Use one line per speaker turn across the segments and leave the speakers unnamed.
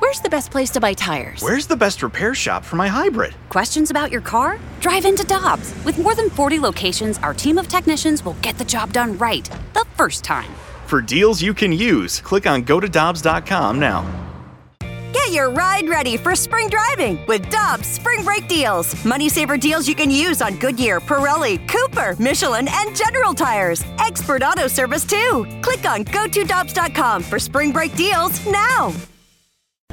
Where's the best place to buy tires?
Where's the best repair shop for my hybrid?
Questions about your car? Drive into Dobbs. With more than 40 locations, our team of technicians will get the job done right the first time.
For deals you can use, click on gotodobbs.com now.
Get your ride ready for spring driving with Dobbs Spring Break Deals. Money saver deals you can use on Goodyear, Pirelli, Cooper, Michelin, and General Tires. Expert auto service too. Click on go to Dobbs.com for spring break deals now.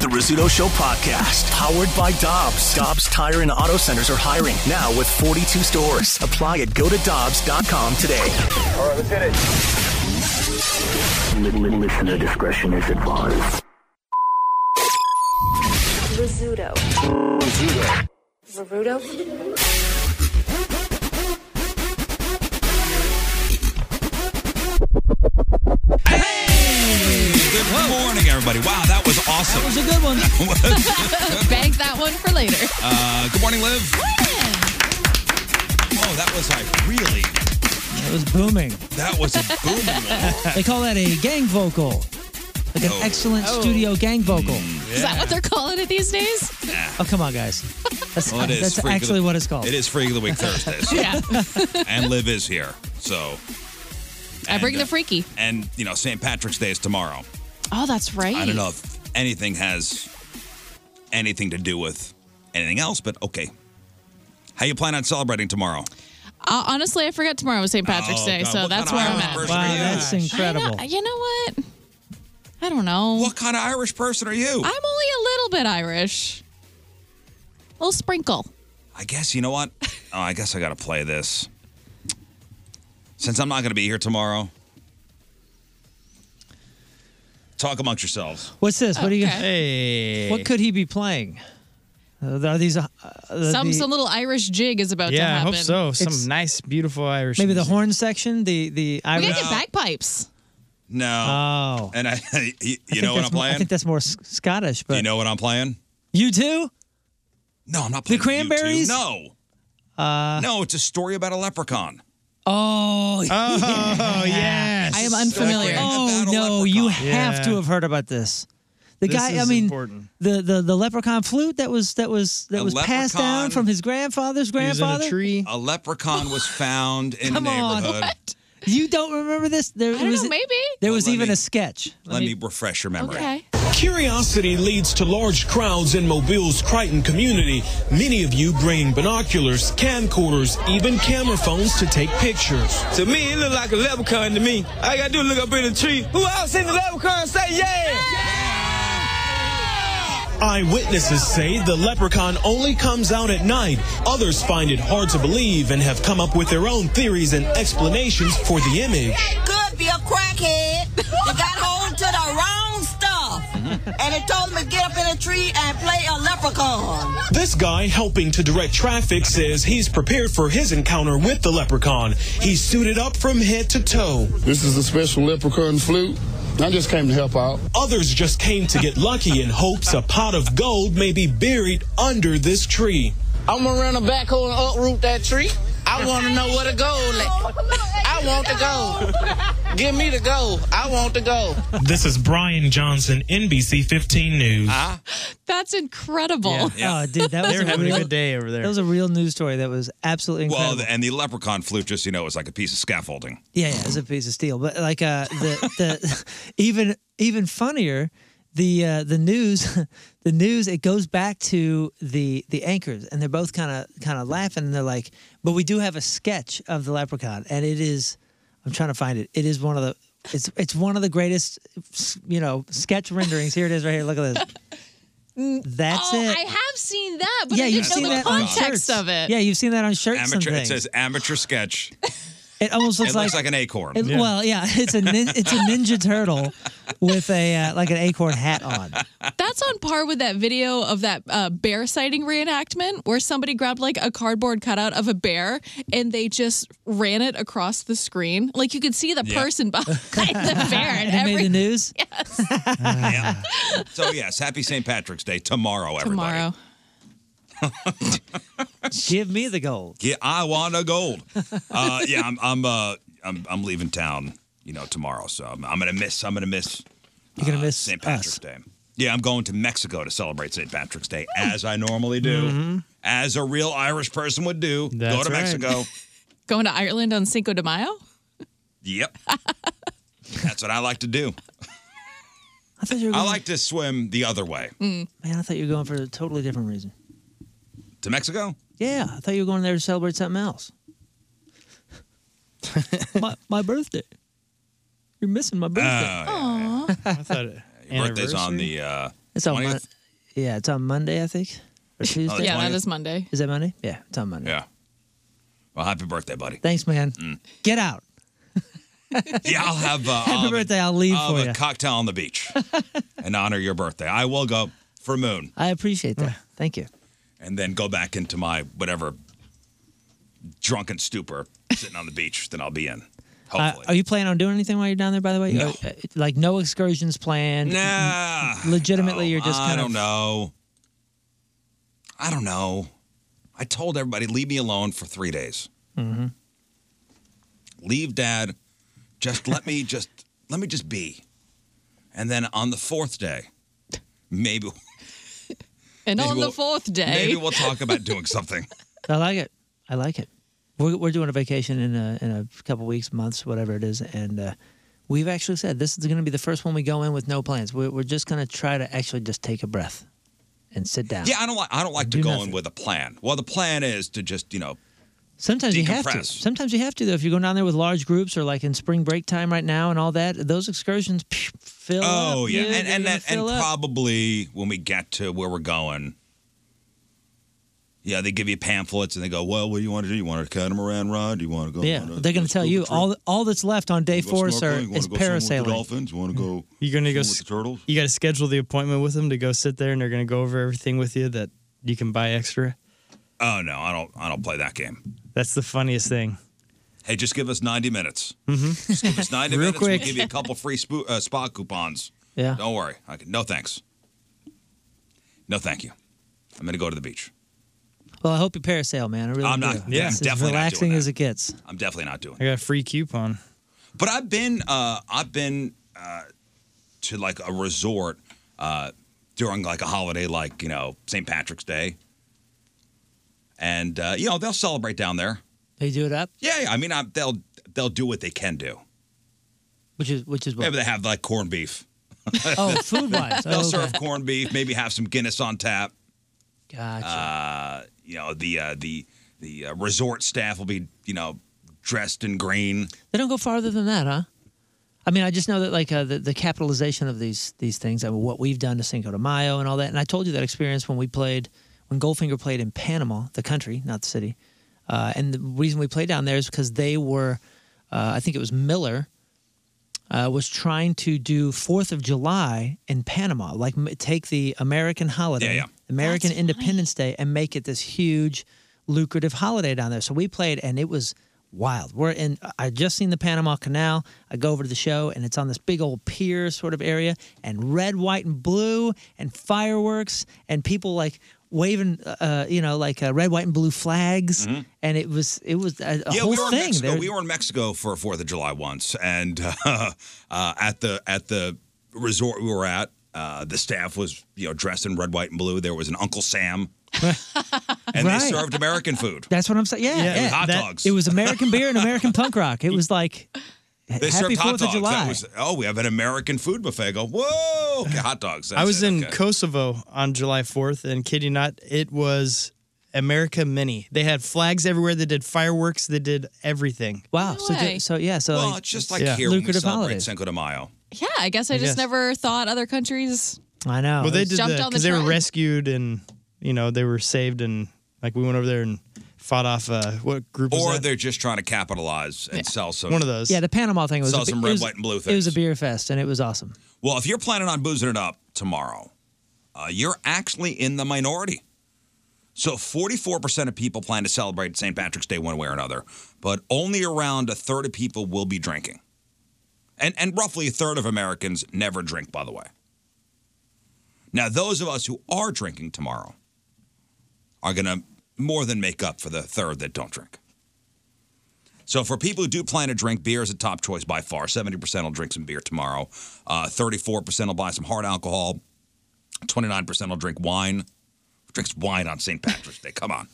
The Rizzuto Show podcast, powered by Dobbs. Dobbs Tire and Auto Centers are hiring now with 42 stores. Apply at go to Dobbs.com today.
All right, let's hit it.
Listener discretion is advised.
Rizzuto. Rizzuto.
Good morning, everybody. Wow, that was awesome.
was a good one.
Bank that one for later.
uh, good morning, Liv. Oh, that was like really.
It was booming.
That was a booming one.
They call that a gang vocal, like an
Oh.
excellent
Oh.
studio gang vocal.
Mm.
Is that what they're calling it these days?
Oh, come on, guys. That's,
Well, it is
that's
Freak of the-
actually what it's called.
It is Freak of the Week Thursdays,
Yeah.
and Liv is here. So
I bring
And, uh,
the freaky.
and you know St. Patrick's Day is tomorrow.
Oh, that's right.
I don't know if anything has anything to do with anything else, but okay. How you plan on celebrating tomorrow?
Uh, honestly, I forgot tomorrow was St. Patrick's
Oh,
Day,
God,
so
what
that's
kind
where
of
I'm
Irish
at.
person
Wow,
are you?
that's
I know-
incredible.
you know what? I don't know.
What kind of Irish person are you?
I'm only a little bit Irish. A little sprinkle.
I guess you know what? Oh, I guess I gotta play this. Since I'm not gonna be here tomorrow, talk amongst yourselves.
What's this? What are you?
Okay.
What could he be playing? Uh, are these uh, uh,
Some
the-
some little Irish jig is about to
Yeah, I
happen.
hope so. Some
It's-
nice, beautiful Irish.
maybe the
music.
horn section? The the
We
Irish.
gotta get bagpipes.
No.
Oh,
and I, you,
I
you
think
know what
that's
I'm
more- I
playing?
think that's more S- Scottish, but
you know what I'm playing?
you too.
No, I'm not playing.
Cranberries? Uh,
U2. No. no, it's a story about a leprechaun.
Oh,
Uh-huh.
Oh yes.
I am unfamiliar.
Exactly.
Oh
About a
no, you
leprechaun.
have to
Yeah.
have heard about this. The
This
guy, I
is
mean,
important.
the the the leprechaun flute that was that was that
A
was passed
leprechaun.
down from his grandfather's
He was
grandfather.
in a tree.
A leprechaun was found in
Come
a
on.
neighborhood.
You don't remember this? There
I don't
was
know, maybe.
there
Well,
was
let
even
me-
a sketch.
Let me refresh your memory.
Okay.
Curiosity leads to large crowds in Mobile's Crichton community, many of you bringing binoculars, camcorders, even camera phones to take pictures. To me, it looked like a leprechaun to me. I gotta do look up in the tree. Who else in the leprechaun say yeah? Eyewitnesses say the leprechaun only comes out at night. Others find it hard to believe and have come up with their own theories and explanations for the image.
Could be a crackhead that got hold to the wrong stuff, and it told him to get up in a tree and play a leprechaun.
This guy helping to direct traffic says he's prepared for his encounter with the leprechaun. He's suited up from head to toe.
This is a special leprechaun flute. I just came to help out.
Others just came to get lucky in hopes a pot of gold may be buried under this tree.
I'm gonna run a backhoe and uproot that tree. I wanna know where the gold at. I want the gold. Give me the gold. I want the gold.
This is Brian Johnson, NBC 15 News.
That's incredible.
Oh, dude, that was
They're
a
having
real,
a good day over there.
That was a real news story. That was absolutely
Well,
incredible.
and the leprechaun flute, just so you know, is like a piece of scaffolding.
yeah, yeah, it was a piece of steel. But like uh, the the even even funnier, the uh, the news, the news. It goes back to the the anchors, and they're both kind of kind of laughing. And they're like, "But we do have a sketch of the leprechaun, and it is. I'm trying to find it. It is one of the. It's it's one of the greatest, you know, sketch renderings. Here it is, right here. Look at this. That's
oh,
it.
I have seen that, but
yeah,
I
you've
didn't
seen
know the
that on shirts.
context of it.
Yeah, you've seen that on shirts. and
Amateur. It
things.
says amateur sketch.
It almost looks
it
like
looks like an acorn.
It- Well, yeah, it's a nin- it's a Ninja Turtle with a uh, like an acorn hat on.
That's on par with that video of that uh, bear sighting reenactment where somebody grabbed like a cardboard cutout of a bear and they just ran it across the screen. Like you could see the
Yeah.
person behind the bear
And it made
and,
the
everything.
news.
yeah. So yes, happy St. Patrick's Day tomorrow, everybody.
Tomorrow.
Give me the gold.
Yeah, I want a gold. Uh, yeah, I'm I'm, uh, I'm I'm leaving town, you know, tomorrow. So I'm, I'm gonna miss. I'm gonna miss.
You're gonna miss
St. Patrick's
us.
Day. Yeah, I'm going to Mexico to celebrate St. Patrick's Day as I normally do,
Mhm.
as a real Irish person would do. Go
That's
to
right.
Mexico.
Going to Ireland on Cinco de Mayo?
Yep. That's what I like to do.
I thought you were
I
going.
like to swim the other way
Mm.
Man, I thought you were going for a totally different reason.
to Mexico.
Yeah, I thought you were going there to celebrate something else. my my birthday. You're missing my birthday.
Oh,
I
thought
Your birthday's on the. Uh,
It's on
20th?
Mon- Yeah, it's on Monday, I think.
Oh,
Or Tuesday.
yeah, that is Monday.
Is that Monday? Yeah, it's on Monday.
Yeah. Well, happy birthday, buddy.
Thanks, man.
Mm.
Get out.
Yeah, I'll have. Uh,
Happy
I'll have a-
birthday, I'll leave
I'll
for
have
ya.
a cocktail on the beach and honor your birthday. I will go for moon
I appreciate that. Thank you.
and then go back into my whatever drunken stupor sitting on the beach that I'll be in.
Uh, are you planning on doing anything while you're down there? By the way,
No.
Uh, like no excursions planned.
Nah. Oh,
Legitimately, you're just
I
kind
don't
of
know. I don't know. I told everybody leave me alone for three days.
Mhm.
Leave dad. Just let me just let me just be. And then on the fourth day, maybe
And
Maybe
on
we'll-
the fourth day.
maybe we'll talk about doing something.
I like it. I like it. We're, we're doing a vacation in a, in a couple weeks, months, whatever it is, and uh, we've actually said this is going to be the first one we go in with no plans. We're, we're just going to try to actually just take a breath and sit down.
Yeah, I don't like I don't like to
Do
go in
nothing.
with a plan. Well, the plan is to just you know
Sometimes you have to.
decompress.
Sometimes you have to though. If you're going down there with large groups or like in spring break time right now and all that, those excursions psh, fill up.
oh yeah,
dude.
and
They're gonna
and that, and
fill up.
probably when we get to where we're going. Yeah, they give you pamphlets and they go, "Well, what do you want to do? You want a catamaran ride? Do you want to go?"
yeah,
on a-
they're going to tell you all all that's left on day
go
four,
snorkeling?
sir,
You wanna
is
go swim with the
parasailing.
Dolphins, you want to
Mm-hmm.
go?
You're gonna go
with
s-
the turtles.
You got to schedule the appointment with them to go sit there, and they're gonna go over everything with you that you can buy extra.
Oh no, I don't. I don't play that game.
That's the funniest thing.
Hey, just give us ninety minutes.
Mm-hmm.
Just give us ninety
Real
minutes.
quick.
We'll give you a couple free spo- uh, spa coupons.
Yeah.
Don't worry. I can, no thanks. No thank you. I'm going to go to the beach.
Well, I hope you parasail, man. I really
I'm not-
do.
yeah, I'm
It's as
definitely not doing
relaxing as it gets.
I'm definitely not doing.
I got a free coupon.
But I've been uh, I've been uh, to like a resort uh, during like a holiday like you know St. Patrick's Day, and uh, you know they'll celebrate down there.
They do it up,
Yeah, yeah, I mean I, they'll they'll do what they can do.
which is which is what.
Maybe they have like corned beef.
Oh, food-wise.
they'll
Oh, okay.
serve corned beef. Maybe have some Guinness on tap.
Gotcha.
Uh, you know the uh, the the uh, resort staff will be you know dressed in green.
They don't go farther than that, huh? I mean, I just know that like uh, the, the capitalization of these these things, I mean, what we've done to Cinco de Mayo and all that. And I told you that experience when we played when Goldfinger played in Panama, the country, not the city. Uh, and the reason we played down there is because they were, uh, I think it was Miller, uh, was trying to do Fourth of July in Panama, like m- take the American holiday,
Yeah, yeah.
American Independence Day, and make it this huge, lucrative holiday down there. So we played, and it was wild. We're in. I just seen the Panama Canal. I go over to the show, and it's on this big old pier sort of area, and red, white, and blue, and fireworks, and people like waving, uh, you know, like uh, red, white, and blue flags, and it was it was a, a
Mm-hmm. yeah,
whole
we were
thing.
in Mexico.
There-
We were in Mexico for Fourth of July once, and uh, uh, at the at the resort we were at, uh, the staff was you know dressed in red, white, and blue. There was an Uncle Sam, and they
Right.
served American food.
That's what I'm saying. Yeah,
Yeah, it was
yeah.
hot dogs.
It was American beer and American punk rock. It was like
They
Happy
served hot
4th of
dogs.
July.
That was, oh, we have an American food buffet. I go, whoa, okay, hot dogs.
I
That's
was
it,
in
okay.
Kosovo on July 4th, and kid you not, it was America Mini. They had flags everywhere. They did fireworks. They did everything.
Wow. so, ju- so yeah. So
well, it's just like here when we celebrate Cinco de Mayo.
Yeah, I guess I,
I
just
guess.
never thought other countries
I know.
Well, they did
Jumped
that
on the
because they were
train.
rescued and you know they were saved and like we went over there and fought off uh, what group was
or
that?
they're just trying to capitalize and sell some.
One of those.
Yeah, the Panama thing was
Sell
a be-
some
it
red,
was-
white, and blue
It was a beer fest, and it was awesome.
Well, if you're planning on boozing it up tomorrow, uh, you're actually in the minority. So 44% of people plan to celebrate St. Patrick's Day one way or another, but only around a third of people will be drinking. And, and roughly a third of Americans never drink, by the way. Now, those of us who are drinking tomorrow are going to more than make up for the third that don't drink. So for people who do plan to drink, beer is a top choice by far. 70% will drink some beer tomorrow. Uh, 34% will buy some hard alcohol. 29% will drink wine. Who drinks wine on St. Patrick's Day? Come on.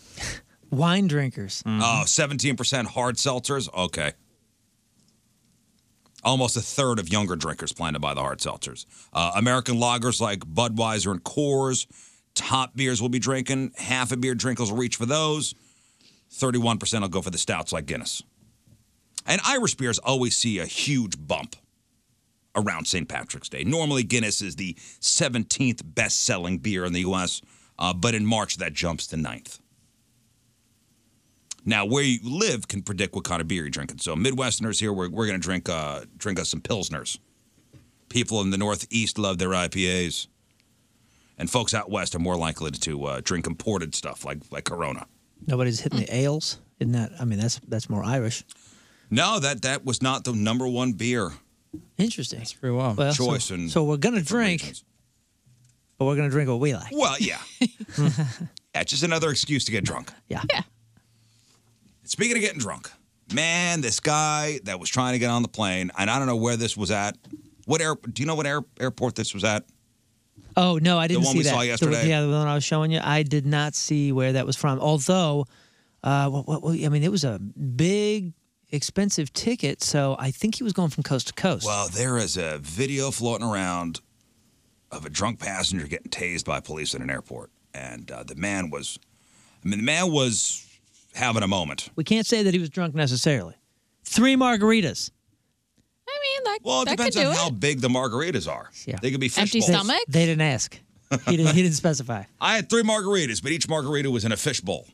Wine drinkers.
Oh, 17% hard seltzers? Okay. Almost a third of younger drinkers plan to buy the hard seltzers. Uh, American lagers like Budweiser and Coors, top beers will be drinking. Half a beer drinkers will reach for those. 31% will go for the stouts like Guinness. And Irish beers always see a huge bump around St. Patrick's Day. Normally, Guinness is the 17th best selling beer in the U.S., uh, but in March, that jumps to 9th. Now, where you live can predict what kind of beer you're drinking. So, Midwesterners here, we're, we're going to drink uh, drink us some Pilsners. People in the Northeast love their IPAs, and folks out west are more likely to uh, drink imported stuff like like Corona.
Nobody's hitting
Hmm.
the ales. Isn't that? I mean, that's that's more Irish.
No, that that was not the number one beer
Interesting. That's pretty wild.
choice.
So,
and
so we're gonna drink, but we're gonna drink what we like.
well, yeah, that's just another excuse to get drunk.
Yeah.
Speaking of getting drunk, man, this guy that was trying to get on the plane, and I don't know where this was at. What air? Do you know what air, airport this was at?
Oh no, I didn't
one
see
we
that.
saw
The,
yesterday?
yeah, the one I was showing you. I did not see where that was from. Although, uh, what, what, what- I mean, it was a big, expensive ticket. So I think he was going from coast to coast.
Well, there is a video floating around of a drunk passenger getting tased by police in an airport, and uh, the man was, I mean, the man was having a moment.
We can't say that he was drunk necessarily. Three margaritas.
I mean, that,
Well, it
that could
depends
do
on
it.
how big the margaritas are. Yeah. They could be fish
Empty
bowls.
stomach?
They didn't ask. He didn't, he didn't specify.
I had three margaritas, but each margarita was in a fishbowl.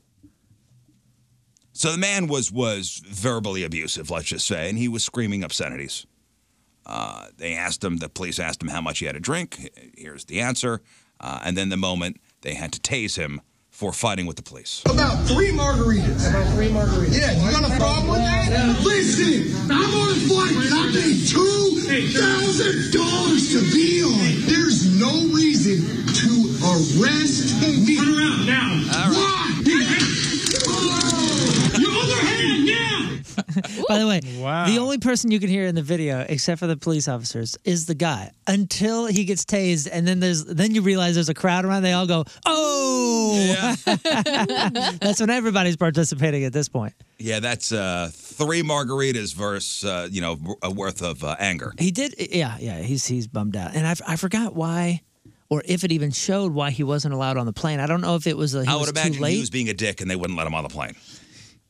So the man was was verbally abusive, let's just say, and he was screaming obscenities. Uh, they asked him, the police asked him how much he had to drink. Here's the answer, uh, and then the moment they had to tase him for fighting with the police.
About three margaritas. About three margaritas. Yeah, you got a problem with that? Listen, I'm on a flight and I paid two thousand dollars to be on. There's no reason to arrest me. Turn around now. Why? Oh, Your other hand now.
By the way, the only person you can hear in the video, except for the police officers, is the guy until he gets tased, and then there's then you realize there's a crowd around. They all go, "Oh!" That's when everybody's participating at this point.
Yeah, that's uh, three margaritas versus uh, you know a worth of uh, anger.
He did, yeah, yeah. He's he's bummed out, and I, I forgot why, or if it even showed why he wasn't allowed on the plane. I don't know if it was uh, he
I
was
would
too
imagine
late.
he was being a dick, and they wouldn't let him on the plane.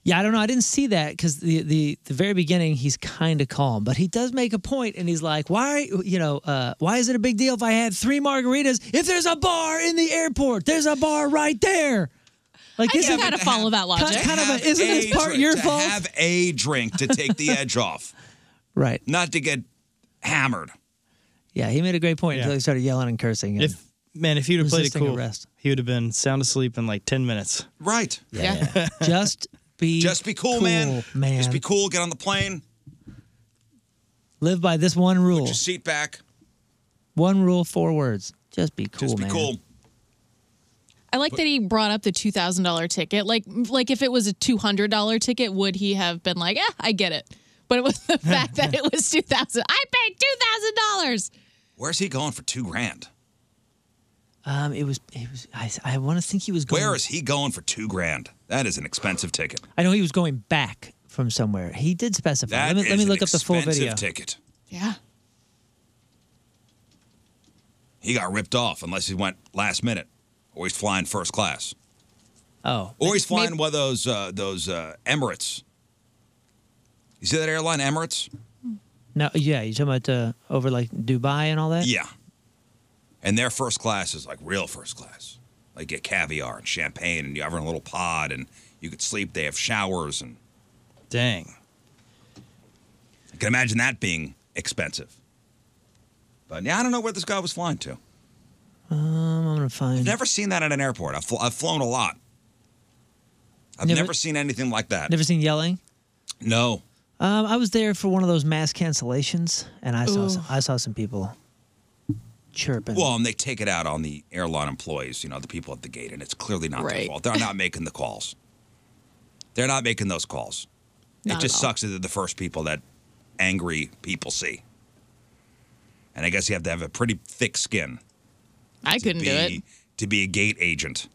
Yeah, I don't know. I didn't see that because the, the the very beginning he's kind of calm, but he does make a point, and he's like, "Why, you know, uh, why is it a big deal if I had three margaritas? If there's a bar in the airport, there's a bar right there."
I can kinda follow that
kind-
logic.
Kind, of
Have
a, Uh, isn't this
a
part
drink,
your
to
fault?
Have a drink to take the edge off.
Right.
Not to get hammered.
yeah, he made a great point until he started yelling and cursing. and-
If man, if you'd have played it
Resisting
cool,
arrest.
he would have been sound asleep in like ten minutes.
Right.
Yeah. just be
Just be cool, man.
cool, man.
Just be cool. Get on the plane.
Live by this one rule.
Just seat back.
One rule, four words. Just be cool,
Just be
man.
cool.
I like that he brought up the two thousand dollar ticket. Like, like if it was a two hundred dollar ticket, would he have been like, "Ah, I get it"? But it was the fact that it was two thousand. I paid two thousand dollars.
Where's he going for two grand?
Um, it was. It was. I. I want to think he was going.
Where is he going for two grand? That is an expensive ticket.
I know he was going back from somewhere. He did specify. let
That
me,
is
let me
an
look up the full
expensive
video.
ticket.
Yeah.
He got ripped off unless he went last minute, or he's flying first class,
Oh,
or he's flying one of those uh, those uh, Emirates. You see that airline, Emirates?
no, yeah, you talking about uh, over like Dubai and all that?
Yeah. And their first class is like real first class. Like get caviar and champagne, and you have a little pod, and you could sleep. They have showers, and
Dang.
I can imagine that being expensive. But yeah, I don't know where this guy was flying to.
Um, I'm gonna find.
I've never seen that at an airport. I've, fl- I've flown a lot. I've
Never-
never, seen anything like that.
Never seen yelling.
No.
Um, I was there for one of those mass cancellations, and I saw
Ooh.
some, I saw some people chirping.
Well, and they take it out on the airline employees, you know, the people at the gate, and it's clearly not their
Right.
fault. They're not making the calls. They're not making those calls.
Not
it
at
just
all.
sucks that they're the first people that angry people see. And I guess you have to have a pretty thick skin
I couldn't do it.
be- to be a gate agent.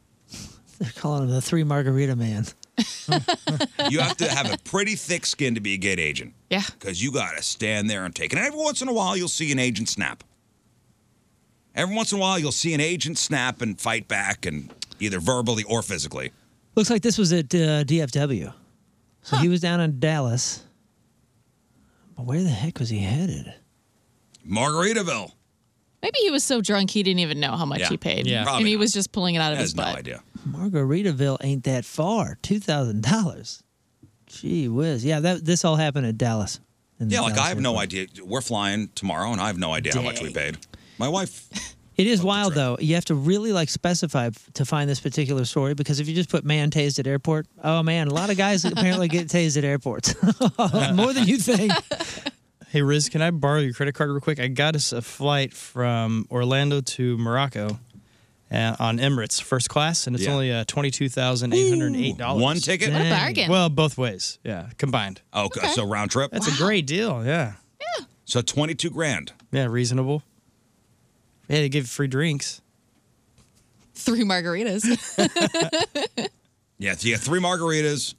They're calling him the Three Margarita Man.
You have to have a pretty thick skin to be a gate agent.
Yeah.
Because you got to stand there and take it. And every once in a while, you'll see an agent snap. Every once in a while, you'll see an agent snap and fight back, and either verbally or physically.
Looks like this was at uh, DFW. So he was down in Dallas. But where the heck was he headed?
Margaritaville.
Maybe he was so drunk he didn't even know how much
Yeah.
he paid.
Yeah.
and
Probably
he was just pulling it out of his butt.
idea.
Margaritaville ain't that far. Two thousand dollars. Gee whiz. Yeah, that this all happened at Dallas. in
Yeah, like
Dallas
I have no idea. We're flying tomorrow, and I have no idea how much we paid. My wife.
It is wild though. You have to really like specify f- to find this particular story because if you just put man tased at airport, oh man, a lot of guys apparently get tased at airports more than you think.
Hey Riz, can I borrow your credit card real quick? I got us a flight from Orlando to Morocco uh, on Emirates first class, and it's
Yeah.
only uh, twenty two thousand eight hundred eight dollars.
One ticket? What a bargain.
Well, both ways, yeah, combined.
Oh, okay. so round trip.
That's a great deal. Yeah.
So twenty-two grand.
Yeah, reasonable. Yeah, they give free drinks.
Three margaritas.
Yeah, so you get three margaritas,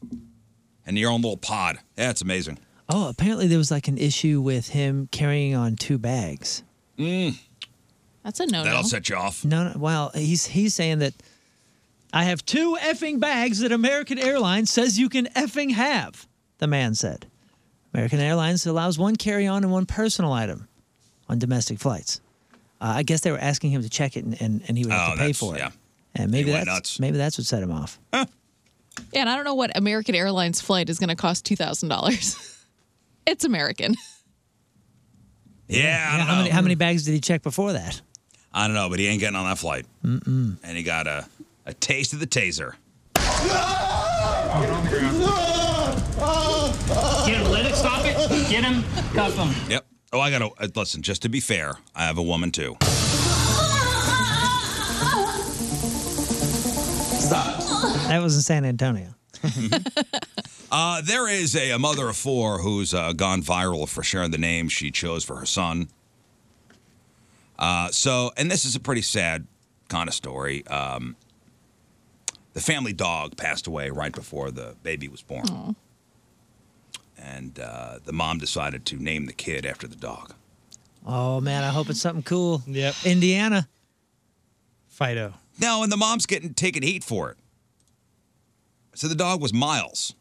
and your own little pod. That's amazing.
Oh, apparently there was like an issue with him carrying on two bags.
Mm.
That's a no.
That'll set you off.
No, no. Well, he's he's saying that I have two effing bags that American Airlines says you can effing have. The man said. American Airlines allows one carry-on and one personal item on domestic flights. Uh, I guess they were asking him to check it, and, and, and he would have
Oh,
to pay
that's-
for it.
yeah.
And maybe
He went
that's maybe that's what set him off.
Yeah, and I don't know what American Airlines flight is going to cost two thousand dollars. it's American.
Yeah, I don't
how
know.
many how many bags did he check before that?
I don't know, but he ain't getting on that flight.
Mm-mm.
And he got a, a taste of the taser.
Get him, let it stop it. Get him, cuff him.
Yep. Oh, I gotta uh, listen. Just to be fair, I have a woman too. Stop.
That was in San Antonio.
Uh, there is a, a mother of four who's uh, gone viral for sharing the name she chose for her son. Uh, so, and this is a pretty sad kind of story. Um, the family dog passed away right before the baby was born. And uh, the mom decided to name the kid after the dog.
Oh man, I hope it's something cool. Yep. Indiana.
Fido.
No, and the mom's getting taking heat for it. So the dog was Miles,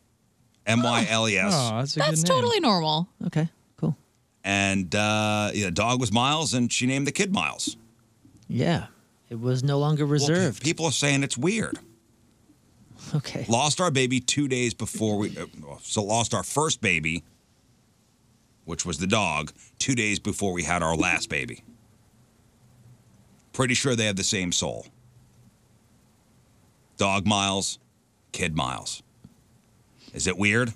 M Y L E S.
Oh, That's totally normal.
Okay.
And uh, yeah, the dog was Miles, and she named the kid Miles.
Yeah. It was no longer reserved.
People are saying it's weird.
Okay.
Lost our baby two days before we, uh, so lost our first baby, which was the dog, two days before we had our last baby. Pretty sure they have the same soul. Dog Miles, kid Miles. Is it weird?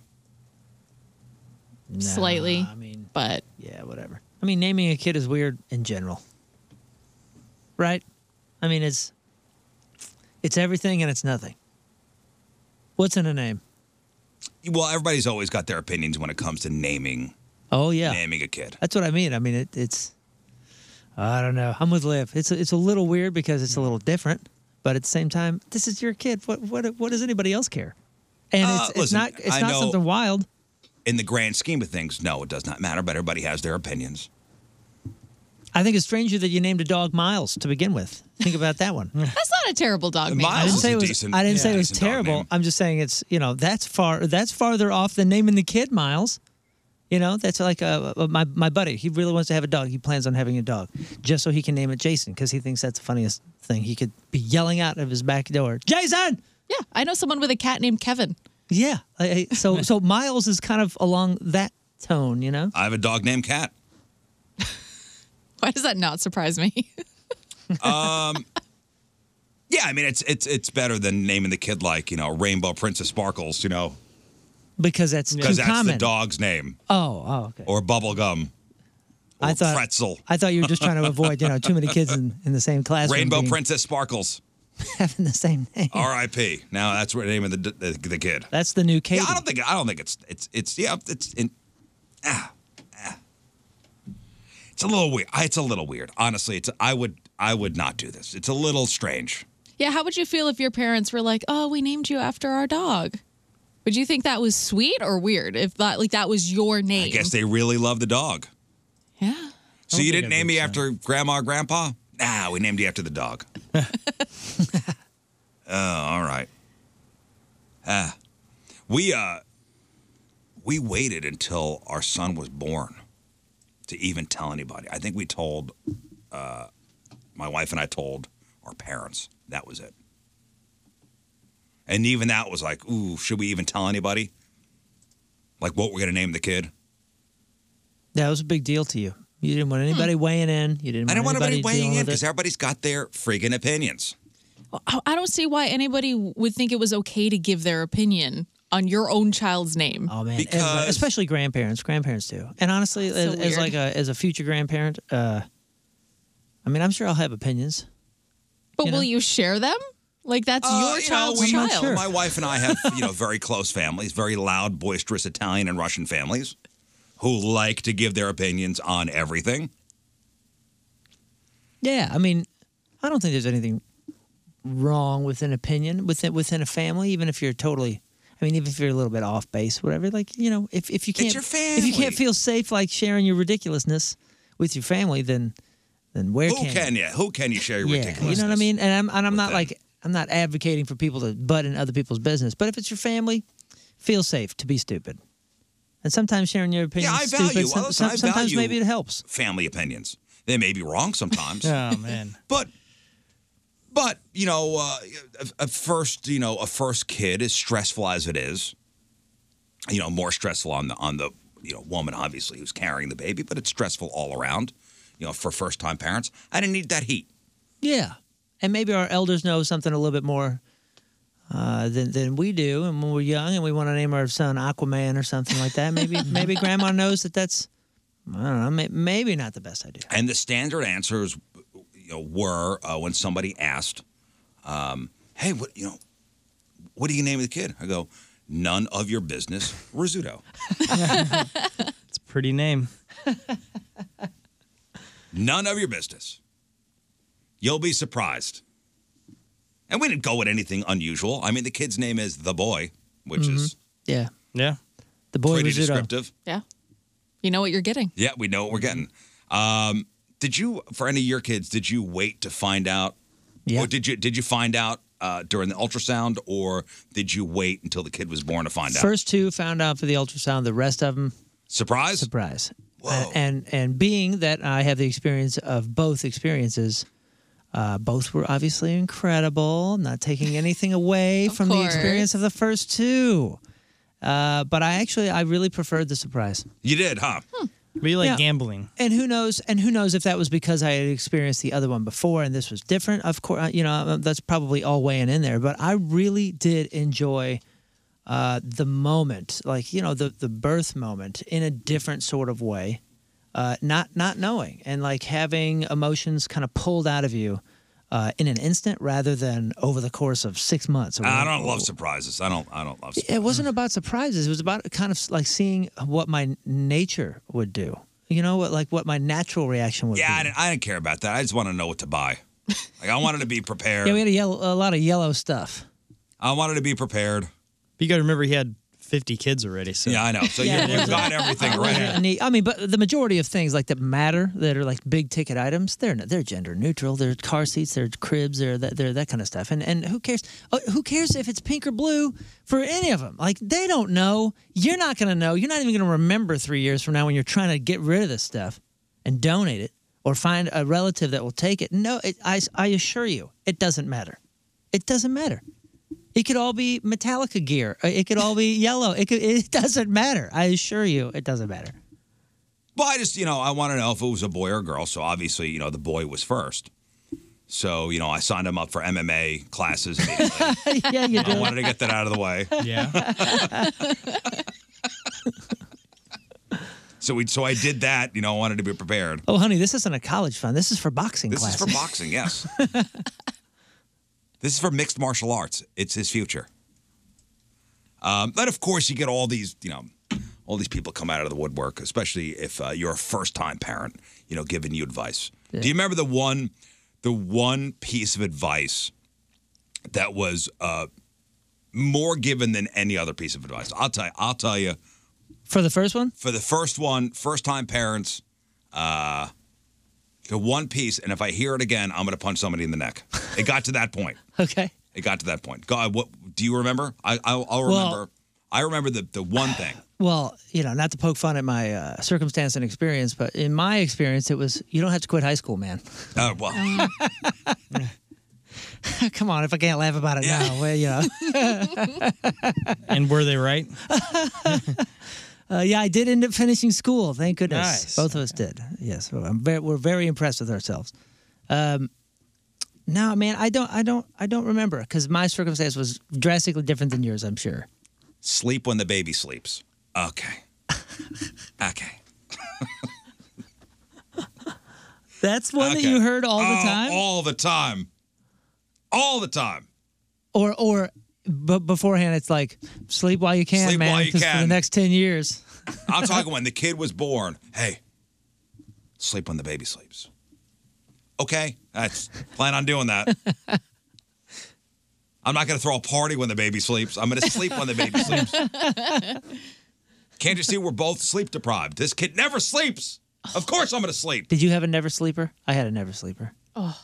Slightly.
I mean,
but
yeah, whatever. I mean, naming a kid is weird in general, right? I mean, it's it's everything and it's nothing. What's in a name?
Well, everybody's always got their opinions when it comes to naming.
Oh yeah,
naming a kid.
That's what I mean. I mean, it, it's I don't know. I'm with Liv. It's a, it's a little weird because it's a little different, but at the same time, this is your kid. What what what does anybody else care? And
Uh,
it's, it's
listen,
not it's
I
not
know-
something wild.
In the grand scheme of things, no, it does not matter. But everybody has their opinions.
I think it's stranger that you named a dog Miles to begin with. Think about that one.
that's not a terrible dog name.
I didn't say it was. I didn't say it was terrible. I'm just saying it's you know that's far that's farther off than naming the kid Miles. You know, that's like uh uh, my my buddy. He really wants to have a dog. He plans on having a dog just so he can name it Jason because he thinks that's the funniest thing. He could be yelling out of his back door, Jason.
Yeah, I know someone with a cat named Kevin.
Yeah. I- I- so so Miles is kind of along that tone, you know.
I have a dog named Cat.
Why does that not surprise me?
Um, yeah, I mean it's it's it's better than naming the kid like you know Rainbow Princess Sparkles, you know,
Because that's too
because that's
common.
the dog's name,
Oh, oh, okay.
or Bubblegum, or
I thought
Pretzel,
I thought you were just trying to avoid, you know, too many kids in, in the same class.
Rainbow
being,
Princess Sparkles,
having the same name.
R.I.P. Now that's what name of the the, the kid.
That's the new Katie.
Yeah, I don't think I don't think it's it's it's yeah it's in, ah, ah. it's a little weird. It's a little weird, honestly. It's I would I would not do this. It's a little strange.
Yeah, how would you feel if your parents were like, "Oh, we named you after our dog"? Would you think that was sweet or weird if that like that was your name?
I guess they really love the dog.
Yeah.
So you didn't name me after grandma or grandpa? Nah, we named you after the dog. Oh, all right. Ah. we uh we waited until our son was born to even tell anybody. I think we told uh my wife and I told our parents. That was it. And even that was like, ooh, should we even tell anybody? Like what we're gonna name the kid?
That was a big deal to you. You didn't want anybody weighing in. Mm-hmm. You didn't.
I don't want
want
anybody weighing in
dealing with
because
it.
everybody's got their friggin' opinions.
I I don't see why anybody would think it was okay to give their opinion on your own child's
Uh,
name.
Oh man, Everybody- especially grandparents. Grandparents do. And honestly,
That's
as,
so
as like
weird.
a as a future grandparent, uh, I mean, I'm sure I'll have opinions.
But
you
will
know?
you share them? Like that's
Uh,
your
you know,
child's
we-
child.
My wife and I have, you know, very close families, very loud, boisterous Italian and Russian families who like to give their opinions on everything.
Yeah, I mean, I don't think there's anything wrong with an opinion within within a family, even if you're totally. I mean, even if you're a little bit off base, whatever. Like you know, if if you
It's
can't
your
if you
family.
can't feel safe like sharing your ridiculousness with your family, then then where
who
can,
can, you? Who can you share your
yeah,
ridiculous?
you know what I mean. And I'm and I'm not like I'm not advocating for people to butt in other people's business, but if it's your family, feel safe to be stupid. And sometimes sharing your opinion
yeah, I
is
value.
stupid. Some-
well, listen,
some-
I
sometimes
value
maybe it helps.
Family opinions. They may be wrong sometimes.
Oh man.
But but you know, uh, a, a first you know a first kid, as stressful as it is, you know, more stressful on the on the you know woman obviously who's carrying the baby, but it's stressful all around. You know, for first time parents, I didn't need that heat.
Yeah, and maybe our elders know something a little bit more uh, than than we do. And when we're young and we want to name our son Aquaman or something like that, maybe maybe Grandma knows that that's I don't know, may, maybe not the best idea.
And the standard answers, you know, were uh, when somebody asked, um, "Hey, what you know, what do you name the kid?" I go, "None of your business, Rizzuto."
It's a pretty name.
None of your business. You'll be surprised. And we didn't go with anything unusual. I mean, the kid's name is The Boy, which
Mm-hmm.
is
Yeah,
yeah,
the boy
pretty
Rizzuto.
descriptive.
yeah. You know what you're getting.
Yeah, we know what we're getting. Um, did you, for any of your kids, did you wait to find out? Yeah. Or did you did you find out uh, during the ultrasound, or did you wait until the kid was born to find out?
First two found out for the ultrasound. The rest of them
surprise,
surprise. Whoa. And and being that I have the experience of both experiences, uh, both were obviously incredible. Not taking anything away from the experience of the first two, uh, but I actually I really preferred the surprise.
You did, huh?
We like
Yeah.
gambling.
And who knows? And who knows if that was because I had experienced the other one before, and this was different. Of course, you know uh, that's probably all weighing in there. But I really did enjoy uh, the moment, like you know the the birth moment, in a different sort of way. Uh, not not knowing and like having emotions kind of pulled out of you uh, in an instant, rather than over the course of six months. or
I
whatever.
don't love surprises. I don't. I don't love.
It wasn't about surprises. It was about kind of like seeing what my nature would do. You know, what like what my natural reaction would
Yeah, I
be.
didn't, I didn't care about that. I just want to know what to buy. Like I wanted to be prepared.
Yeah, we had a, yellow, a lot of yellow stuff.
I wanted to be prepared.
But you got to remember, he had 50 kids already. So.
Yeah, I know. So you- Yeah. you've got everything right.
Yeah, neat. I mean, but the majority of things like that matter that are like big ticket items, they're not, they're gender neutral. They're car seats, they're cribs, they're that, they're that kind of stuff. And and who cares? Uh, who cares if it's pink or blue for any of them? Like they don't know. You're not going to know. You're not even going to remember three years from now when you're trying to get rid of this stuff and donate it or find a relative that will take it. No, it, I I assure you, it doesn't matter. It doesn't matter. It could all be Metallica gear. Uh, It could all be yellow. It could, it doesn't matter. I assure you, it doesn't matter.
Well, I just, you know, I want to know if it was a boy or a girl. So obviously, you know, the boy was first. So, you know, I signed him up for MMA classes. immediately.
yeah, you
I
do.
wanted to get that out of the way.
Yeah.
So we, so I did that. You know, I wanted to be prepared.
Oh, honey, this isn't a college fund. This is for boxing
This
classes.
is for boxing, yes. this is for mixed martial arts. It's his future. Um, but of course, you get all these, you know, all these people come out of the woodwork, especially if uh, you're a first-time parent, you know, giving you advice. Do you remember the one, the one piece of advice that was uh, more given than any other piece of advice? I'll tell you. I'll tell you
For the first one?
for the first one, first time parents, uh, the one piece, and if I hear it again, I'm going to punch somebody in the neck. It got to that point.
Okay.
It got to that point. God, what do you remember? I, I'll, I'll
Well-
remember. I remember the the one thing.
Well, you know, not to poke fun at my uh, circumstance and experience, but in my experience, it was you don't have to quit high school, man.
Uh, well,
Come on, if I can't laugh about it now, well, yeah.
and were they right?
Uh, yeah, I did end up finishing school. Thank goodness,
Nice.
both of us did. Yes, well, I'm very, we're very impressed with ourselves. Um, no, man, I don't, I don't, I don't remember because my circumstance was drastically different than yours. I'm sure.
sleep when the baby sleeps. Okay. okay.
That's one that
Okay.
you heard all
Oh,
the time,
All the time. All the time.
or or but beforehand, it's like sleep while you can,
Sleep
man,
while you
'cause for the
can.
next ten years.
I'm talking when the kid was born. Hey, sleep when the baby sleeps. Okay, I plan on doing that. I'm not going to throw a party when the baby sleeps. I'm going to sleep when the baby sleeps. Can't you see we're both sleep deprived? This kid never sleeps. Of course, I'm going to sleep.
Did you have a never sleeper? I had a never sleeper.
Oh.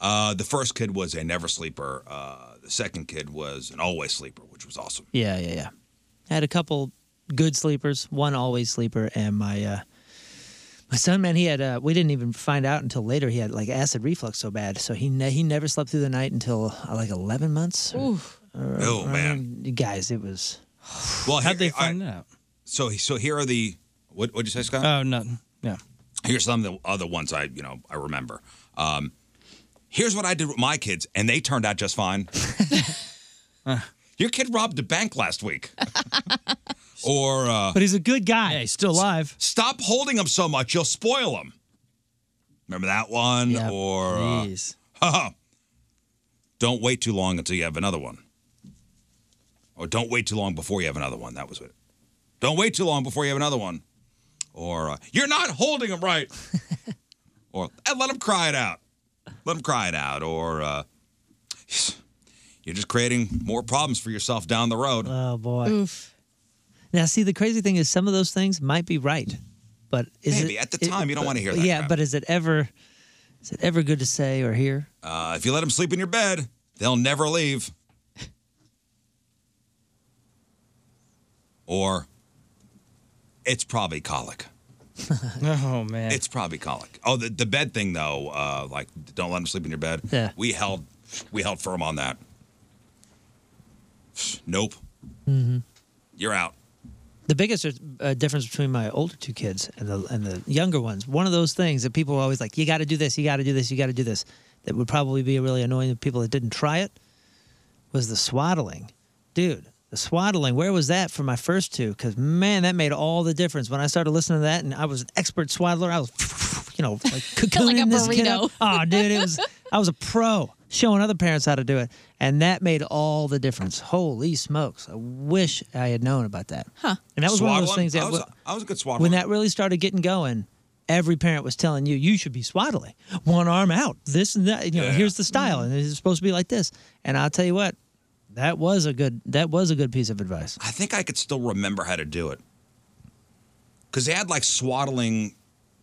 Uh, the first kid was a never sleeper. Uh, the second kid was an always sleeper, which was awesome.
Yeah, yeah, yeah. I had a couple good sleepers, one always sleeper, and my uh, my son, man, he had. Uh, we didn't even find out until later. He had like acid reflux so bad, so he ne- he never slept through the night until uh, like eleven months. Or, or-
Oh,
or-
man.
you guys, it was.
Well, how'd
they
find out? So, so here are the what? What'd you say, Scott?
Oh, nothing. Yeah.
Here's some of the other ones I, you know, I remember. Um, here's what I did with my kids, and they turned out just fine. Your kid robbed a bank last week. or, uh,
But he's a good guy.
Yeah, he's still alive.
stop holding them so much; you'll spoil them. Remember that one? or, uh, don't wait too long until you have another one. Or don't wait too long before you have another one. That was it. Don't wait too long before you have another one. Or uh, you're not holding them right. or "Eh, let them cry it out. Let them cry it out. Or uh, you're just creating more problems for yourself down the road.
Oh boy. Now, see, the crazy thing is, some of those things might be right, but is
Maybe.
it,
At the
it-
time, you don't
but-
wanna hear
but
that
Yeah,
crap.
but is it ever? Is it ever good to say or hear?
Uh, if you let them sleep in your bed, they'll never leave. Or it's probably colic.
oh man.
It's probably colic. Oh, the, the bed thing though, uh, like don't let them sleep in your bed.
Yeah.
We held we held firm on that. Nope,
Mm-hmm.
you're out.
the biggest uh, difference between my older two kids and the and the younger ones. One of those things that people are always like, you got to do this, you got to do this, you got to do this. That would probably be really annoying to people that didn't try it. Was the swaddling, dude? The swaddling. Where was that for my first two? Because man, that made all the difference when I started listening to that, and I was an expert swaddler. I was, you know, like cocooning this kid up.
burrito.
Oh, dude, it was. I was a pro showing other parents how to do it, and that made all the difference. Holy smokes! I wish I had known about that. Huh? And that was one of those
Swaddling?
things that
I was,
wa-
I was a good swaddler.
when that really started getting going, every parent was telling you you should be swaddling, one arm out, this and that. You know, here's the style, and it's supposed to be like this. And I'll tell you what, That was a good. That was a good piece of advice.
I think I could still remember how to do it. Because they had like swaddling.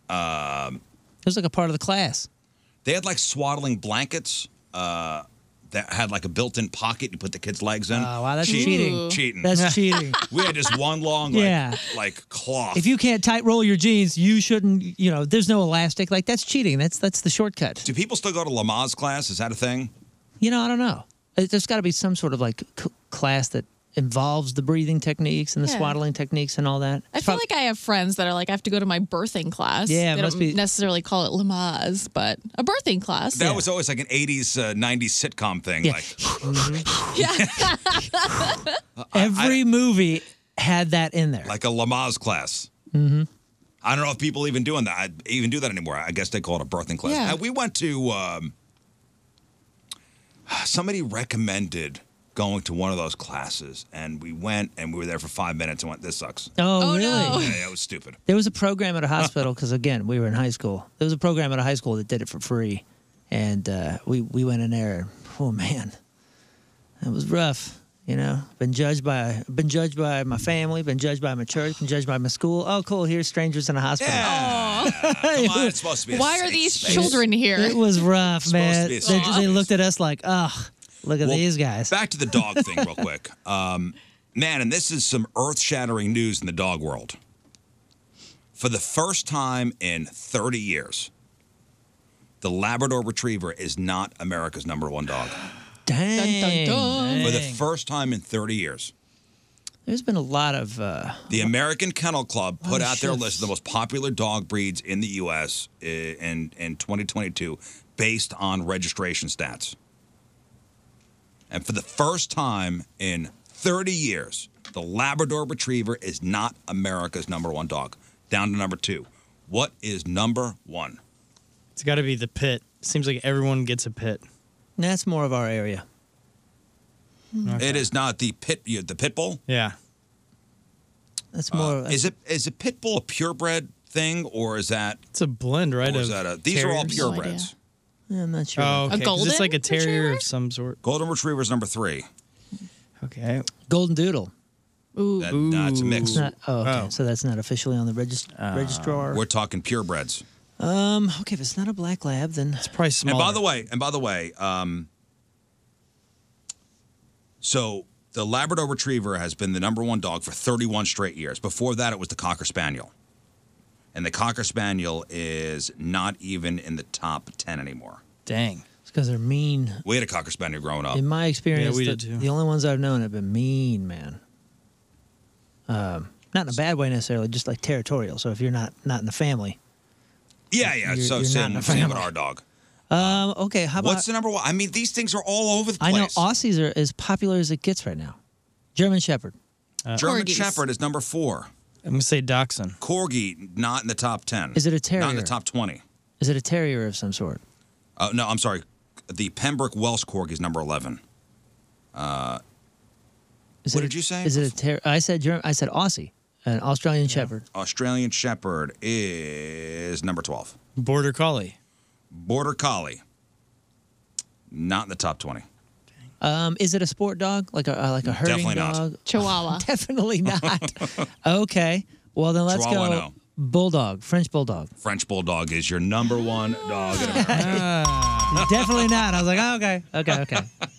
Uh,
It was like a part of the class.
they had like swaddling blankets uh, that had like a built-in pocket you put the kids' legs in.
Oh, wow, that's cheating. Ooh.
Cheating.
That's cheating.
we had just one long, like,
Yeah.
like cloth.
If you can't tight roll your jeans, you shouldn't. You know, there's no elastic. Like that's cheating. That's that's the shortcut.
Do people still go to Lamaze class? Is that a thing?
You know, I don't know. Uh, There's got to be some sort of like c- class that involves the breathing techniques and the
Yeah.
swaddling techniques and all that.
I feel like I have friends that are like, I have to go to my birthing class.
Yeah, it
they
must
don't
be-
necessarily call it Lamaze, but a birthing
Oh,
class.
That was always like an 80s, uh, 90s sitcom thing. Like,
Mm-hmm. Every movie had that in there.
like a Lamaze class.
Mm-hmm.
I don't know if people even doing that. I even do that anymore. I guess they call it a birthing class.
Yeah.
And we went to. Um, somebody recommended going to one of those classes, and we went, and we were there for five minutes, and went, "This sucks."
Oh, Oh, really? no.
Yeah, yeah, it was stupid.
There was a program at a hospital because again, we were in high school. There was a program at a high school that did it for free, and uh, we we went in there. Oh man, it was rough. You know, been judged by been judged by my family, been judged by my church, been judged by my school. Oh, cool. Here's strangers in a hospital.
Come on, it's supposed to be. a
Why are
safe
these
space.
children here?
It was rough,
Supposed
man.
to be
They,
a safe
they looked at us like, ugh, look at
Well,
these guys.
Back to the dog thing, real quick. Um, man, and this is some earth shattering news in the dog world. For the first time in 30 years, the Labrador Retriever is not America's number one dog.
Dang.
For the
Dang.
first time in 30 years,
There's been a lot of uh,
the American Kennel Club put
Oh,
out their
shucks.
list of the most popular dog breeds in the U.S. i- in, in 2022 based on registration stats. And for the first time in 30 years, the Labrador Retriever is not America's number one dog. Down to number two. What is number one?
It's got to be the pit. Seems like everyone gets a pit.
That's more of our area.
Hmm.
It is not the pit the pit bull. Uh,
Yeah.
That's more.
is it is a pit bull a purebred thing or is that
It's a blend, right?
Or is
of
that a- these are all
terriers?
purebreds. No idea.
Yeah, I'm not sure.
Oh, okay, 'cause It's like a terrier
retriever?
of some sort.
Golden Retriever's number three.
Okay.
Golden Doodle.
Ooh.
That- no, it's a mix.
It's not- oh, okay.
Oh. Ah.
So that's not officially on the regist-
Ah.
registrar.
We're talking purebreds.
Um. Okay, if it's not a black lab, then it's
probably
And by the way, and by the way, um, so the Labrador Retriever has been the number one dog for 31 straight years. Before that, it was the Cocker Spaniel, and the Cocker Spaniel is not even in the top 10 anymore.
Dang.
It's because they're mean.
We had a Cocker Spaniel growing up.
In my experience,
we
the,
did too.
the only ones I've known have been mean, man. Um, not in a bad way necessarily, just like territorial. So if you're not not in the family,
yeah, yeah.
You're-
so
you're not in
same,
the
same with
family.
our dog.
um, okay. How about
Ah. What's the number one? I mean, these things are all over the
I
place.
know Aussies are as popular as it gets right now. German Shepherd. Uh,
German Shepherd is number four.
I'm gonna say Dachshund.
Corgi not in the top 10.
Is it a
Not in
terrier?
the top 20.
Is it a terrier of some sort?
Uh, no, I'm sorry. The Pembroke Welsh Corgi is number 11. Uh,
Is
what
it a-
did you say?
Is it a terrier? I said German. I said Aussie, an Australian Shepherd.
Australian Shepherd is number 12.
Border Collie.
Border Collie. Not in the top 20.
Um, is it a sport dog like a uh, like a herding
Definitely not.
dog?
Chihuahua.
Definitely not. okay. Well then let's
Chihuahua,
go.
no.
Bulldog, French bulldog.
French Bulldog is your number one dog in America. Ah.
Definitely not. I was like, oh, okay, okay, okay.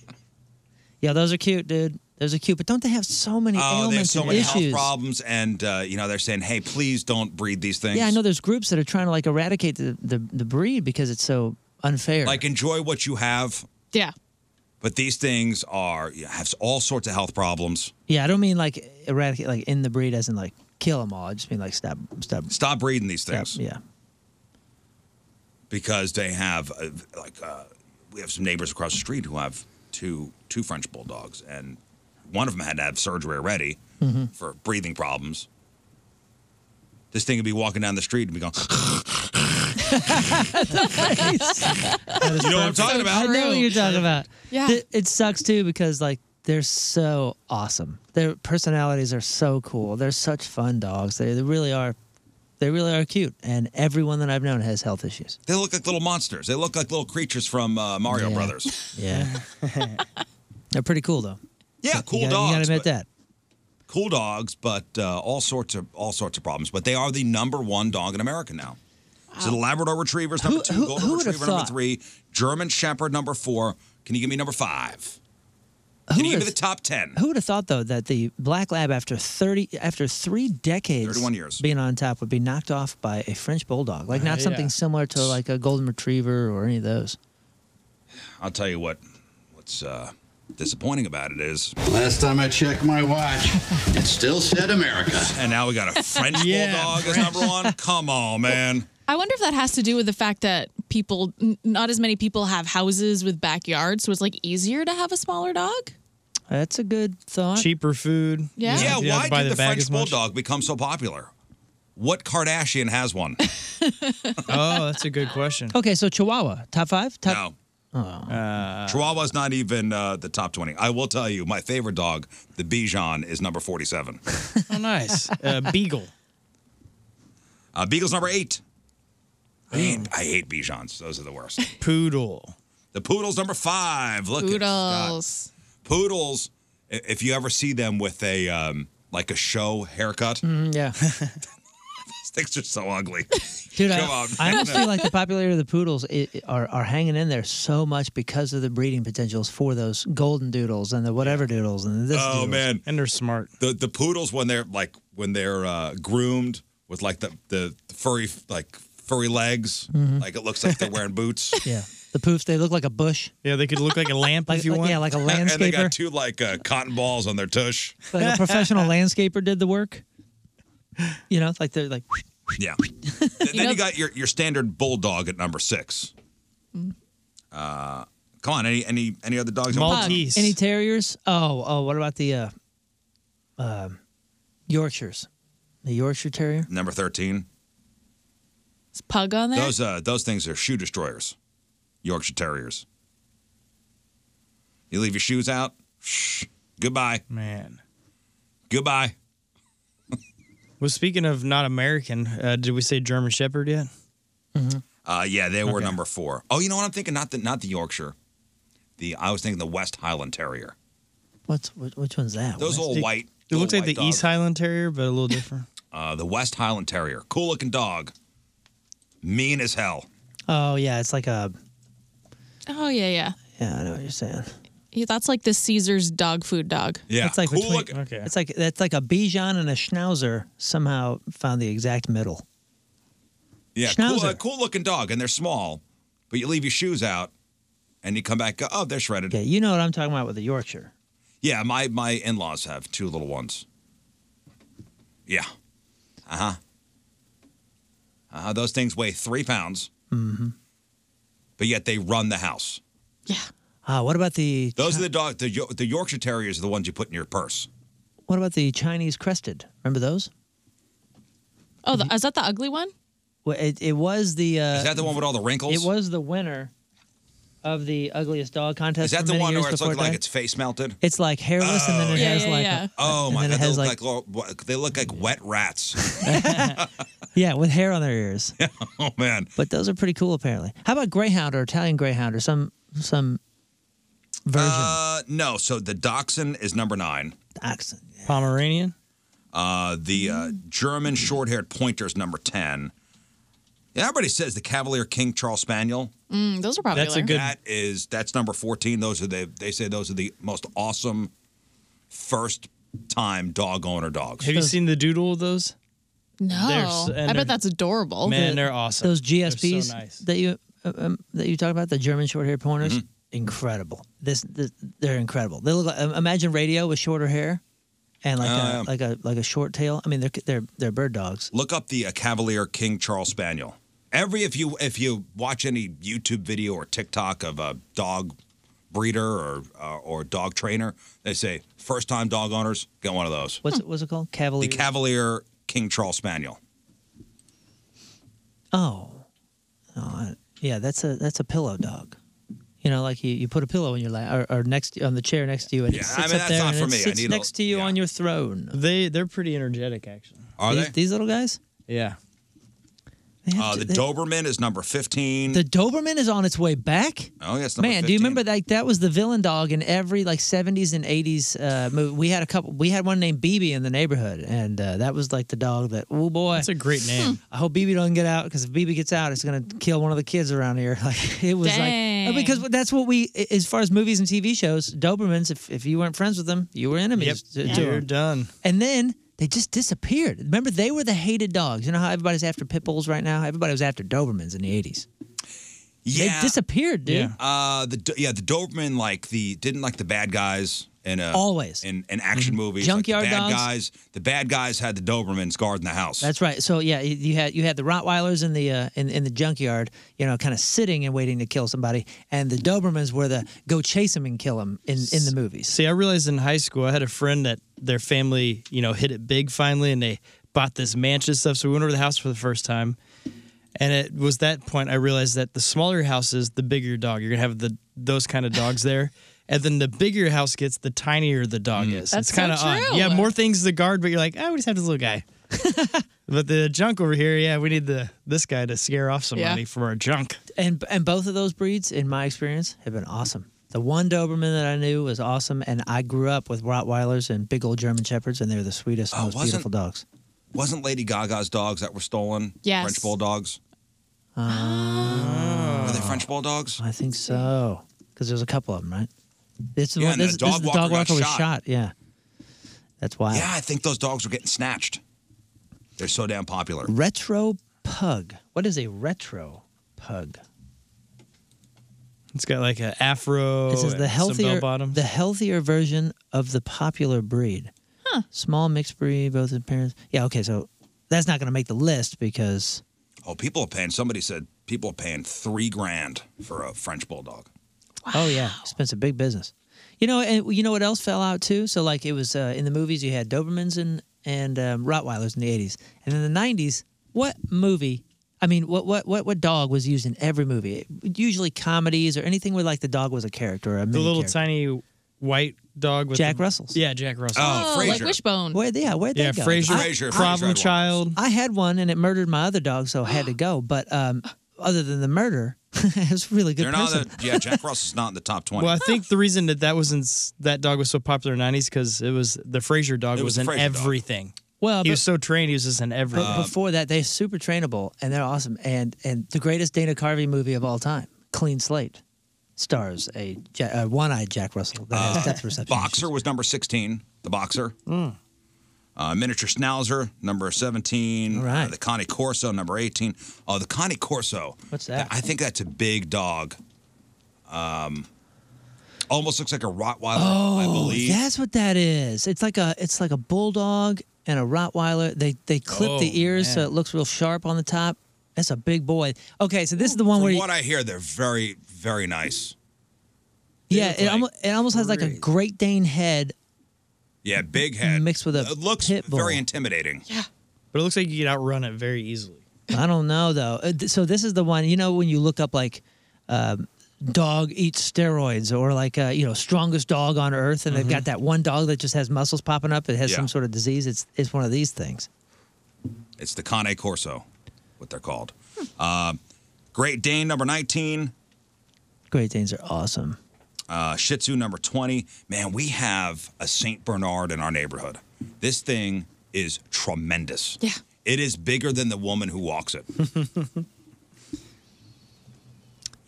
Yeah, those are cute, dude. Those are cute, but don't they have so many
Oh,
ailments
they have so
and
many health
issues?
problems, and uh, you know they're saying, "Hey, please don't breed these things."
Yeah, I know there's groups that are trying to like eradicate the, the, the breed because it's so unfair.
Like enjoy what you have,
Yeah.
but these things are have all sorts of health problems.
Yeah, I don't mean like eradicate, like in the breed, as in like kill them all. I just mean like stop, stop.
Stop breeding these things.
Yeah.
because they have uh, like uh, we have some neighbors across the street who have two two French bulldogs, and one of them had to have surgery already
Mm-hmm,
Mhm.
for breathing problems. This thing would be walking down the street and be going.
you
know what I'm talking about?
I know what you're talking about.
Yeah.
Th- it sucks too because like they're so awesome. Their personalities are so cool. They're such fun dogs. They, they really are. They really are cute. And everyone that I've known has health issues.
They look like little monsters. They look like little creatures from uh, Mario
Yeah.
Brothers.
Yeah. they're pretty cool though.
Yeah, cool
you gotta,
dogs.
You gotta admit
but-
that.
Cool dogs, but uh, all sorts of all sorts of problems. But they are the number one dog in America now. So the Labrador Retrievers number two, Golden
who would've
Retriever number
thought?
three, German Shepherd number four. Can you give me number five? Can you give me the top ten?
Who would have thought though that the black lab after thirty after three decades
31 years.
being on top would be knocked off by a French bulldog? Like not
Uh,
something
yeah.
similar to like a golden retriever or any of those.
I'll tell you what. What's uh, disappointing about it is
Last time I checked my watch, it still said America.
And now we got a French
Yeah,
bulldog as
French.
number one. Come on, man.
I wonder if that has to do with the fact that people, n- not as many people have houses with backyards, so it's like easier to have a smaller dog.
That's a good thought.
Cheaper food.
Yeah.
Yeah.
You don't have
why
to buy
did the,
the bag
French
as much.
bulldog become so popular? What Kardashian has one?
oh, that's a good question.
Okay, so Chihuahua top five. Top Oh.
No. Uh,
Uh,
Chihuahua's not even uh, the top 20. I will tell you, my favorite dog, the Bichon, is number 47.
Oh, nice. Uh, beagle.
Uh, Beagle's number eight. I hate, I hate Bichons. Those are the worst.
Poodle.
The Poodle's number five. Look at Scott.
Poodles.
Poodles, i- if you ever see them with a, um, like a show haircut,
Mm, yeah,
these things are so ugly.
dude. I,
Come on,
I
man.
almost feel like the popularity of the poodles i are are hanging in there so much because of the breeding potentials for those golden doodles and the whatever doodles and this.
oh
doodles.
man,
and they're smart.
The the poodles when they're like when they're uh, groomed with like the, the furry like furry legs,
Mm-hmm.
Mhm.
like it looks like they're wearing boots.
Yeah, the poofs they look like a bush.
Yeah, they could look like a lamp
Like- if you like- want. yeah, like a
And they
landscaper.
got two like uh, cotton balls on their tush.
Like a professional landscaper did the work. You know, it's like they're like.
Yeah. Th- then you got your, your standard bulldog at number six.
Mm.
Uh, come on, any any any other dogs? you want?
Uh, Any terriers? Oh, oh. What about the uh, um Yorkshires? The Yorkshire Terrier.
Number thirteen.
Is pug on there?
Those uh those things are shoe destroyers, Yorkshire Terriers. You leave your shoes out. Shh. Goodbye.
Man.
Goodbye.
Well, speaking of not American, uh, did we say German Shepherd yet?
mm-hmm.
Uh, yeah, they were
Okay.
number four. Oh, you know what I'm thinking? Not the not the Yorkshire. The I was thinking the West Highland Terrier.
What's wh- which one's that?
Those
What?
little white.
It looks like
little
the
white dog.
East Highland Terrier, but a little different.
Uh, the West Highland Terrier. Cool looking dog. Mean as hell.
Oh yeah, it's like a.
Oh, yeah, yeah.
Yeah, I know what you're saying.
yeah. That's like the Caesar's dog food dog.
it's like between,
okay.
It's like that's like a Bichon and a Schnauzer somehow found the exact middle.
Yeah, cool, uh,
Schnauzer.
cool looking dog, and they're small, but you leave your shoes out, and you come back. go, Oh, they're shredded.
Yeah, you know what I'm talking about with the Yorkshire.
Yeah, my my in laws have two little ones. Yeah. Uh huh. Uh huh. Those things weigh three pounds,
Mm-hmm.
but yet they run the house.
Uh, what about the
Those are the dog. The, Yo- the Yorkshire Terriers are the ones you put in your purse.
what about the Chinese Crested? Remember those?
Oh, the, is that the ugly one?
Well, it, it was the. Uh,
Is that the one with all the wrinkles?
It was the winner of the ugliest dog contest.
Is that
for
the
many
one
years
where it's
before
looking like
died.
its face melted?
It's like hairless, and then it has like. A,
oh
and
my
then
god,
it
they
has
look
like,
like, lo- wa- they look like wet rats.
yeah, with hair on their ears.
oh man,
But those are pretty cool, apparently. How about Greyhound or Italian Greyhound or some some version?
Uh, no, so the Dachshund is number nine.
Dachshund.
Pomeranian.
Uh, the uh, German short-haired pointer is number ten. Yeah, everybody says the Cavalier King Charles Spaniel.
Mm, those are popular.
That is that's number fourteen. Those are the they say those are the most awesome first-time dog owner dogs.
Have you seen the doodle of those? They're
No.
s- and
I
they're-
bet that's adorable.
Man, they're awesome.
uh, Those
They're so
GSPs
nice. Mm-hmm.
that you uh, um, that you talk about, the German short hair pointers, incredible. This, this they're incredible. They look like um, imagine radio with shorter hair, and like
Oh,
a,
yeah.
like a like a short tail. I mean, they're they're they're bird dogs.
Look up the uh, Cavalier King Charles Spaniel. Every if you if you watch any YouTube video or TikTok of a dog breeder or uh, or dog trainer, they say first time dog owners get one of those.
What's it, what's it called? Cavalier.
The Cavalier King Charles Spaniel.
oh, oh, I- yeah. That's a that's a pillow dog. You know, like you, you put a pillow in your lap or, or next on the chair next to you, and
Yeah,
it
I
sits
mean,
up
that's
there
not
and
for
it
me. I
sits
need a-
next to you on your throne.
They they're pretty energetic actually.
these, These little guys?
Yeah.
Uh, the
they-
Doberman is number 15.
The Doberman is on its way back.
oh, yes, number
Man, do you remember like that was the villain dog in every like 70s and 80s uh, movie? We had a couple. We had one named BB in the neighborhood, and uh, that was like the dog that. Oh boy, that's a
great name.
I hope BB doesn't get out because if BB gets out, it's gonna kill one of the kids around here. Like it was
Dang.
like because that's what we a- as far as movies and TV shows. Dobermans, if if you weren't friends with them, you were enemies. to-
Yep.
to
You're
them. done. And then. They just disappeared. Remember, they were the hated dogs. You know how everybody's after pit bulls right now? Everybody was after Dobermans in the 80s.
Yeah.
They disappeared, dude.
Uh, the Do- yeah, the Doberman like the didn't like the bad guys in a
Always. Mm-hmm.
in, in action movies.
Junkyard
like the bad
dogs.
guys. The bad guys had the Dobermans guarding the house.
That's right. So yeah, you- you had you had the Rottweilers in the uh, in in the junkyard, you know, kind of sitting and waiting to kill somebody, and the Dobermans were the go chase him and kill him in in the movies.
See, I realized in high school, I had a friend that their family, you know, hit it big finally, and they bought this mansion and stuff. So we went over to the house for the first time, and it was that point I realized that the smaller your house is, the bigger your dog. You're gonna have the those kind of dogs there. And then the bigger your house gets, the tinier the dog
Mm.
is.
That's
it's kind of
so
odd.
true.
Yeah, more things to guard, but you're like, I we just have this little guy. but the junk over here, yeah, we need the this guy to scare off somebody
Yeah.
from our junk.
And and both of those breeds, in my experience, have been awesome. The one Doberman that I knew was awesome, and I grew up with Rottweilers and big old German Shepherds, and they're the sweetest, most
Oh, wasn't-
beautiful dogs.
Wasn't Lady Gaga's dogs that were stolen?
Yes.
French bulldogs.
Oh.
Ah. Were they French bulldogs?
I think so, because there's a couple of them, right? This is
Yeah,
one,
and
this,
the
this is
dog
the
walker
dog
got
walker was
shot.
shot. Yeah, that's wild.
Yeah, I think those dogs were getting snatched. They're so damn popular.
Retro pug. What is a retro pug?
It's got like an afro.
This is the healthier, the healthier version of the popular breed. Huh. Small mixed breed, both in parents. Yeah, okay, so that's not going to make the list because
Oh, people are paying. Somebody said people are paying three grand for a French bulldog.
oh yeah, expensive big business. You know, and you know what else fell out too? So like it was uh, in the movies, you had Dobermans and and um, Rottweilers in the '80s, and in the '90s, what movie? I mean, what what what what dog was used in every movie? Usually comedies or anything where like the dog was a character. Or a
the
mini
little
character.
tiny white dog with
Jack
the,
Russell's.
Yeah, Jack Russell.
Oh, Oh, like Frasier.
Wishbone.
Where, yeah, where'd
Yeah,
that go?
Frasier.
I-
Frasier, Frasier Problem had one. Child.
I had one and it murdered my other dog, so I had to go. But um, other than the murder, it was a really good
They're
person.
not. The, yeah, Jack Russell's not in the top twenty.
Well, I
Oh.
think the reason that that was in, that dog was so popular in the '90s because it was the Fraser dog
It was
was,
the
in
Frasier dog.
everything.
Well,
he
but-
was so trained, he was just in everything.
Um,
But before that, they're super trainable and they're awesome. And and the greatest Dana Carvey movie of all time, Clean Slate, stars a, ja- a one-eyed Jack Russell that
Ah.
has depth perception.
Uh, Boxer was number sixteen. The boxer.
Hmm.
Uh, miniature Schnauzer, number 17. All right. the Connie Corso, number 18. Oh, the Connie Corso.
What's that?
I think that's a big dog. Um, almost looks like a Rottweiler, I
Oh,
believe.
that's what that is. It's like a it's like a bulldog and a Rottweiler. They they clip
Oh,
the ears so
man.
it looks real sharp on the top. That's a big boy. Okay, so this is the one
From
where you-
what I hear, they're very, very nice.
yeah, it, almost, it almost has like a Great Dane head
Yeah, big head.
mixed with a
It looks
pit bull.
very intimidating. Yeah.
but it looks like you could outrun it very easily.
I don't know though. Uh, th- So this is the one you know when you look up like um, dog eats steroids or like uh, you know strongest dog on earth, and they've
Mm-hmm.
got that one dog that just has muscles popping up. It has
Yeah.
some sort of disease. It's it's one of these things.
It's the Cane Corso, what they're called. Uh, Great Dane, number 19.
Great Danes are awesome.
Uh, Shih Tzu, number 20. Man, we have a St. Bernard in our neighborhood. This thing is tremendous. Yeah. It is bigger than the woman who walks it.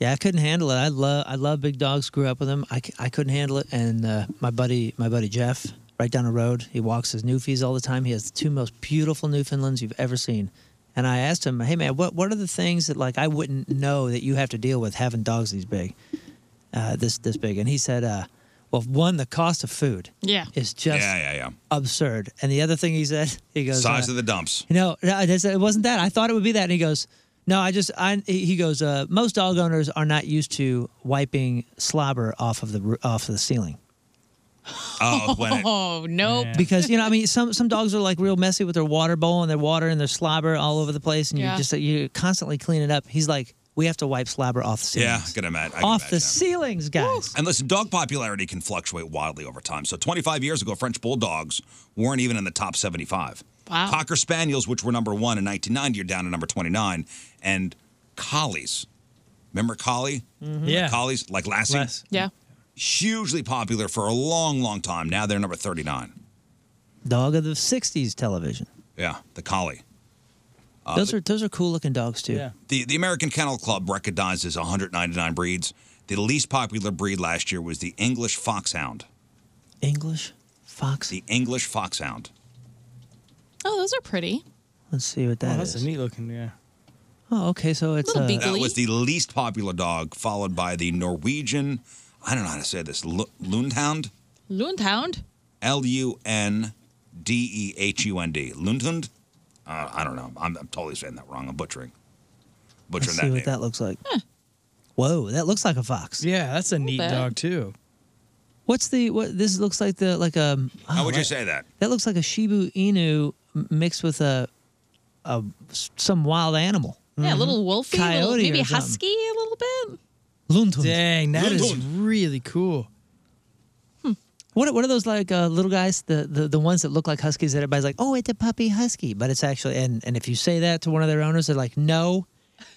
Yeah, I couldn't handle it. I love I love big dogs. Grew up with them. I, c- I couldn't handle it. And uh, my buddy my buddy Jeff, right down the road, he walks his Newfies all the time. He has the two most beautiful Newfoundlands you've ever seen. And I asked him, hey man, what what are the things that like I wouldn't know that you have to deal with having dogs these big, uh, this this big? And he said, uh, well, one, the cost of food
Yeah.
is just
yeah, yeah, yeah.
absurd. And the other thing he said, he goes,
Size
uh,
of the dumps.
no, no, I just- it wasn't that. I thought it would be that. And he goes, no, I just, I, he goes, uh, most dog owners are not used to wiping slobber off of the roo- off of the ceiling
Oh, when it,
oh nope.
because you know, I mean, some some dogs are like real messy with their water bowl and their water and their slobber all over the place, and
Yeah.
you just uh, you constantly clean it up. He's like, we have to wipe slobber off the ceiling,
yeah, get him at. I can
off the ceilings, guys.
And listen, dog popularity can fluctuate wildly over time. So 25 years ago, French bulldogs weren't even in the top 75.
Wow.
Cocker Spaniels, which were number one in 1990, are down to number 29. And Collies. Remember Collie?
Mm-hmm.
Mm-hmm.
Mhm. Yeah.
Collies, like Lassie?
Yeah.
Hugely popular for a long, long time. Now they're number 39.
Dog of the '60s television.
Yeah, the Collie. Uh,
those
the-
are those are cool looking dogs too.
The, the American Kennel Club recognizes 199 breeds. The least popular breed last year was the English Foxhound.
English fox.
The English Foxhound.
Oh, those are pretty.
Let's see what
Oh,
that
that's
is.
a neat looking, yeah.
Oh, okay. So it's uh,
that was the least popular dog, followed by the Norwegian. I don't know how to say this. Lu- Lundhound.
Lundhound.
L U N D E H U N D. Lundhund. Uh, I don't know. I'm, I'm totally saying that wrong. I'm butchering. Butchering
Let's see
that
what
name.
that looks like. Whoa, that looks like a fox.
Yeah, that's a neat
bad.
dog too.
What's the what? This looks like the like um.
How
oh,
would you
like-
say that?
That looks like a Shibu Inu m- mixed with a, a s- some wild animal.
Yeah, a little wolfy,
Mm-hmm. Coyote
little, maybe
or something.
husky a little bit.
Luntun.
Dang, that is really cool.
Hmm. What what are those like uh, little guys? The, the the ones that look like huskies that everybody's like, oh, it's a puppy husky, but it's actually and and if you say that to one of their owners, they're like, no,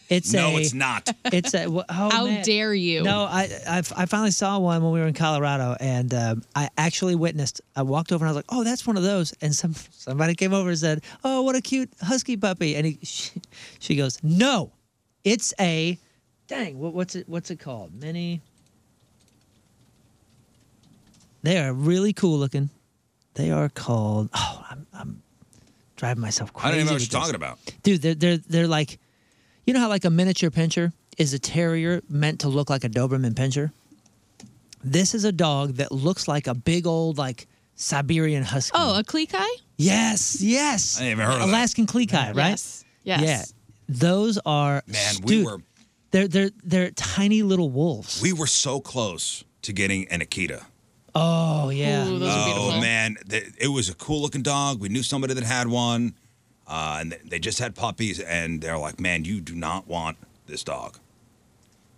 it's
No,
a-
it's not.
It's a wh- oh,
How
man.
dare you?
No, I, I I finally saw one when we were in Colorado, and um, I actually witnessed. I walked over and I was like, "Oh, that's one of those." And some somebody came over and said, "Oh, what a cute husky puppy!" And he, she, she goes, "No, it's a, dang, what, what's it what's it called? Mini." They are really cool looking. They are called. Oh, I'm, I'm driving myself crazy.
I don't even know what
with
you're
this
talking about.
dude they're, they're they're like you know how like a miniature pincher is a terrier meant to look like a doberman pincher this is a dog that looks like a big old like siberian husky
Oh, a Klekai?
yes yes
I ain't even heard of that.
alaskan klekai right
Yes, yes.
yeah those are
Man,
stu-
we were
they're they're they're tiny little wolves
we were so close to getting an Akita.
oh yeah
oh man, Th- it was a cool looking dog. We knew somebody that had one, uh, and th- they just had puppies. And they're like, "Man, you do not want this dog.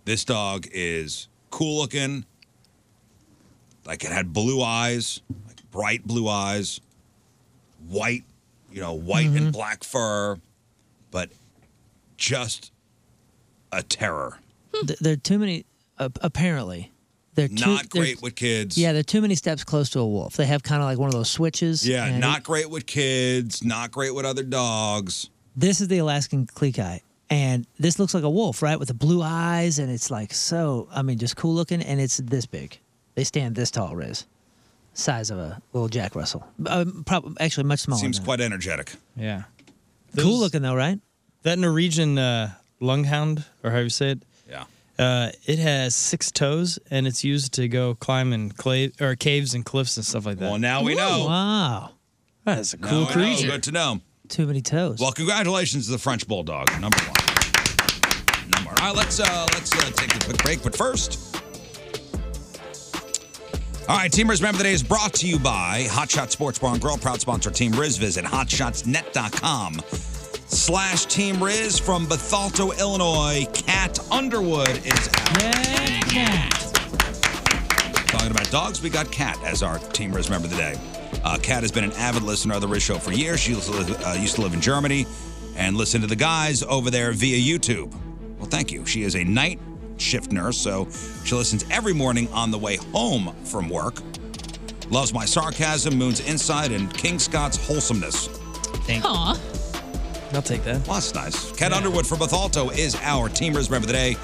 This dog is cool looking. Like it had blue eyes, like bright blue eyes, white, you know, white and black fur, but just a terror.
Hmm.
Th- they're too many uh, apparently they're too,
not
they're-
great with kids.
yeah they're too many steps close to a wolf they have kind of like one of those switches
Yeah,
and
not great with kids, not great with other dogs.
this is the Alaskan Klekai. And this looks like a wolf, right? With the blue eyes, and it's like so, I mean, just cool looking, and it's this big. They stand this tall, Riz. Size of a little Jack Russell. Um, prob- actually, much smaller.
Seems
than
quite energetic.
Yeah.
cool looking, though, right?
That Norwegian uh, lunghound, or how you say it?
Yeah.
Uh, it has six toes, and it's used to go climb in clay or caves and cliffs and stuff like that. Well,
now we know.
Wow, that's a
Now
cool
I know.
creature.
Good to know.
Too many toes.
Well, congratulations to the French Bulldog, number one. Number. All right, let's uh, let's uh, take a quick break, but first. All right, Teamers, remember today is brought to you by Hot Shot Sports Bar and Grill, proud sponsor of Team Riz. Visit hotshotsnet.com slash Team Riz from Bethalto, Illinois. Cat Underwood is out. Talking about dogs, we got Kat as our team Riz member of the day. Uh, Kat has been an avid listener of the Riz Show for years. She used to, live, uh, used to live in Germany and listen to the guys over there via YouTube. Well, thank you. She is a night shift nurse, so she listens every morning on the way home from work. Loves my sarcasm, Moon's insight, and King Scott's wholesomeness.
Thank
Aw.
I'll take that.
Well, that's nice. Kat Underwood from Bethalto is our Teamers Member of the Day.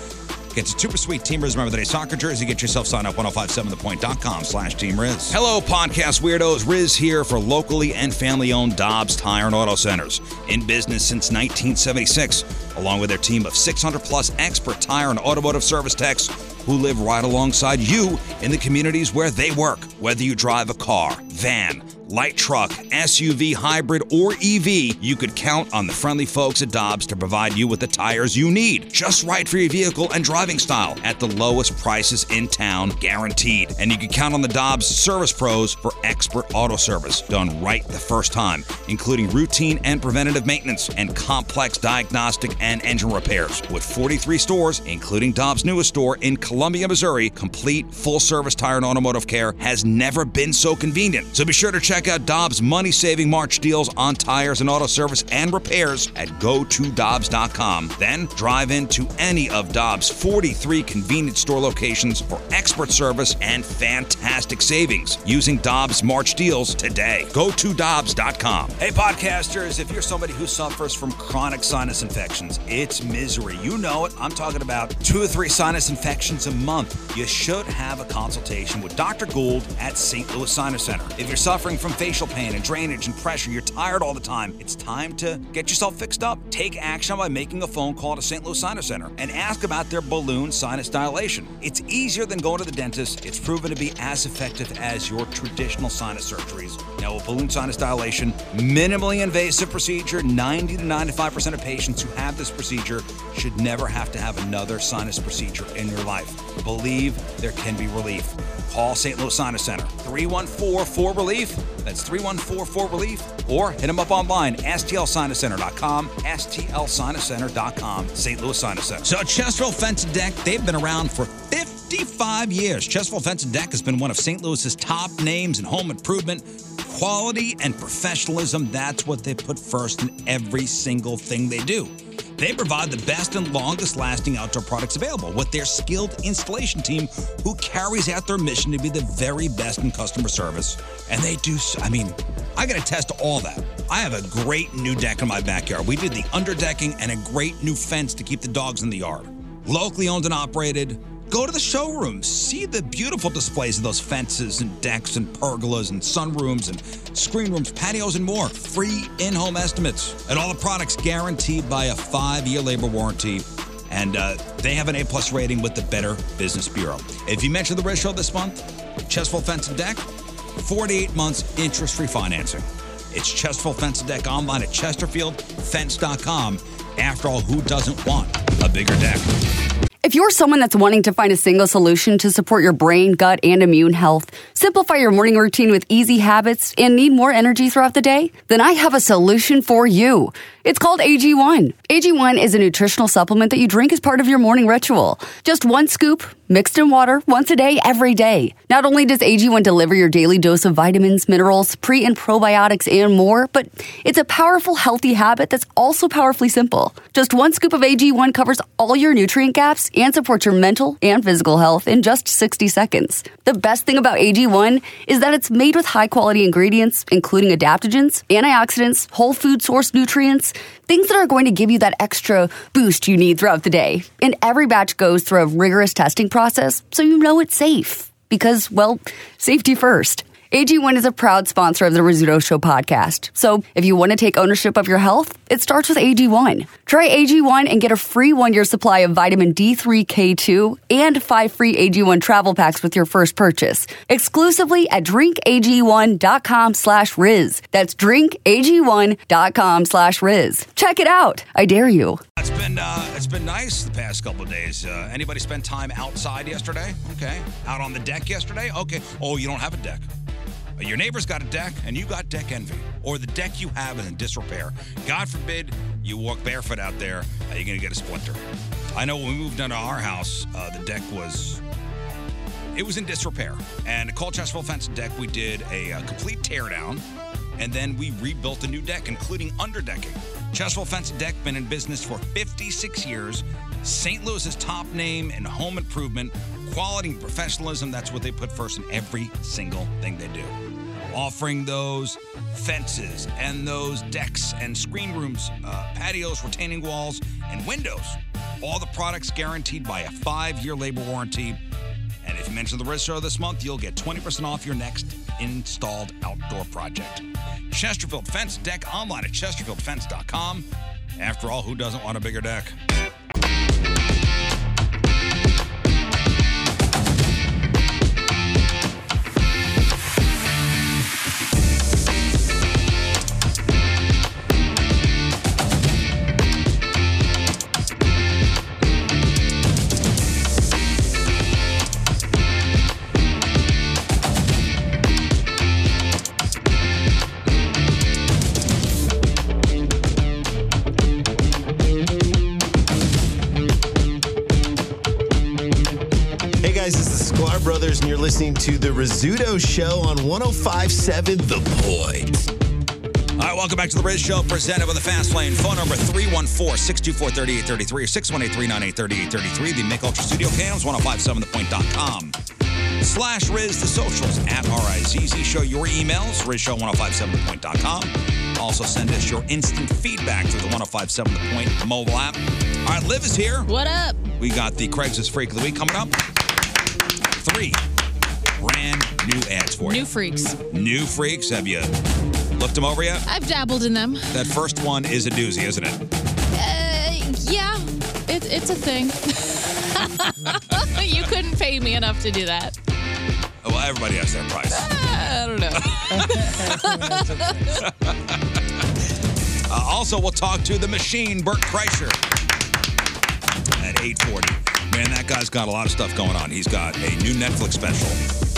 Get a super sweet Teamers Member of the Day soccer jersey. Get yourself signed up 1057thepoint.com slash Team Riz. Hello, podcast weirdos. Riz here for locally and family owned Dobbs Tire and Auto Centers. In business since 1976, along with their team of 600 plus expert tire and automotive service techs who live right alongside you in the communities where they work. Whether you drive a car, van, light truck, SUV, hybrid, or EV, you could count on the friendly folks at Dobbs to provide you with the tires you need, just right for your vehicle and driving style, at the lowest prices in town, guaranteed. And you can count on the Dobbs service pros for expert auto service, done right the first time, including routine and preventative maintenance and complex diagnostic and engine repairs. With 43 stores, including Dobbs' newest store in Columbia, Missouri, complete full service tire and automotive care has never been so convenient. So be sure to check Check out Dobbs' money saving March deals on tires and auto service and repairs at gotodobbs.com. Then drive into any of Dobbs' 43 convenience store locations for expert service and fantastic savings using Dobbs' March deals today. Go to Dobbs.com. Hey, podcasters, if you're somebody who suffers from chronic sinus infections, it's misery. You know it. I'm talking about two or three sinus infections a month. You should have a consultation with Dr. Gould at St. Louis Sinus Center. If you're suffering from facial pain and drainage and pressure, you're tired all the time, it's time to get yourself fixed up. Take action by making a phone call to St. Louis Sinus Center and ask about their balloon sinus dilation. It's easier than going to the dentist. It's proven to be as effective as your traditional sinus surgeries. Now, a balloon sinus dilation, minimally invasive procedure, 90 to 95% of patients who have this procedure should never have to have another sinus procedure in your life. Believe there can be relief. Call St. Louis Sinus Center, 314-4-RELIEF. That's 314-4-RELIEF. Or hit them up online, stlsinuscenter.com, stlsinuscenter.com, St. Louis Sinus Center. So Chesterfield Fence and Deck, they've been around for 55 years. Chesterfield Fence and Deck has been one of St. Louis's top names in home improvement, quality, and professionalism. That's what they put first in every single thing they do. They provide the best and longest lasting outdoor products available with their skilled installation team who carries out their mission to be the very best in customer service. And they do, s- I mean, I got to test all that. I have a great new deck in my backyard. We did the underdecking and a great new fence to keep the dogs in the yard. Locally owned and operated. Go to the showroom, see the beautiful displays of those fences and decks and pergolas and sunrooms and screen rooms, patios, and more. Free in home estimates. And all the products guaranteed by a five year labor warranty. And uh, they have an A plus rating with the Better Business Bureau. If you mention the Red Show this month, Chesfold Fence and Deck, 48 months interest free financing. It's Chesterfield Fence and Deck online at chesterfieldfence.com. After all, who doesn't want a bigger deck?
If you're someone that's wanting to find a single solution to support your brain, gut, and immune health, simplify your morning routine with easy habits, and need more energy throughout the day, then I have a solution for you. It's called AG1. AG1 is a nutritional supplement that you drink as part of your morning ritual. Just one scoop, mixed in water, once a day, every day. Not only does AG1 deliver your daily dose of vitamins, minerals, pre and probiotics, and more, but it's a powerful, healthy habit that's also powerfully simple. Just one scoop of AG1 covers all your nutrient gaps and supports your mental and physical health in just 60 seconds. The best thing about AG1 is that it's made with high quality ingredients, including adaptogens, antioxidants, whole food source nutrients, things that are going to give you that extra boost you need throughout the day. And every batch goes through a rigorous testing process so you know it's safe. Because, well, safety first. AG1 is a proud sponsor of the Rizzuto Show podcast. So if you want to take ownership of your health, it starts with AG1. Try AG1 and get a free one year supply of vitamin D3K2 and five free AG1 travel packs with your first purchase exclusively at drinkag1.com slash Riz. That's drinkag1.com slash Riz. Check it out. I dare you.
It's been uh, it's been nice the past couple of days. Uh, anybody spend time outside yesterday? Okay, out on the deck yesterday? Okay. Oh, you don't have a deck. Uh, Your neighbor's got a deck, and you got deck envy, or the deck you have is in disrepair. God forbid you walk barefoot out there. Uh, you're gonna get a splinter. I know when we moved into our house, uh, the deck was it was in disrepair. And at Colchesterville Fence and Deck, we did a, uh complete teardown, and then we rebuilt a new deck, including underdecking. Chesterfield Fence and Deck been in business for 56 years. St. Louis's top name in home improvement, quality and professionalism. That's what they put first in every single thing they do. Offering those fences and those decks and screen rooms, uh, patios, retaining walls, and windows. All the products guaranteed by a five year labor warranty. And if you mention the Riz Show this month, you'll get 20% off your next installed outdoor project. Chesterfield Fence Deck online at chesterfieldfence.com. After all, who doesn't want a bigger deck?
Brothers, and you're listening to The Rizzuto Show on 1057 The Point.
All right, welcome back to the Riz Show, presented by the Fast Lane. Phone number 314-624-3833 or 618-398-3833. The Make Ultra Studio Cams, 1057thepoint.com. Slash Riz, the socials, at R-I-Z-Z. Show your emails, rizshow1057thepoint.com. Also send us your instant feedback through the 1057 The Point mobile app. All right, Liv is here.
What up?
We got the Craigslist Freak of the Week coming up. Three brand new ads for you.
New freaks.
New freaks, have you looked them over yet?
I've dabbled in them.
That first one is a doozy, isn't it?
Uh, yeah, it, it's a thing. you couldn't pay me enough to do that.
Oh, Well, everybody has their price.
I don't know.
Uh, also, we'll talk to the machine, Burt Kreischer, at 840. Man, that guy's got a lot of stuff going on. He's got a new Netflix special,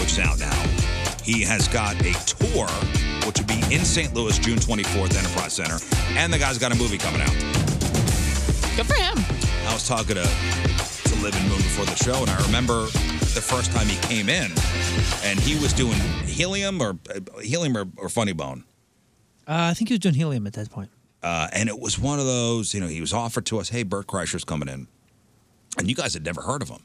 which is out now. He has got a tour, which will be in St. Louis, June 24th, Enterprise Center. And the guy's got a movie coming out.
Good for him.
I was talking to, to Liv and Moon before the show, and I remember the first time he came in, and he was doing helium or uh, helium or, or funny bone.
Uh, I think he was doing helium at that point.
Uh, and it was one of those, you know, he was offered to us, hey, Bert Kreischer's coming in. And you guys had never heard of him.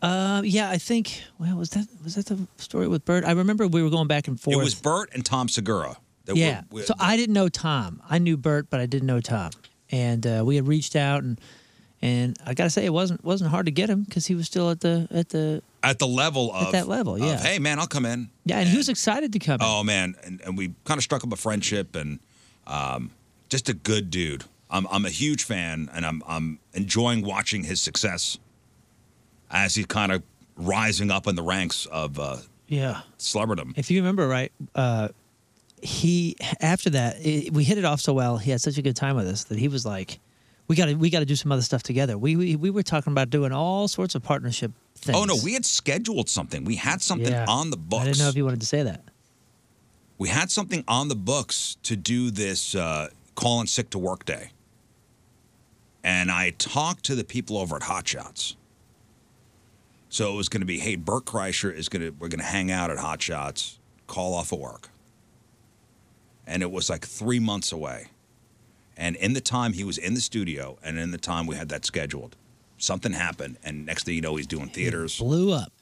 Uh, yeah, I think. Well, was that was that the story with Bert? I remember we were going back and forth.
It was Bert and Tom Segura. that were-
yeah.
were-
so I didn't know Tom. I knew Bert, but I didn't know Tom. And uh, we had reached out, and and I gotta say, it wasn't wasn't hard to get him because he was still at the at the
at the level of.
At that level,
of,
yeah.
hey, man, I'll come in.
yeah, and he was excited to come.
Oh, man. And, and we kind of struck up a friendship and um, just a good dude. I'm, I'm a huge fan and I'm, I'm enjoying watching his success as he's kind of rising up in the ranks of uh,
Yeah.
celeberdom.
If you remember right, uh, he after that i we hit it off so well. He had such a good time with us that he was like, "We got to we got to do some other stuff together." We, we we were talking about doing all sorts of partnership things.
Oh, no, we had scheduled something. We had something
Yeah.
on the books.
I didn't know if you wanted to say that.
we had something on the books to do this uh, call in sick to work day. And I talked to the people over at Hot Shots. So it was going to be, hey, Bert Kreischer is going to, we're going to hang out at Hot Shots, call off of work. And it was like three months away. And in the time he was in the studio and in the time we had that scheduled, something happened. And next thing you know, he's doing theaters.
Blew up.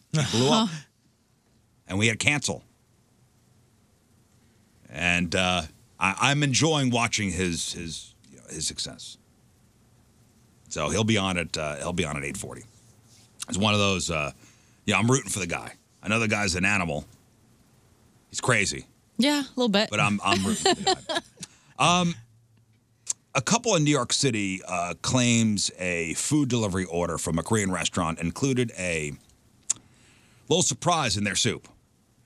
blew up. And we had to cancel. And uh, I, I'm enjoying watching his his you know, his success. So he'll be on at uh, he'll be on at 8:40. It's one of those. Uh, yeah, I'm rooting for the guy. I know the guy's an animal. He's crazy,
yeah, a little bit.
but I'm I'm rooting. for the guy. Um, a couple in New York City uh, claims a food delivery order from a Korean restaurant included a little surprise in their soup.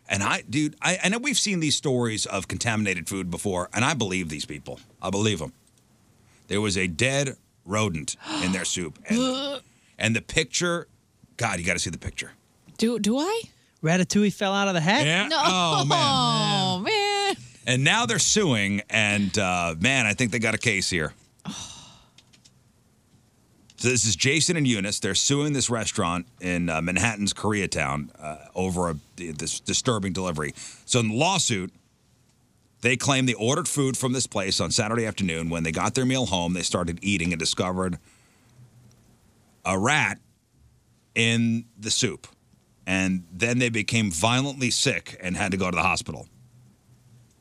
And I, dude, I, I know we've seen these stories of contaminated food before, and I believe these people. I believe them. There was a dead rodent in their soup, Uh,
Ugh.
and the picture. God, you got to see the picture.
do do I?
Ratatouille fell out of the hat.
Yeah.
No.
Oh, man.
Oh, man.
And now they're suing, and uh, man, I think they got a case here. So this is Jason and Eunice. They're suing this restaurant in uh, Manhattan's Koreatown uh, over a, this disturbing delivery. So in the lawsuit, they claim they ordered food from this place on Saturday afternoon. When they got their meal home, they started eating and discovered a rat in the soup. And then they became violently sick and had to go to the hospital.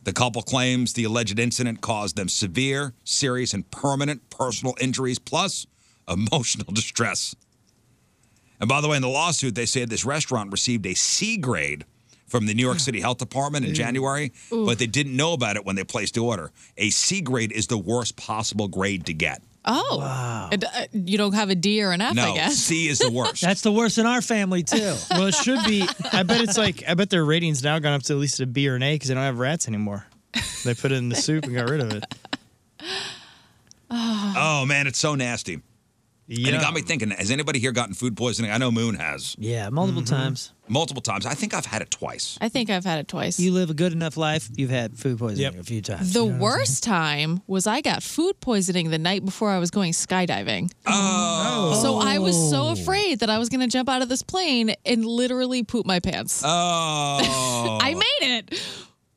The couple claims the alleged incident caused them severe, serious, and permanent personal injuries, plus emotional distress. And by the way, in the lawsuit, they say this restaurant received a C grade from the New York City Health Department in
Ew.
January, but they didn't know about it when they placed the order. A C grade is the worst possible grade to get.
Oh. Wow. you don't have a D or an F,
no,
I guess.
C is the worst.
That's the worst in our family too.
well, it should be. I bet it's like I bet their ratings now gone up to at least a B or an A because they don't have rats anymore. They put it in the soup and got rid of it.
Oh man, it's so nasty. And it got me thinking, has anybody here gotten food poisoning? I know Moon has.
Yeah, multiple
Mm-hmm.
times.
Multiple times. I think I've had it twice.
I think I've had it twice.
You live a good enough life. You've had food poisoning a few times.
The worst time was I got food poisoning the night before I was going skydiving.
Oh.
So I was so
Oh.
afraid that I was going to jump out of this plane and literally poop my pants.
Oh.
I made it,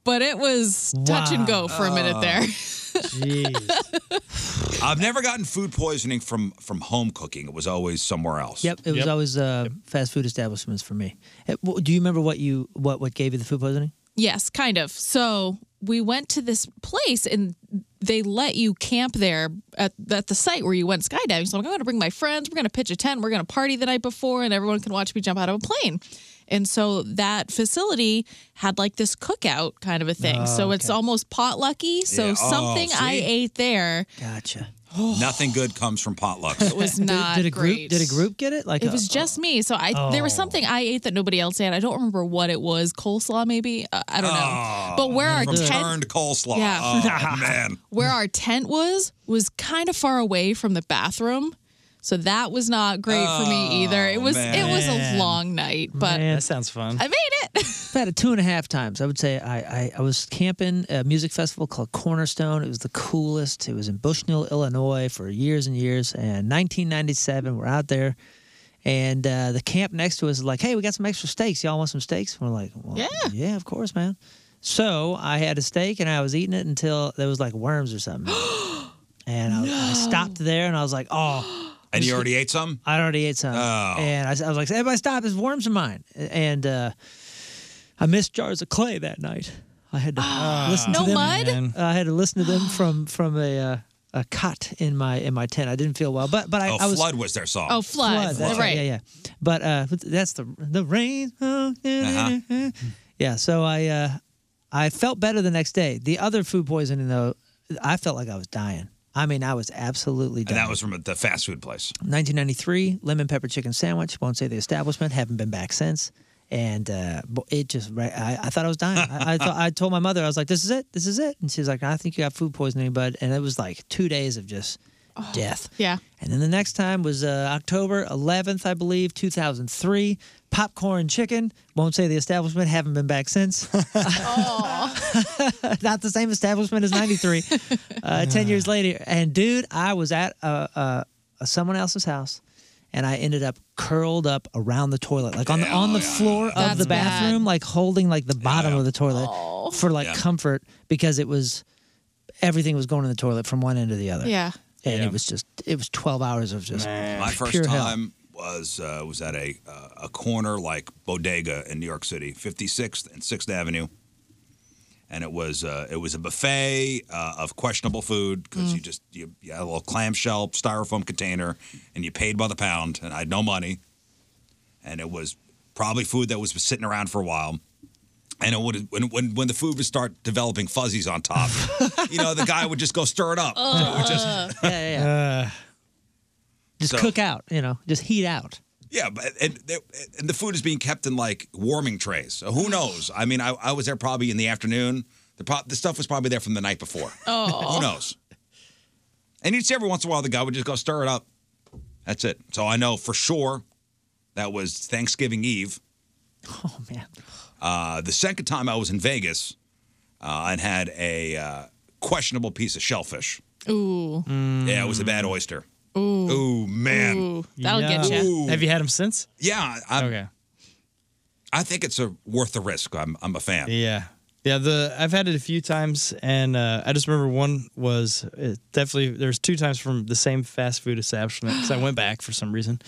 but it was touch and go for a minute there.
I've never gotten food poisoning from from home cooking. It was always somewhere else.
Yep, it was always uh, fast food establishments for me. Eh, w- Do you remember what you what what gave you the food poisoning?
Yes, kind of. So we went to this place and they let you camp there at, at the site where you went skydiving. So I'm going to bring my friends. We're going to pitch a tent. We're going to party the night before and everyone can watch me jump out of a plane. And so that facility had like this cookout kind of a thing.
Oh,
so it's almost potlucky. So
Yeah. Oh,
something I
see?
ate there.
Gotcha.
Nothing good comes from potlucks.
It was not
did, did a group
great.
did a group get it? Like
it
a-
was just me. So I there was
Oh.
something I ate that nobody else ate. I don't remember what it was. Coleslaw maybe. Uh, I don't know. But where our
Ah, from
tent
turned coleslaw.
Yeah.
Oh, man.
where our tent was was kind of far away from the bathroom. So that was not great for
Oh,
me either. It was it was a
man.
long night, but
that sounds fun.
I made it.
I've had it two and a half times. I would say I, I, I was camping at a music festival called Cornerstone. It was the coolest. It was in Bushnell, Illinois for years and years. And 1997, we're out there. And uh, the camp next to us is like, hey, we got some extra steaks. Y'all want some steaks? And we're like, well, yeah. yeah, of course, man. So I had a steak and I was eating it until there was like worms or something. and I, I stopped there and I was like, oh.
And you
This-
already ate some?
I already ate some.
Oh.
And I, I was like, everybody stop, there's worms in mine. And uh, I missed jars of clay that night. I had to listen
No
to them.
mud? Man.
I had to listen to them from from a uh, a cot in my in my tent. I didn't feel well, but but I,
oh,
I was
flood was their song.
Oh, Flood.
that's
Right.
Yeah, yeah. But uh, but that's the the rain. oh,
Uh-huh.
Yeah. So I uh, I felt better the next day. The other food poisoning though, I felt like I was dying. I mean, I was absolutely
And
dying.
that was from the fast food place.
1993 lemon pepper chicken sandwich. Won't say the establishment. Haven't been back since. And uh, bo- it just, ra- I, I thought I was dying. I, I, thought, I told my mother, I was like, this is it. This is it. And she's like, I think you got food poisoning, bud. And it was like two days of just death.
Yeah.
And then the next time was uh, October 11th, I believe, 2003. Popcorn chicken. Won't say the establishment. Haven't been back since. Not the same establishment as 93. uh, 10 years later. And dude, I was at uh, uh, someone else's house. And I ended up curled up around the toilet, like on the on the floor of
That's Oh.
the bathroom, like holding like the bottom of the toilet for like comfort because it was everything was going in the toilet from one end to the other.
Yeah.
And it was just it was twelve hours of just
My first
pure hell.
time was uh, was at a uh, a corner like bodega in New York City, 56th and 6th Avenue. And it was uh, it was a buffet uh, of questionable food because
Mm.
you just you, you had a little clamshell styrofoam container and you paid by the pound and I had no money and it was probably food that was sitting around for a while and it would when when when the food would start developing fuzzies on top you know the guy would just go stir it up So it would just
yeah, yeah, yeah. just
So-
cook out, you know, just heat out.
Yeah, but and, they- and the food is being kept in like warming trays. So who knows? I mean, I, I was there probably in the afternoon. The pro- the stuff was probably there from the night before.
Oh.
who knows? And you'd see every once in a while the guy would just go stir it up. That's it. So I know for sure that was Thanksgiving Eve.
Oh man.
Uh, the second time I was in Vegas uh, and had a uh, questionable piece of shellfish.
Ooh.
Yeah, it was a bad oyster.
Ooh.
Ooh, man.
Ooh, that'll get you.
Have you had them since? Yeah. i okay. I think it's a worth the risk. I'm I'm a fan.
Yeah. Yeah, the I've had it a few times, and uh, I just remember one was it definitely there's two times from the same fast food establishment because I went back for some reason,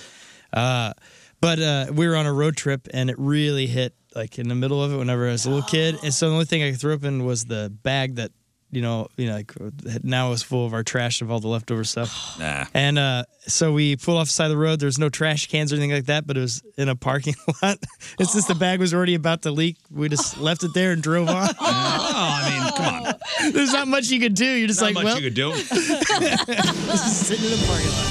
uh, but uh, we were on a road trip and it really hit like in the middle of it whenever I was a little kid, and so the only thing I threw up in was the bag that you know you know like that now is full of our trash of all the leftover stuff.
Nah.
And uh, so we pulled off the side of the road. There's no trash cans or anything like that, but it was in a parking lot. and since the bag was already about to leak, we just left it there and drove on. oh,
I mean, come
on. There's not much you could do. You're just
Not
like,
much
well,
you could do.
sitting in a parking lot.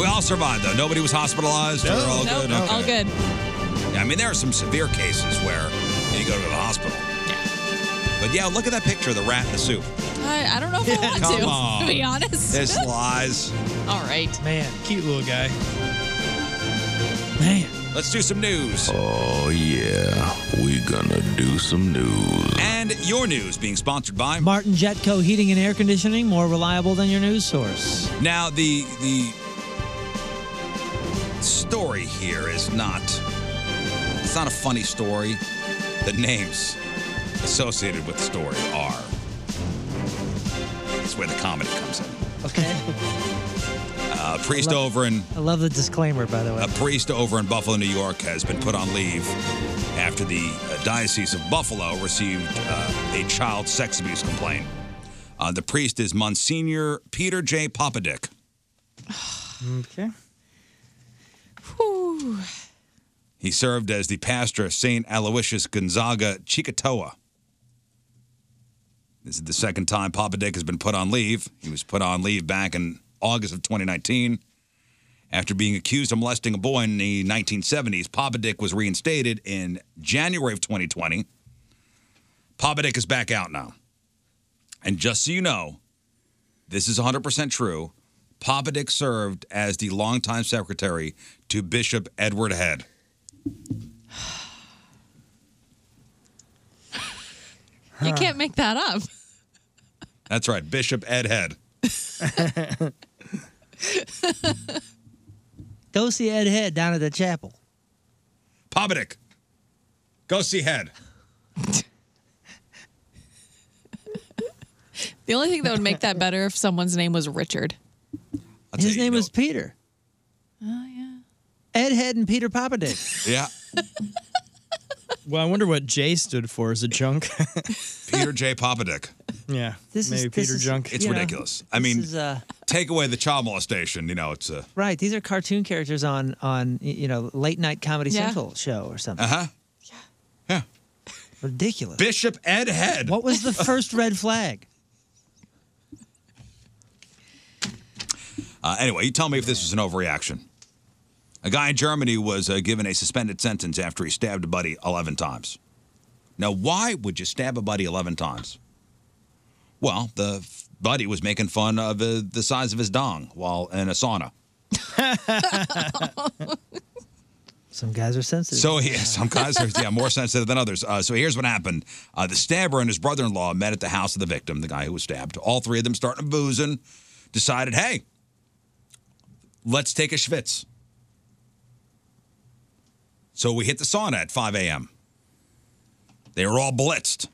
We all survived though. Nobody was hospitalized. We're all
Nope,
good.
All
Okay.
good.
Yeah, I mean, there are some severe cases where you go to the hospital. Yeah. But yeah, look at that picture of the rat in the soup.
I, I don't know if I want
Come
to,
on.
to be honest.
This lies.
All right.
Man, cute little guy.
Let's do some news.
Oh, yeah. We gonna do some news.
And your news being sponsored by
Martin Jetco Heating and Air Conditioning, more reliable than your news source.
Now the the story here is not it's not a funny story. The names associated with the story are That's where the comedy comes in.
Okay.
Uh, a priest over in
I love the disclaimer, by the way.
a priest over in Buffalo, New York, has been put on leave after the uh, diocese of Buffalo received uh, a child sex abuse complaint. Uh, the priest is Monsignor Peter J. Papadick.
Okay.
Whew.
He served as the pastor of St. Aloysius Gonzaga Chicatoa. This is the second time Papa Dick has been put on leave. He was put on leave back in August of 2019. After being accused of molesting a boy in the 1970s, Papa Dick was reinstated in January of 2020. Papa Dick is back out now. And just so you know, this is 100% true. Papa Dick served as the longtime secretary to Bishop Edward Head.
You can't make that up.
That's right, Bishop Ed Head.
Go see Ed Head down at the chapel.
Pobedick. Go see Head.
The only thing that would make that better if someone's name was Richard.
His name was Peter.
Oh,
yeah. Ed Head and Peter Papadick.
Yeah.
Well, I wonder what J stood for. Is it junk?
Peter J. Popadick.
yeah.
This is-
Maybe
this
Peter
is-
Junk.
It's
Yeah.
ridiculous. I mean,
is, uh,
take away the child molestation. You know, it's uh, a.
right. These are cartoon characters on on y- you know late night comedy
Yeah.
central show or something.
Uh huh.
Ridiculous.
Bishop Ed Head.
What was the first red flag?
Uh, anyway, you tell me if this is an overreaction. A guy in Germany was uh, given a suspended sentence after he stabbed a buddy 11 times. Now, why would you stab a buddy 11 times? Well, the f- buddy was making fun of uh, the size of his dong while in a sauna.
Some guys are sensitive.
So he, some guys are yeah more sensitive than others. Uh, so here's what happened: uh, the stabber and his brother-in-law met at the house of the victim, the guy who was stabbed. All three of them starting boozing, decided, hey, let's take a schwitz. So we hit the sauna at 5 a.m. They were all blitzed.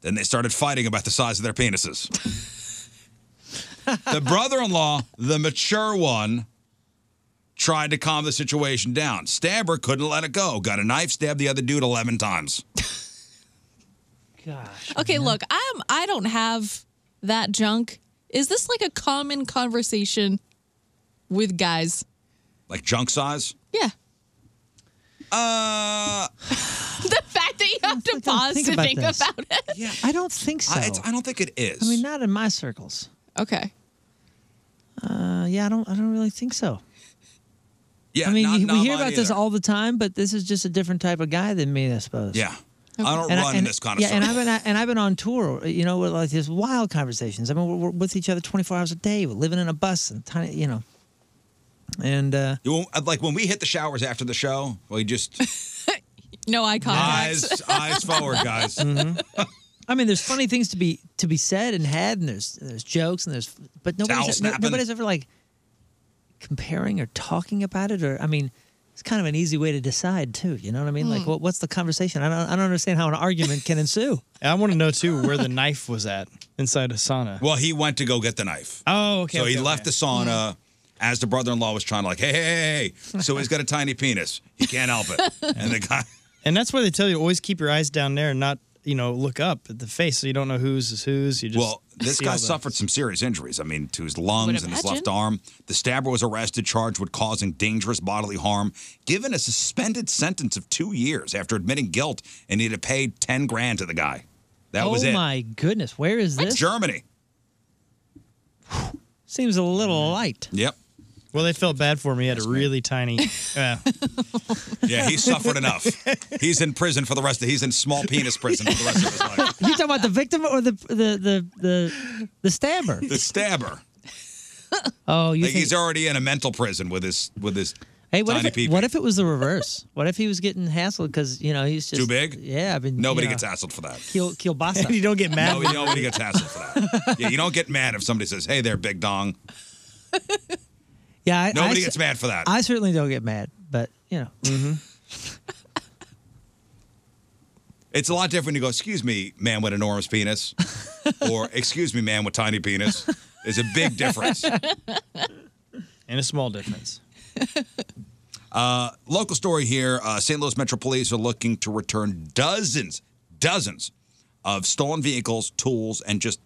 Then they started fighting about the size of their penises. the brother-in-law, the mature one, tried to calm the situation down. Stabber couldn't let it go. Got a knife, stabbed the other dude 11 times.
Okay, look, I'm I don't have that junk. Is this like a common conversation with guys?
Like junk size?
Yeah.
Uh
the fact that you have to pause
think
to
about
think
this.
about it.
Yeah.
I don't think so.
I, it's- I don't think it is.
I mean, not in my circles.
Okay.
Uh, yeah, I don't. I don't really think so.
Yeah,
I mean,
not-
you-
not
we hear
mine
about this
either.
all the time, but this is just a different type of guy than me, I suppose.
Yeah. I don't
And
run
and-
this kind of
yeah, and I've
circle.
been and I've been on tour, you know, with like these wild conversations. I mean, we're, we're with each other twenty four hours a day. We're living in a bus and tiny, you know. And uh,
You won't- like when we hit the showers after the show, we just
No eye
eyes
contact.
eyes forward, guys.
I mean, there's funny things to be to be said and had, and there's there's jokes and there's but
Towel
nobody's no-
snapping.
nobody's ever like comparing or talking about it. Or I mean, it's kind of an easy way to decide too. You know what I mean? Like,
Hmm.
what, what's the conversation? I don't I don't understand how an argument can ensue.
I want to know too where the knife was at inside a sauna.
Well, he went to go get the knife.
Oh, okay,
So he
okay,
left the sauna as the brother-in-law was trying to like, hey, hey, hey, hey. So he's got a tiny penis. He can't help it. And the guy
And that's why they tell you to always keep your eyes down there and not, you know, look up at the face so you don't know whose is whose. You just
Well, this
see
guy
all the-
suffered some serious injuries. I mean, to his lungs and his left
imagine.
arm. The stabber was arrested, charged with causing dangerous bodily harm, given a suspended sentence of two years after admitting guilt, and he'd have paid ten grand to the guy. That
oh
was it.
my goodness, where is this?
Germany. Mm-hmm.
Seems a little light.
Yep.
Well, they felt bad for me. He had a really tiny. Uh,
Yeah, he suffered enough. He's in prison for the rest of. He's in small penis prison for the rest of his life.
You talking about the victim or the the the the, the stabber?
The stabber.
Oh, you
like
think?
he's already in a mental prison with his with his
Hey, what
tiny
if, it,
people.
what if it was the reverse? What if he was getting hassled because you know he's just
Too big?
Yeah, I mean
Nobody
you know,
gets hassled for that.
Kiel, kielbasa.
And you don't get mad.
No, nobody gets hassled for that. Yeah, you don't get mad if somebody says, "Hey there, big dong."
Yeah, I,
Nobody
I,
gets mad for that. Mm-hmm.
I certainly don't get mad, but you know,
It's a lot different. when You go, "Excuse me, man with enormous penis," or "Excuse me, man with tiny penis." There's a big difference.
and a small difference.
Uh, local story here uh, St. Louis Metro Police are looking to return dozens, dozens of stolen vehicles, tools, and just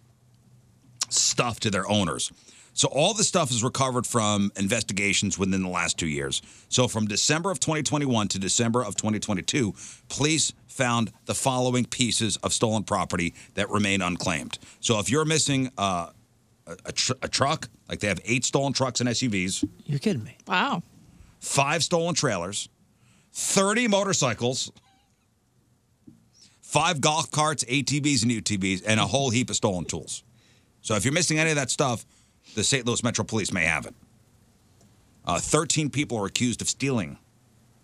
stuff to their owners. So all the stuff is recovered from investigations within the last two years. So from December of 2021 to December of 2022, police found the following pieces of stolen property that remain unclaimed. So if you're missing uh, a, a, tr- a truck, like they have eight stolen trucks and SUVs,
you're kidding me.
Wow.
five stolen trailers, 30 motorcycles, five golf carts, ATVs, and UTVs, and a whole heap of stolen tools. So if you're missing any of that stuff, the St. Louis Metro Police may have it. Uh, 13 people are accused of stealing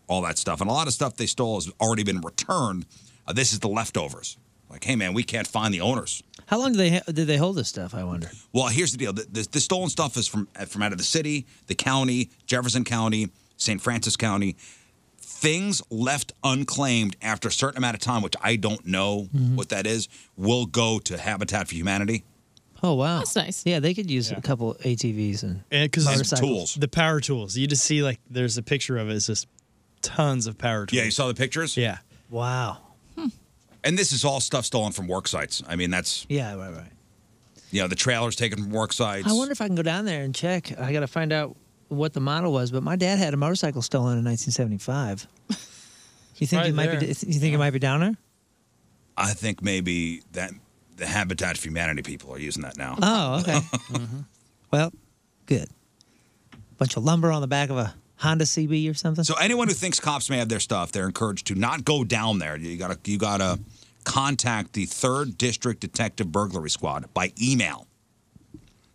all that stuff. And a lot of stuff they stole has already been returned. Uh, this is the leftovers. Like, hey, man, we can't find the owners.
how long do they ha- did they hold this stuff? I wonder.
Well, here's the deal: the, the, the stolen stuff is from uh, from out of the city, the county, Jefferson County, St. Francis County. Things left unclaimed after a certain amount of time, which I don't know
Mm-hmm.
what that is, will go to Habitat for Humanity.
Oh wow, that's nice. Yeah, they could use a couple ATVs and
Because
motorcycles.
the power tools. You just see like there's a picture of it. It's just tons of power tools. Yeah, you
saw the pictures.
Yeah,
Wow.
And this is all stuff stolen from work sites. I mean, that's
Yeah, right, right.
you know the trailers taken from work sites.
I wonder if I can go down there and check. I got to find out what the model was, but my dad had a motorcycle stolen in 1975. You think
right
it might be?
there.
You think it might be down there?
I think maybe that the Habitat for Humanity people are using that now.
Oh, okay.
Mm-hmm.
Well, good. Bunch of lumber on the back of a Honda CB or something.
So anyone who thinks cops may have their stuff, they're encouraged to not go down there. You gotta you gotta contact the third district detective burglary squad by email.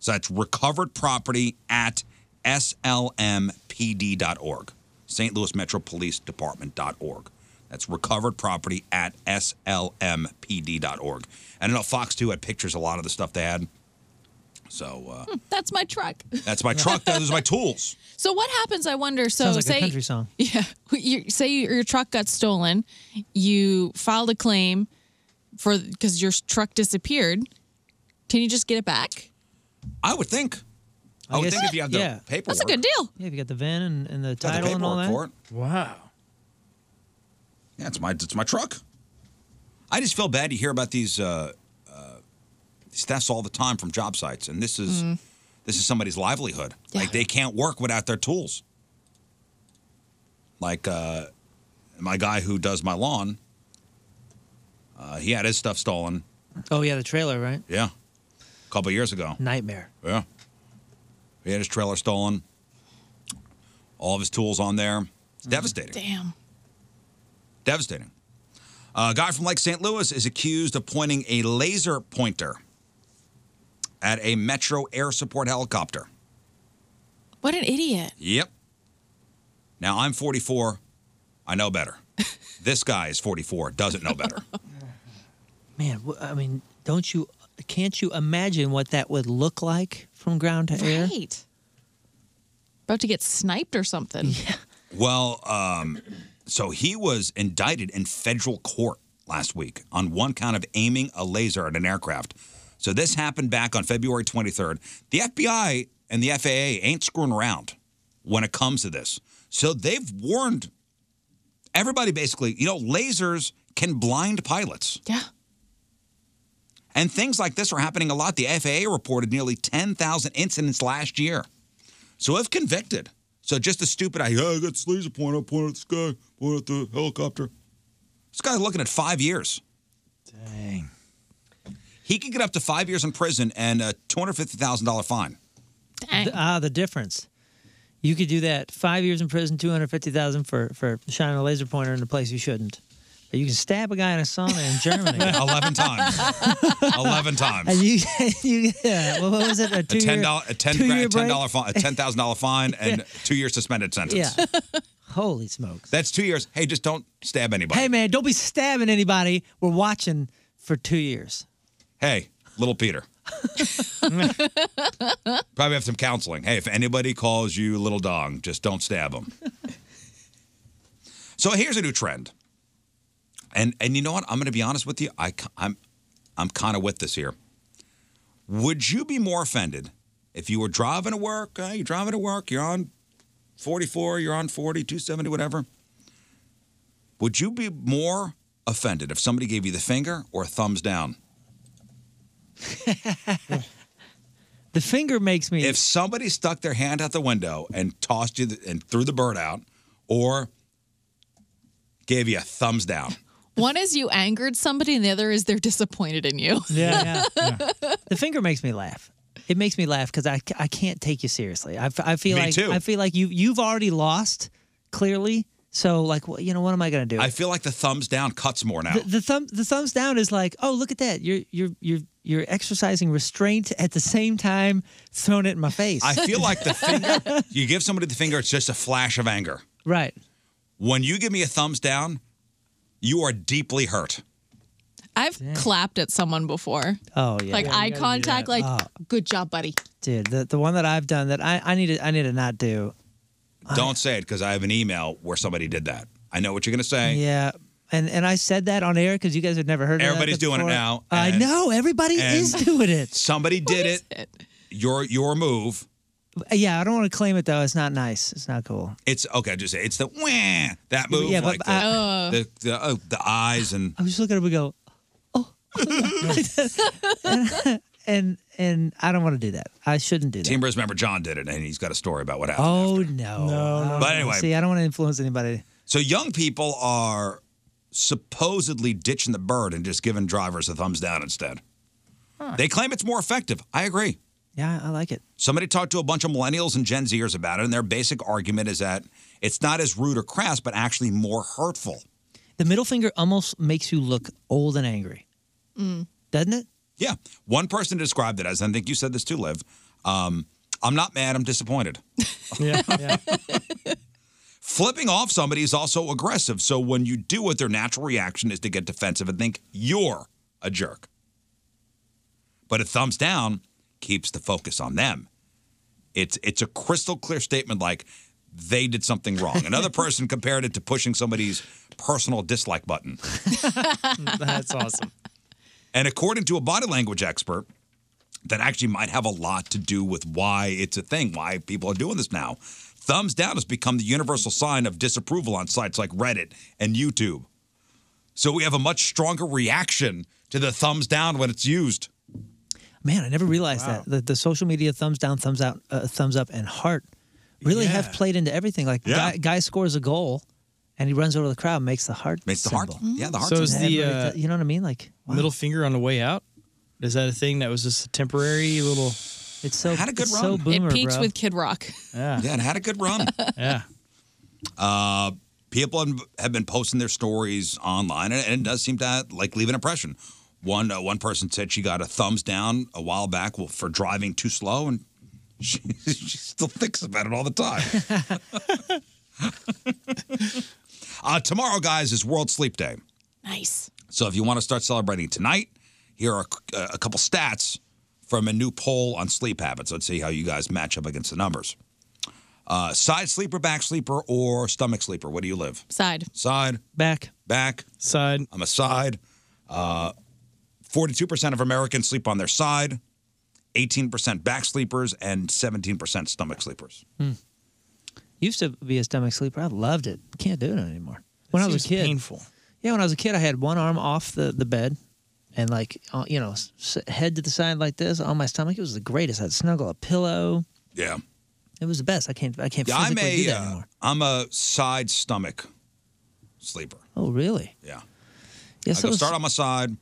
So that's recovered property at slmpd.org, St. Louis Metro Police Department.org. That's recovered property at slmpd.org. And I know Fox 2 had pictures of a lot of the stuff they had. So uh,
That's my truck.
that's my truck. Those are my tools.
So what happens? I wonder. So
Sounds like a
say
country song.
Yeah. You, say your truck got stolen. You filed a claim for because your truck disappeared. Can you just get it back?
I would think. I, would
guess-
think if you have the
yeah.
paperwork.
That's a good deal.
Yeah, if you got the VIN and, and the
Got the
title and all that.
paperwork
Wow.
Yeah, it's my it's my truck. I just feel bad to hear about these uh, uh, these thefts all the time from job sites, and this is
Mm.
this is somebody's livelihood. Like they can't work without their tools. Like uh, my guy who does my lawn, uh, he had his stuff stolen.
Oh yeah, the trailer, right?
Yeah, a couple years ago.
Nightmare.
Yeah. He had his trailer stolen. All of his tools on there. It's devastating.
Damn.
Devastating. A guy from Lake St. Louis is accused of pointing a laser pointer at a Metro Air Support helicopter.
What an idiot.
Yep. Now I'm 44. I know better. this guy is 44. Doesn't know better.
Man, wh- I mean, don't you? Can't you imagine what that would look like from ground to air?
Right. About to get sniped or something. Yeah.
Well, um, so he was indicted in federal court last week on one count of aiming a laser at an aircraft. So this happened back on February 23rd. The FBI and the FAA ain't screwing around when it comes to this. So they've warned everybody basically, you know, lasers can blind pilots.
Yeah.
And things like this are happening a lot. The FAA reported nearly 10,000 incidents last year. So if convicted, so just a stupid, I, "Yeah, I got this laser pointer, point at the sky, point at the helicopter. This guy's looking at five years. Dang. He could get up to five years in prison and a $250,000 fine.
Th- Ah, the difference. You could do that. Five years in prison, two hundred fifty thousand for for shining a laser pointer in a place you shouldn't. Or you can stab a guy in a sauna in Germany.
11 times. 11 times.
And you, you yeah. What was it? A,
a
two
ten dollar a ten
two
grand ten dollar fine a ten thousand dollar fine and two years suspended
Yeah.
sentence.
Holy smokes.
That's two years. Hey, just don't stab anybody.
Hey man, don't be stabbing anybody. We're watching for two years.
Hey, little Peter. Probably have some counseling. Hey, if anybody calls you little dong, just don't stab them. so here's a new trend, and and you know what? I'm going to be honest with you. I ki- I'm I'm kind of with this here. Would you be more offended if you were driving to work? Uh, you're driving to work. You're on 44. You're on 40, 270, whatever. Would you be more offended if somebody gave you the finger or a thumbs down?
The finger makes me.
If somebody stuck their hand out the window and tossed you the, and threw the bird out, or gave you a thumbs down,
One is you angered somebody, and the other is they're disappointed in you.
Yeah, The finger makes me laugh. It makes me laugh because I, c- I can't take you seriously. I, f- I feel
Me
like
too.
I feel like you you've already lost clearly. So like wh- you know what am I gonna do?
I feel like the thumbs down cuts more now.
the, the thumb the thumbs down is like oh look at that you're you're you're you're exercising restraint at the same time throwing it in my face.
I feel like the finger. You give somebody the finger, it's just a flash of anger.
right.
When you give me a thumbs down, you are deeply hurt.
I've clapped at someone before.
Oh yeah.
like eye contact, like
Oh.
good job, buddy.
dude the, the one that I've done that I I need to I need to not do.
Don't say it because I have an email where somebody did that. I know what you're going to say.
Yeah. And and I said that on air because you guys had never heard of that
Everybody's doing it
before.
now,
I
and-
know everybody
and-
is doing it.
Somebody did it. Your your move.
Yeah, I don't want to claim it though. It's not nice. It's not cool.
It's okay. Just say it's the wah, that move,
Yeah, but
like the
I- Oh.
the, the, oh, the eyes and
I was just looking at him and go, oh. and and I don't want to do that. I shouldn't do that.
Team Bros member John did it, and he's got a story about what happened.
Oh no. No.
But anyway.
see, I don't want to influence anybody.
So young people are supposedly ditching the bird and just giving drivers a thumbs down instead. They claim it's more effective. I agree.
Yeah, I like it.
Somebody talked to a bunch of millennials and Gen Zers about it, and their basic argument is that it's not as rude or crass, but actually more hurtful.
The middle finger almost makes you look old and angry, doesn't it?
Yeah. One person described it as, and I think you said this too, Liv. Um, I'm not mad, I'm disappointed.
Yeah.
Flipping off somebody is also aggressive. So when you do it, their natural reaction is to get defensive and think you're a jerk. But a thumbs down keeps the focus on them. It's it's a crystal clear statement like they did something wrong. Another person compared it to pushing somebody's personal dislike button.
That's awesome.
And according to a body language expert, that actually might have a lot to do with why it's a thing, why people are doing this now. Thumbs down has become the universal sign of disapproval on sites like Reddit and YouTube. So we have a much stronger reaction to the thumbs down when it's used.
Man, I never realized that the, the social media thumbs down, thumbs out, uh, thumbs up, and heart really have played into everything. Like
Yeah.
guy, guy scores a goal, and he runs over to the crowd, makes the heart,
Makes the
symbol.
heart. Yeah, the heart.
So is the uh,
you know what I mean? Like
middle finger on the way out. Is that a thing that was just a temporary little?
It's so
had a good
it's
run.
so boomer,
it peaks
bro.
with Kid Rock.
Yeah.
Yeah, it had a good run.
yeah.
Uh, people have- have been posting their stories online, and and it does seem to like leave an impression. One uh, one person said she got a thumbs down a while back well, for driving too slow, and she, she still thinks about it all the time. uh, tomorrow, guys, is World Sleep Day.
Nice.
So if you want to start celebrating tonight, here are a, a couple stats from a new poll on sleep habits. Let's see how you guys match up against the numbers. Uh, side sleeper, back sleeper, or stomach sleeper? Where do you live?
Side.
Side.
Back.
Back.
Side.
I'm a side. Uh, 42% of Americans sleep on their side, 18% back sleepers, and 17% stomach sleepers.
Hmm. Used to be a stomach sleeper. I loved it. Can't do it anymore. When I was a
seems
kid,
painful.
Yeah, when I was a kid, I had one arm off the the bed, and like uh, you know, s- s- head to the side like this on my stomach. It was the greatest. I'd snuggle a pillow.
Yeah.
It was the best. I can't. I can't
Yeah, I'm
physically do
a,
that
uh,
anymore.
I'm a side stomach sleeper.
Oh, really?
Yeah.
Yeah,
I
so
go
it's-
start on my side,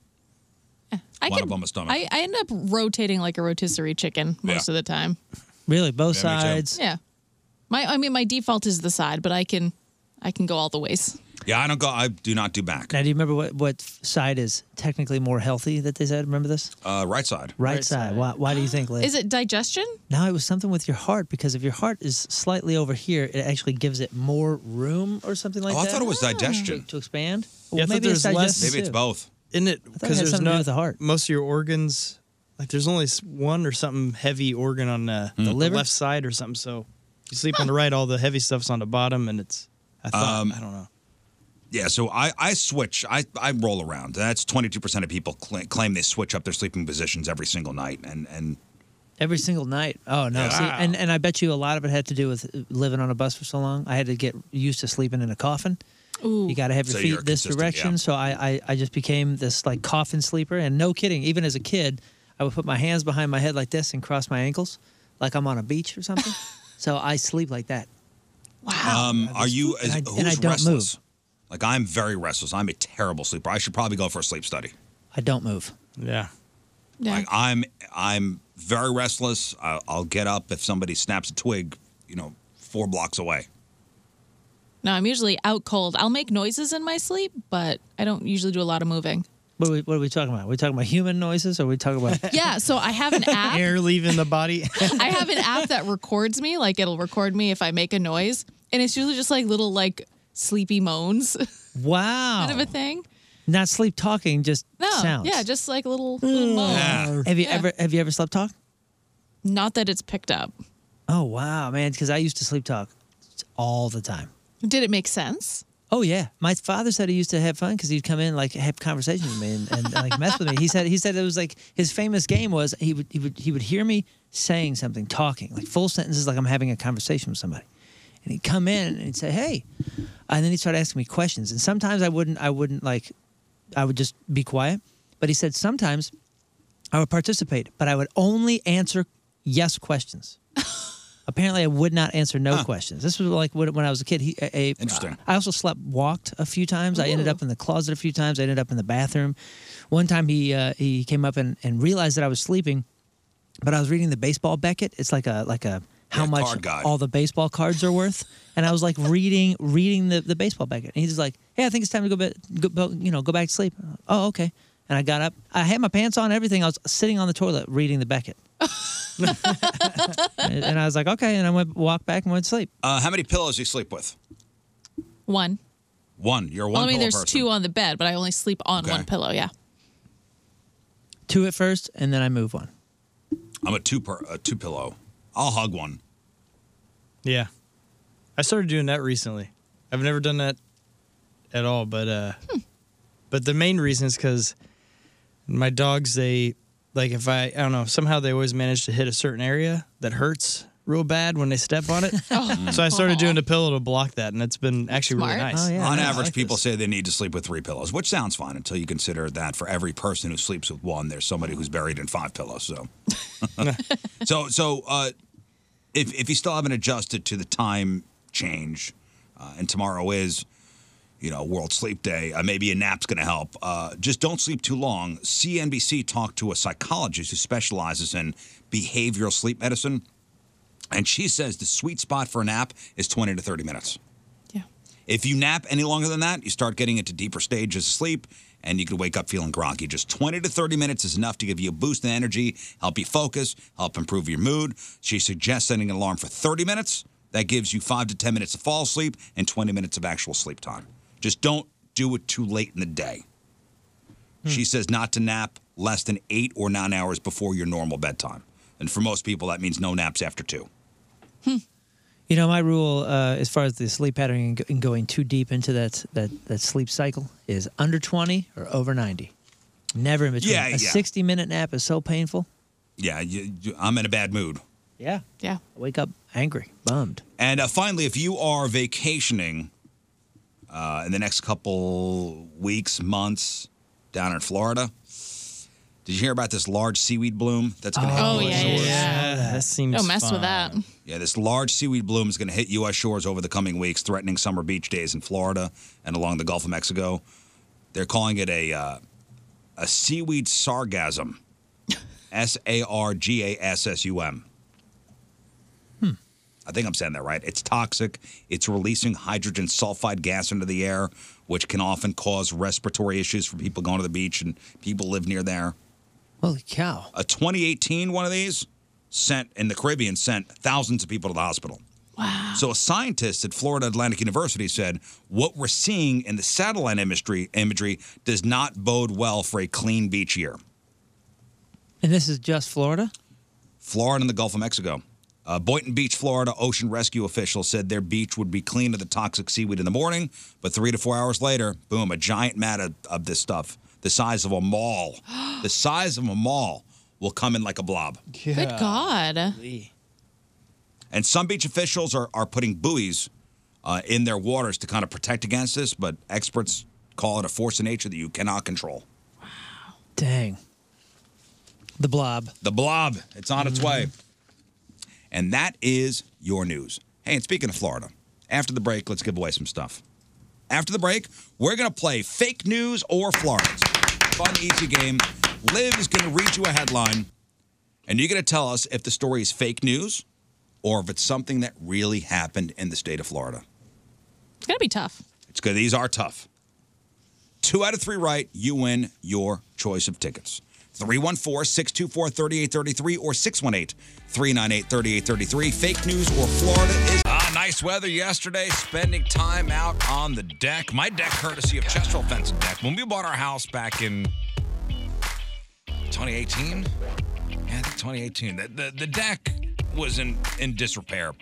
I
one
can.
up on my stomach.
I, I end up rotating like a rotisserie chicken most
Yeah.
of the time.
Really, both
Yeah, me too.
sides.
Yeah. My I mean my default is the side, but I can I can go all the ways.
Yeah, I don't go. I do not do back.
Now, do you remember what, what side is technically more healthy that they said? Remember this?
Uh, right side.
Right, side. Why, why do you think, Liz?
Is it digestion?
No, it was something with your heart because if your heart is slightly over here, it actually gives it more room or something like
Oh, I
that. Ah.
thought it was digestion.
To, to expand?
Yeah, I thought
maybe
there
it's
was less.
digestion, too.
Isn't it?
thought it had
Because there's
something to do
not
with the heart.
Most of your organs, like there's only s- one or something heavy organ on uh,
Mm.
the
Liver?
left side or something. So you sleep on the right, all the heavy stuff's on the bottom, and it's. I thought I don't know.
Yeah, so I, I switch. I, I roll around. That's 22% of people cl- claim they switch up their sleeping positions every single night. And, and
Every single night. Oh no! See,
Wow.
and and I bet you a lot of it had to do with living on a bus for so long. I had to get used to sleeping in a coffin.
Ooh.
You got to have your
So you're
feet this
consistent,
direction.
yeah.
So I, I I just became this like coffin sleeper. And no kidding, even as a kid, I would put my hands behind my head like this and cross my ankles, like I'm on a beach or something. so I sleep like that.
um, are you, is,
I-
who's
and I don't
restless? Like, I'm very restless. I'm a terrible sleeper. I should probably go for a sleep study.
I don't move.
Yeah.
Yeah.
Like, I'm, I'm very restless. I, I'll get up if somebody snaps a twig, you know, four blocks away.
No, I'm usually out cold. I'll make noises in my sleep, but I don't usually do a lot of moving.
What are we, what are we talking about? Are we talking about human noises or are we talking about
Yeah, so I have an app.
air leaving the body?
I have an app that records me. Like it'll record me if I make a noise, and it's usually just like little like sleepy moans,
wow?
kind of a thing.
Not sleep talking, just
No,
Oh. sounds. Mm.
yeah, just like little, little moans.
Have you
Yeah.
ever have you ever slept talk?
Not that it's picked up.
Oh wow, man! Because I used to sleep talk all the time.
Did it make sense?
Oh yeah, my father said he used to have fun because he'd come in like have conversations with me and, and like mess with me. He said he said it was like his famous game was he would he would he would hear me saying something, talking like full sentences, like I'm having a conversation with somebody, and he'd come in and he'd say, "Hey," and then he'd start asking me questions. And sometimes I wouldn't I wouldn't like I would just be quiet. But he said sometimes I would participate, but I would only answer yes questions. Apparently, I would not answer no questions. This was like when, when I was a kid. He, a, a-
Interesting.
I also slept walked a few times. I ended up in the closet a few times. I ended up in the bathroom. One time, he uh, he came up and, and realized that I was sleeping, but I was reading the baseball Beckett. It's like a like a how much
card guide.
all the baseball cards are worth. And I was like reading reading the, the baseball Beckett. And he's like, "Hey, I think it's time to go, be, go, go you know go back to sleep." I'm like, oh, okay. And I got up. I had my pants on, everything. I was sitting on the toilet reading the Beckett. and and I was like, okay. And I went walked back and went to sleep.
Uh, how many pillows do you sleep with?
One.
One. You're a
Well,
one
I mean,
pillow
there's
person.
two on the bed, but I only sleep on
Okay.
one pillow. Yeah.
Two at first, and then I move on.
I'm a two, per, a two pillow. I'll hug one.
Yeah. I started doing that recently. I've never done that at all, but uh
Hmm.
but the main reason is cuz my dogs they like if I I don't know, somehow they always manage to hit a certain area that hurts real bad when they step on it.
Oh,
So I started doing the pillow to block that and it's been actually really
Oh,
nice.
On average, people say they need to sleep with three pillows, which sounds fine until you consider that for every person who sleeps with one, there's somebody who's buried in five pillows. So, so, so uh, if if you still haven't adjusted to the time change, uh, and tomorrow is, you know, World Sleep Day, uh, maybe a nap's going to help. Uh, just don't sleep too long. CNBC talked to a psychologist who specializes in behavioral sleep medicine, and she says the sweet spot for a nap is 20 to 30 minutes. If you nap any longer than that, you start getting into deeper stages of sleep and you can wake up feeling groggy. Just 20 to 30 minutes is enough to give you a boost in energy, help you focus, help improve your mood. She suggests setting an alarm for 30 minutes. That gives you 5 to 10 minutes of fall sleep and 20 minutes of actual sleep time. Just don't do it too late in the day. She says not to nap less than 8 or 9 hours before your normal bedtime. And for most people that means no naps after 2.
You know, my rule uh, as far as the sleep pattern and go- and going too deep into that, that that sleep cycle is under 20 or over 90. Never in between.
Yeah,
a
yeah.
60 minute nap is so painful.
Yeah, you, you- I'm in a bad mood.
Yeah.
Yeah.
I wake up angry, bummed.
And uh, finally, if you are vacationing uh, in the next couple weeks, months down in Florida, did you hear about this large seaweed bloom that's going to
Oh,
hit U.S.
yeah, yeah,
shores?
yeah. Yeah,
that seems
Don't mess with that.
Yeah, this large seaweed bloom is going to hit U.S. shores over the coming weeks, threatening summer beach days in Florida and along the Gulf of Mexico. They're calling it a uh, a seaweed sargasm, S A R G A S S U M. I think I'm saying that right. It's toxic. It's releasing hydrogen sulfide gas into the air, which can often cause respiratory issues for people going to the beach and people live near there.
Holy cow.
A 2018 one of these sent in the Caribbean sent thousands of people to the hospital. Wow. So a scientist at Florida Atlantic University said, "What we're seeing in the satellite imagery imagery does not bode well for a clean beach year."
And this is just Florida?
Florida and the Gulf of Mexico. Uh, Boynton Beach, Florida, ocean rescue officials said their beach would be clean of the toxic seaweed in the morning, but three to four hours later, boom, a giant mat of, of this stuff, the size of a mall, the size of a mall, will come in like a blob.
Good God.
And some beach officials are, are putting buoys uh, in their waters to kind of protect against this, but experts call it a force of nature that you cannot control.
Dang. The blob. Mm-hmm.
The blob, it's on its way. And that is your news. Hey, and speaking of Florida, after the break, let's give away some stuff. After the break, we're going to play fake news or Florida's. Fun, easy game. Liv is going to read you a headline, and you're going to tell us if the story is fake news or if it's something that really happened in the state of Florida.
It's going to be tough.
It's good. These are tough. Two out of three right, you win your choice of tickets. 314 624 3833 or 618 398 3833. Fake news or Florida is. Ah, nice weather yesterday. Spending time out on the deck. My deck, courtesy of Chesterfield Fence and Deck. When we bought our house back in 2018, yeah, I think 2018, the, the, the deck was in, in disrepair.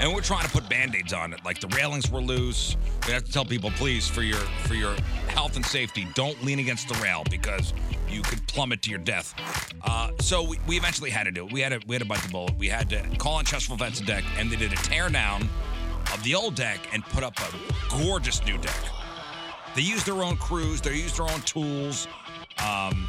And we're trying to put band-aids on it. Like the railings were loose. We have to tell people, please, for your for your health and safety, don't lean against the rail because you could plummet to your death. Uh, so we, we eventually had to do it. We had to we had to bite the bullet. We had to call on Chesterfield Vets Deck, and they did a tear down of the old deck and put up a gorgeous new deck. They used their own crews. They used their own tools. Um,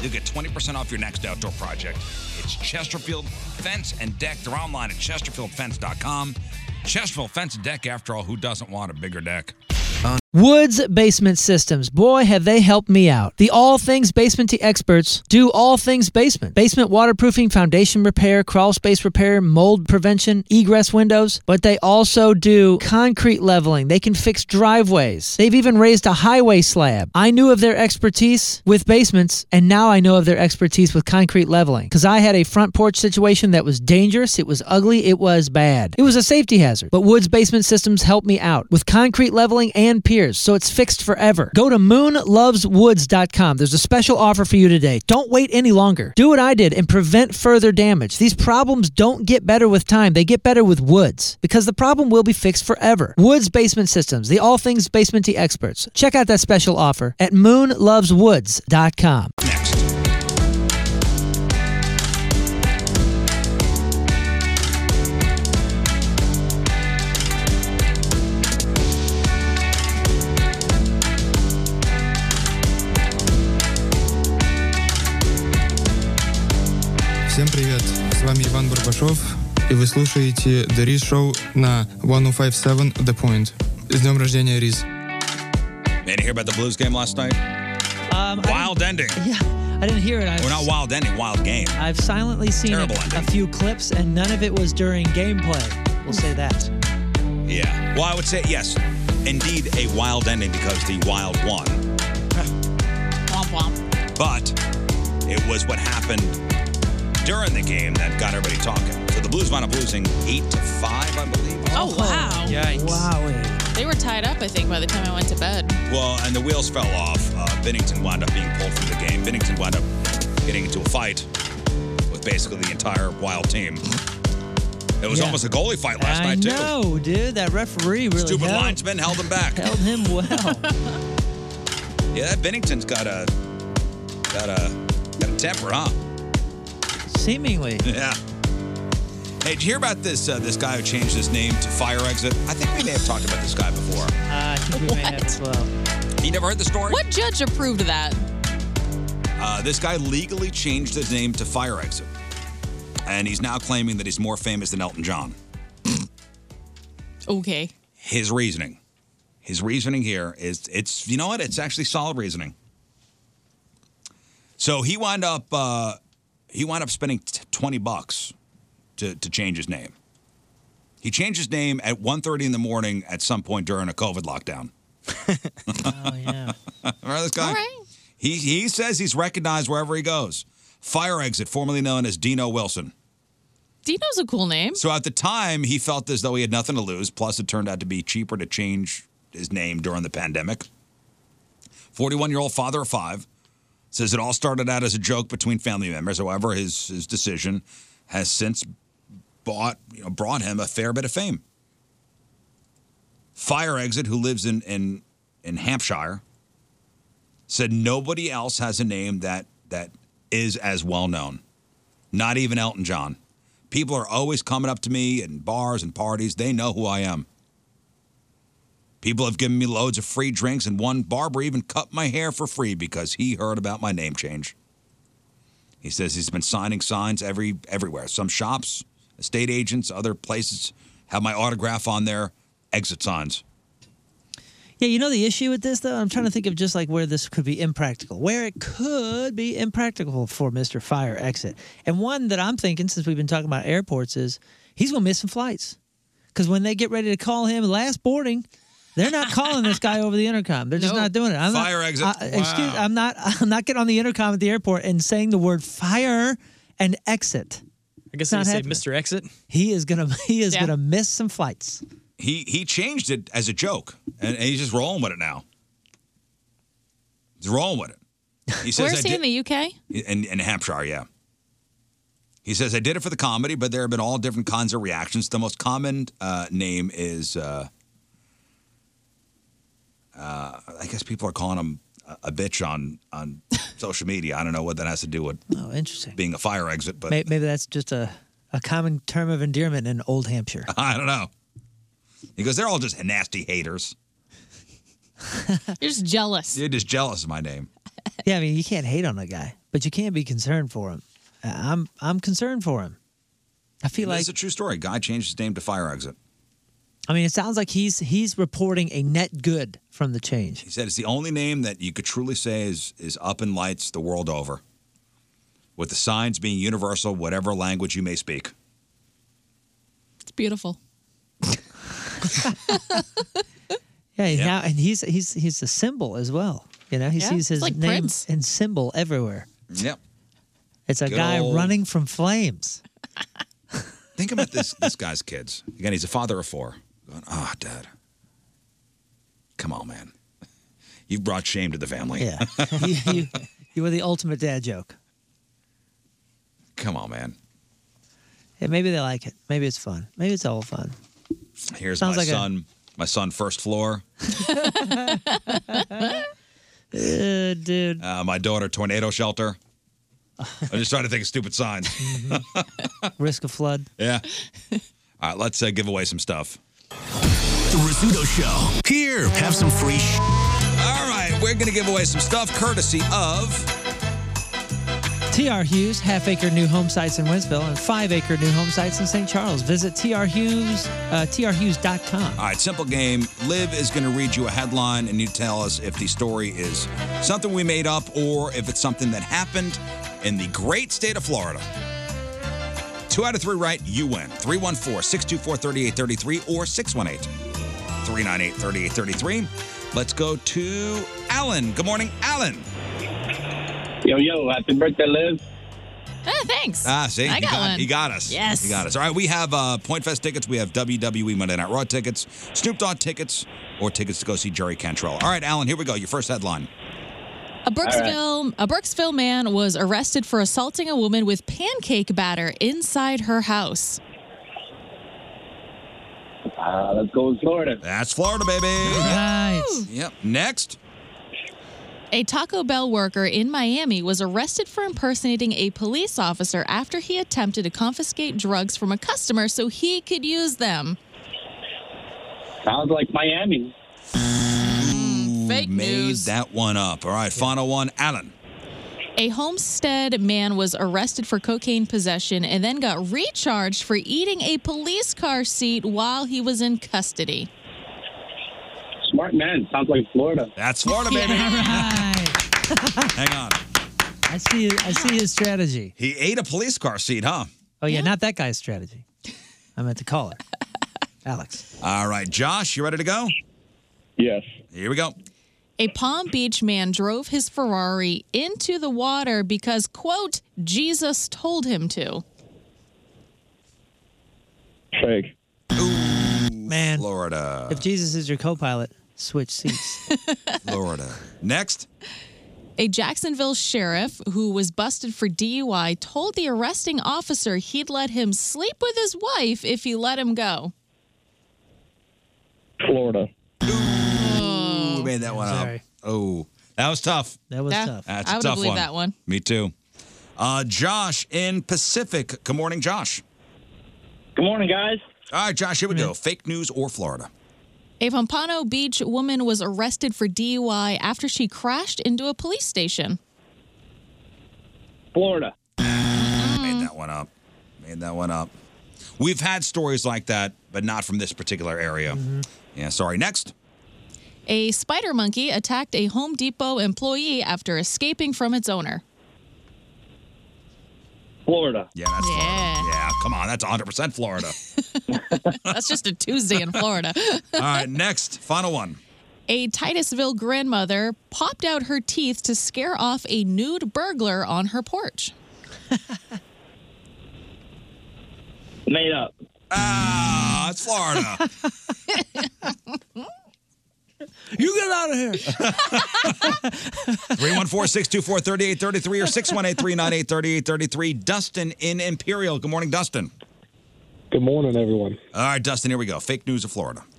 you'll get 20% off your next outdoor project. It's Chesterfield Fence and Deck. They're online at chesterfieldfence.com. Chesterfield Fence and Deck, after all, who doesn't want a bigger deck?
Woods Basement Systems. Boy, have they helped me out. The All Things Basement experts do all things basement. Basement waterproofing, foundation repair, crawl space repair, mold prevention, egress windows, but they also do concrete leveling. They can fix driveways. They've even raised a highway slab. I knew of their expertise with basements, and now I know of their expertise with concrete leveling because I had a front porch situation that was dangerous, it was ugly, it was bad. It was a safety hazard, but Woods Basement Systems helped me out with concrete leveling and piers, so it's fixed forever. Go to moonloveswoods.com. There's a special offer for you today. Don't wait any longer. Do what I did and prevent further damage. These problems don't get better with time, they get better with Woods because the problem will be fixed forever. Woods Basement Systems, the all things basementy experts. Check out that special offer at moonloveswoods.com.
Всем привет, с вами Иван Барбашов, и вы слушаете The Riz Show на 1057 The Point. С днем рождения, Риз.
Did you hear about the Blues game last night?
Um,
wild ending.
Yeah, I didn't hear it. I
We're not wild ending, wild game.
I've silently seen a,
Terrible
a few clips, and none of it was during gameplay. We'll say that.
Yeah. Well, I would say yes, indeed, a wild ending because the wild won.
Womp womp.
But it was what happened during the game that got everybody talking. So the Blues wound up losing eight to five, I believe.
Oh, wow.
Wow.
They were tied up, I think, by the time I went to bed.
Well, and the wheels fell off. Uh, Bennington wound up being pulled from the game. Bennington wound up getting into a fight with basically the entire Wild team. It was
Yeah.
almost a goalie fight last
I
night too.
know, dude. That referee really
Stupid
held,
linesman held him back.
held him well.
Yeah, that Bennington's got a got a got a temper, huh?
Seemingly.
Yeah. Hey, did you hear about this uh, this guy who changed his name to Fire Exit? I think we may have talked about this guy before.
Uh, I think we may have as well.
You never heard the story?
What judge approved that?
Uh, this guy legally changed his name to Fire Exit, and he's now claiming that he's more famous than Elton John.
Okay.
His reasoning, his reasoning here is it's you know what? It's actually solid reasoning. So he wound up uh, he wound up spending t- twenty bucks to to change his name. He changed his name at 1.30 in the morning at some point during a COVID lockdown. oh yeah, remember this guy? He he says he's recognized wherever he goes. Fire Exit, formerly known as Dino Wilson.
Dino's a cool name.
So at the time, he felt as though he had nothing to lose. Plus, it turned out to be cheaper to change his name during the pandemic. 41 year old father of five says it all started out as a joke between family members. However, his, his decision has since bought, you know, brought him a fair bit of fame. Fire Exit, who lives in, in, in Hampshire, said nobody else has a name that that is as well known. Not even Elton John. People are always coming up to me in bars and parties. They know who I am. People have given me loads of free drinks, and one barber even cut my hair for free because he heard about my name change. He says he's been signing signs every everywhere. Some shops, estate agents, other places have my autograph on their exit signs.
Yeah, you know the issue with this though. I'm trying to think of just like where this could be impractical, where it could be impractical for Mr. Fire Exit. And one that I'm thinking, since we've been talking about airports, is he's going to miss some flights because when they get ready to call him last boarding. They're not calling this guy over the intercom. They're just
No.
not doing it. not-
Fire exit.
I- excuse,
Wow.
I'm not. I'm not getting on the intercom at the airport and saying the word fire and exit.
I guess
It's
I
not
say
happening.
Mr. Exit.
He is gonna. He is gonna miss some flights.
He he changed it as a joke, and, and he's just rolling with it now. He's rolling with it. He says,
Where's
I
he
did-
in the UK?
in, in Hampshire, yeah. He says, I did it for the comedy, but there have been all different kinds of reactions. The most common uh, name is, uh, uh, I guess people are calling him a, a bitch on, on social media. I don't know what that has to do with
Oh, interesting.
being a fire exit, but
May- Maybe that's just a, a common term of endearment in Old Hampshire.
I don't know. He goes, they're all just nasty haters.
You're just jealous.
They're just jealous of my name.
yeah, I mean, you can't hate on a guy, but you can't be concerned for him. Uh, I'm I'm concerned for him. I feel
And
like
It's a true story. Guy changed his name to Fire Exit.
I mean, it sounds like he's he's reporting a net good from the change.
He said it's the only name that you could truly say is is up in lights the world over, with the signs being universal, whatever language you may speak.
It's beautiful.
Yeah, and now and he's he's he's a symbol as well. You know, he
Yeah,
sees his
like
name
Prince.
and symbol everywhere.
Yep.
It's a
Good
guy
old-
running from flames.
Think about this this guy's kids. Again, he's a father of four. Going, ah, dad. Come on, man. You've brought shame to the family.
Yeah, you, you, you were the ultimate dad joke.
Come on, man.
Yeah, maybe they like it. Maybe it's fun. Maybe it's all fun.
Here's
Sounds
my
like a-
son. My son, first floor.
dude.
Uh, my daughter, tornado shelter. I'm just trying to think of stupid signs.
Mm-hmm. Risk of flood.
Yeah. All right, let's uh, give away some stuff.
The Rizzuto Show. Here, have some free sh-
All right, we're going to give away some stuff courtesy of.
TR Hughes, half acre new home sites in Winsville and five acre new home sites in St. Charles. Visit TR Hughes, uh, trhughes.com.
All right, simple game. Liv is going to read you a headline, and you tell us if the story is something we made up or if it's something that happened in the great state of Florida. Two out of three right, you win. 314 624 3833 or 618 398 3833. Let's go to Alan. Good morning, Alan.
Yo, yo, happy birthday, Liv.
Ah, thanks.
Ah, see,
I
he,
got
got,
one.
he got us.
Yes.
he got us. All right, we have uh, Point Fest tickets. We have WWE Monday Night Raw tickets, Snoop Dogg tickets, or tickets to go see Jerry Cantrell. All right, Alan, here we go. Your first headline.
A Brooksville, a Brooksville man was arrested for assaulting a woman with pancake batter inside her house.
Uh, let's go with Florida.
That's Florida, baby.
Nice.
Yep. Next.
A Taco Bell worker in Miami was arrested for impersonating a police officer after he attempted to confiscate drugs from a customer so he could use them.
Sounds like Miami.
Fake
Made that one up. All right, final one, Alan.
A Homestead man was arrested for cocaine possession and then got recharged for eating a police car seat while he was in custody.
Smart man. Sounds like Florida.
That's Florida, baby. Hang on.
I see. I see his strategy.
He ate a police car seat, huh?
Oh yeah, not that guy's strategy. I meant to call it. Alex.
All right, Josh, you ready to go?
Yes.
Here we go.
A Palm Beach man drove his Ferrari into the water because, quote, Jesus told him to.
Fake.
Man.
Florida.
If Jesus is your co-pilot, switch seats.
Florida. Next.
A Jacksonville sheriff who was busted for DUI told the arresting officer he'd let him sleep with his wife if he let him go.
Florida.
Who made that one up? Oh, that was tough.
That
was Yeah, tough.
That's
I
a
would've
tough
believed
one.
that one.
Me too. Uh, Josh in Pacific. Good morning, Josh.
Good morning, guys.
All right, Josh, here we
Mm.
go. Fake news or Florida?
A Pompano Beach woman was arrested for DUI after she crashed into a police station.
Florida.
Made that one up. Made that one up. We've had stories like that, but not from this particular area.
Mm-hmm.
Yeah, sorry. Next.
A spider monkey attacked a Home Depot employee after escaping from its owner.
Florida.
Yeah, that's Florida. Yeah, come on. That's 100% Florida.
That's just a Tuesday in Florida.
All right, next. Final one.
A Titusville grandmother popped out her teeth to scare off a nude burglar on her porch.
Made up.
Ah, it's Florida.
you get out of here.
314-624-3833 or 618-398-3833. Dustin in Imperial. Good morning, Dustin.
Good morning, everyone.
All right, Dustin, here we go. Fake news of Florida.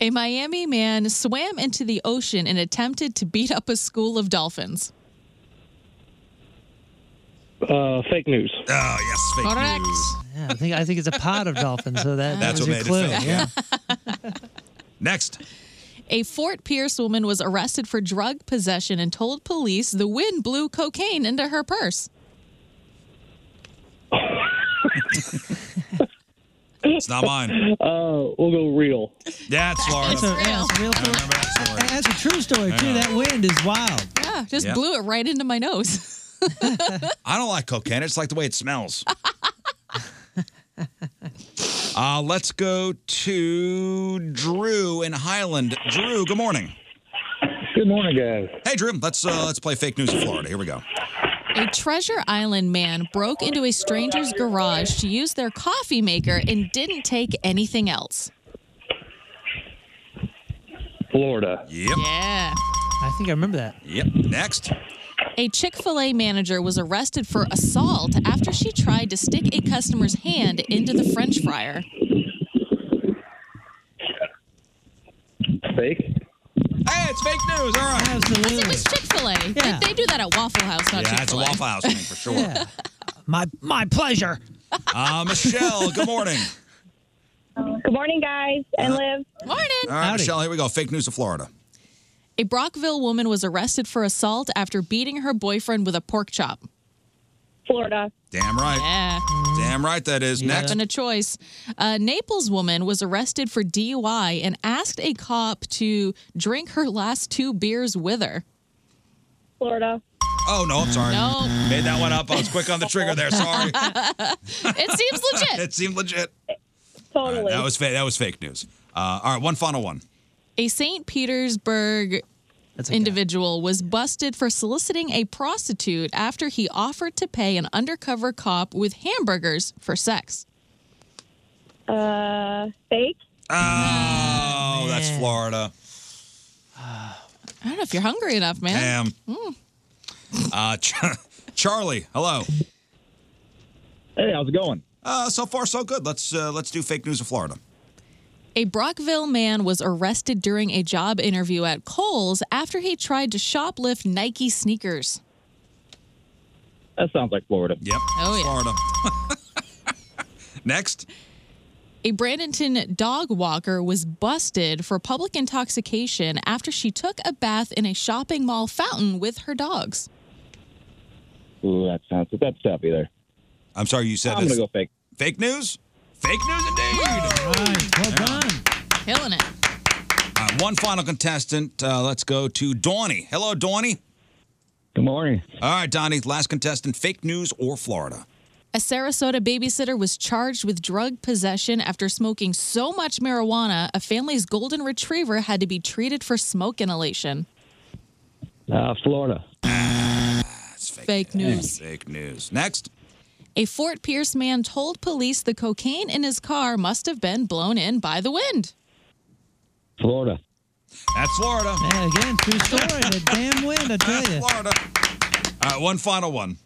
A Miami man swam into the ocean and attempted to beat up a school of dolphins.
Uh, fake news.
Oh, yes, fake
Correct.
Yeah, I think I think it's a pod of dolphins. So that, that
That's
was
what
your
made
clue.
it fake,
yeah.
Next.
A Fort Pierce woman was arrested for drug possession and told police the wind blew cocaine into her purse.
It's not mine.
Uh, we'll go real.
Yeah, it's Florida.
That's a, yeah, it's a real story. Hey, That's a true story too.
Yeah.
That wind is wild.
Yeah, just
Yeah.
blew it right into my nose.
I don't like cocaine. It's like the way it smells. uh, let's go to Drew in Highland. Drew, good morning.
Good morning, guys.
Hey, Drew. Let's uh, let's play fake news of Florida. Here we go.
A Treasure Island man broke into a stranger's garage to use their coffee maker and didn't take anything else.
Florida.
Yep.
Yeah.
I think I remember that.
Yep. Next.
A Chick fil A manager was arrested for assault after she tried to stick a customer's hand into the french fryer.
Fake.
Hey, it's fake news. All right.
Absolutely.
It was Chick fil A.
Yeah.
They, they do that at Waffle House, not
yeah,
Chick
it's a
fil A.
Waffle House thing for sure.
My my pleasure.
Uh, Michelle, good morning.
Good morning, guys, and Liv.
Morning.
Uh-huh. All right, Michelle, here we go. Fake news of Florida.
A Brockville woman was arrested for assault after beating her boyfriend with a pork chop.
Florida.
Damn right.
Yeah.
Damn right that is. Next.
Been a choice. A Naples woman was arrested for DUI and asked a cop to drink her last two beers with her.
Florida.
Oh, no, I'm sorry.
No.
Made that one up. I was quick on the trigger there. Sorry.
it seems legit.
it seemed legit.
Totally.
Uh, That was, fa- that was fake news. Uh, all right, one final one.
A St. Petersburg individual was busted for soliciting a prostitute after he offered to pay an undercover cop with hamburgers for sex.
Uh, fake.
Oh, that's Florida.
I don't know if you're hungry enough, man.
Damn.
Mm.
Uh, Ch- Charlie, hello.
Hey, how's it going?
Uh, so far, so good. Let's uh, let's do fake news of Florida.
A Brockville man was arrested during a job interview at Kohl's after he tried to shoplift Nike sneakers.
That sounds like Florida.
Yep.
Oh, yeah.
Florida. Next.
A Bradenton dog walker was busted for public intoxication after she took a bath in a shopping mall fountain with her dogs.
Ooh, that sounds that's tough either.
I'm sorry, you said
I'm
this-
gonna go fake.
Fake news? Fake news indeed. well done.
Killing it.
one final contestant. Uh, let's go to Donnie. Hello, Donnie.
Good morning.
All right, Donnie. Last contestant. Fake news or Florida?
A Sarasota babysitter was charged with drug possession after smoking so much marijuana, a family's golden retriever had to be treated for smoke inhalation.
Uh, Florida.
That's fake,
news.
Fake news. Next.
A Fort Pierce man told police the cocaine in his car must have been blown in by the wind.
Florida.
That's Florida.
Yeah, again, true story. the damn wind, I tell you.
Florida. All right, one final one.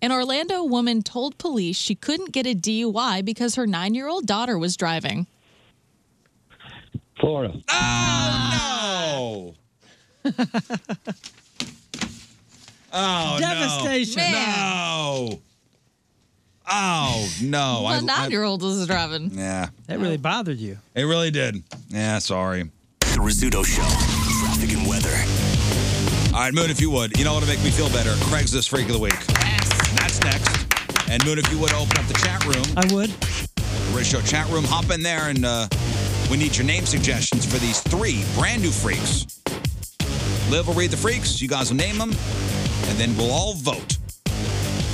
An Orlando woman told police she couldn't get a DUI because her nine year old daughter was driving.
Florida.
Oh. Oh,
Devastation.
No.
Man.
no. Oh, no. I-
the
I-
nine year old was driving.
yeah.
That really bothered you.
It really did. Yeah, sorry. The Rizzuto Show. Traffic and weather. All right, Moon, if you would. You know what would make me feel better? Craigslist Freak of the Week. That's next. And Moon, if you would, open up the chat room.
I would.
The Riz Show chat room. Hop in there, and uh, we need your name suggestions for these three brand new freaks. Liv will read the freaks. You guys will name them, and then we'll all vote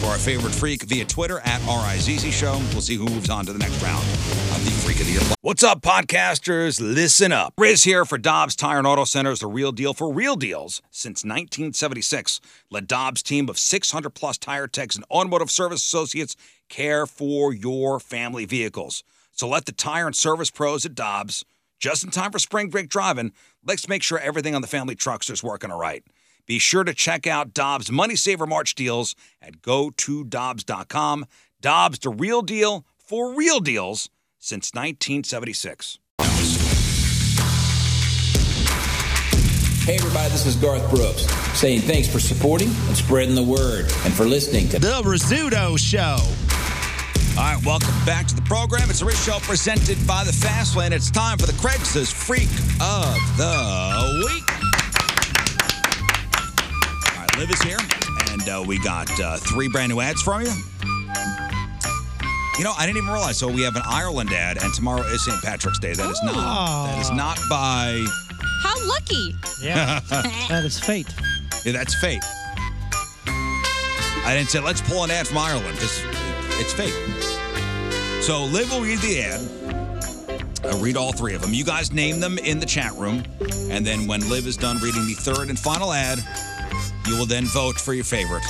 for our favorite freak via Twitter at RIZZ Show. We'll see who moves on to the next round of the Freak of the Year. What's up, podcasters? Listen up. Riz here for Dobbs Tire and Auto Center is the real deal for real deals since 1976. Let Dobbs' team of 600 plus tire techs and automotive service associates care for your family vehicles. So let the tire and service pros at Dobbs, just in time for spring break driving, let's make sure everything on the family truckster's working all right. Be sure to check out Dobbs Money Saver March deals at gotodobbs.com. Dobbs, the real deal for real deals since 1976.
Hey, everybody, this is Garth Brooks saying thanks for supporting and spreading the word and for listening to
The Rizzuto Show. All right, welcome back to the program. It's a rich show presented by the Fast Lane. It's time for the Craigslist Freak of the Week. All right, Liv is here, and uh, we got uh, three brand new ads from you. You know, I didn't even realize. So we have an Ireland ad, and tomorrow is St. Patrick's Day. That is not. That is not by.
How lucky.
that
is fate.
Yeah, that's fate. I didn't say, let's pull an ad from Ireland. This, it's fate. So Liv will read the ad. I'll read all three of them. You guys name them in the chat room. And then when Liv is done reading the third and final ad, you will then vote for your favorite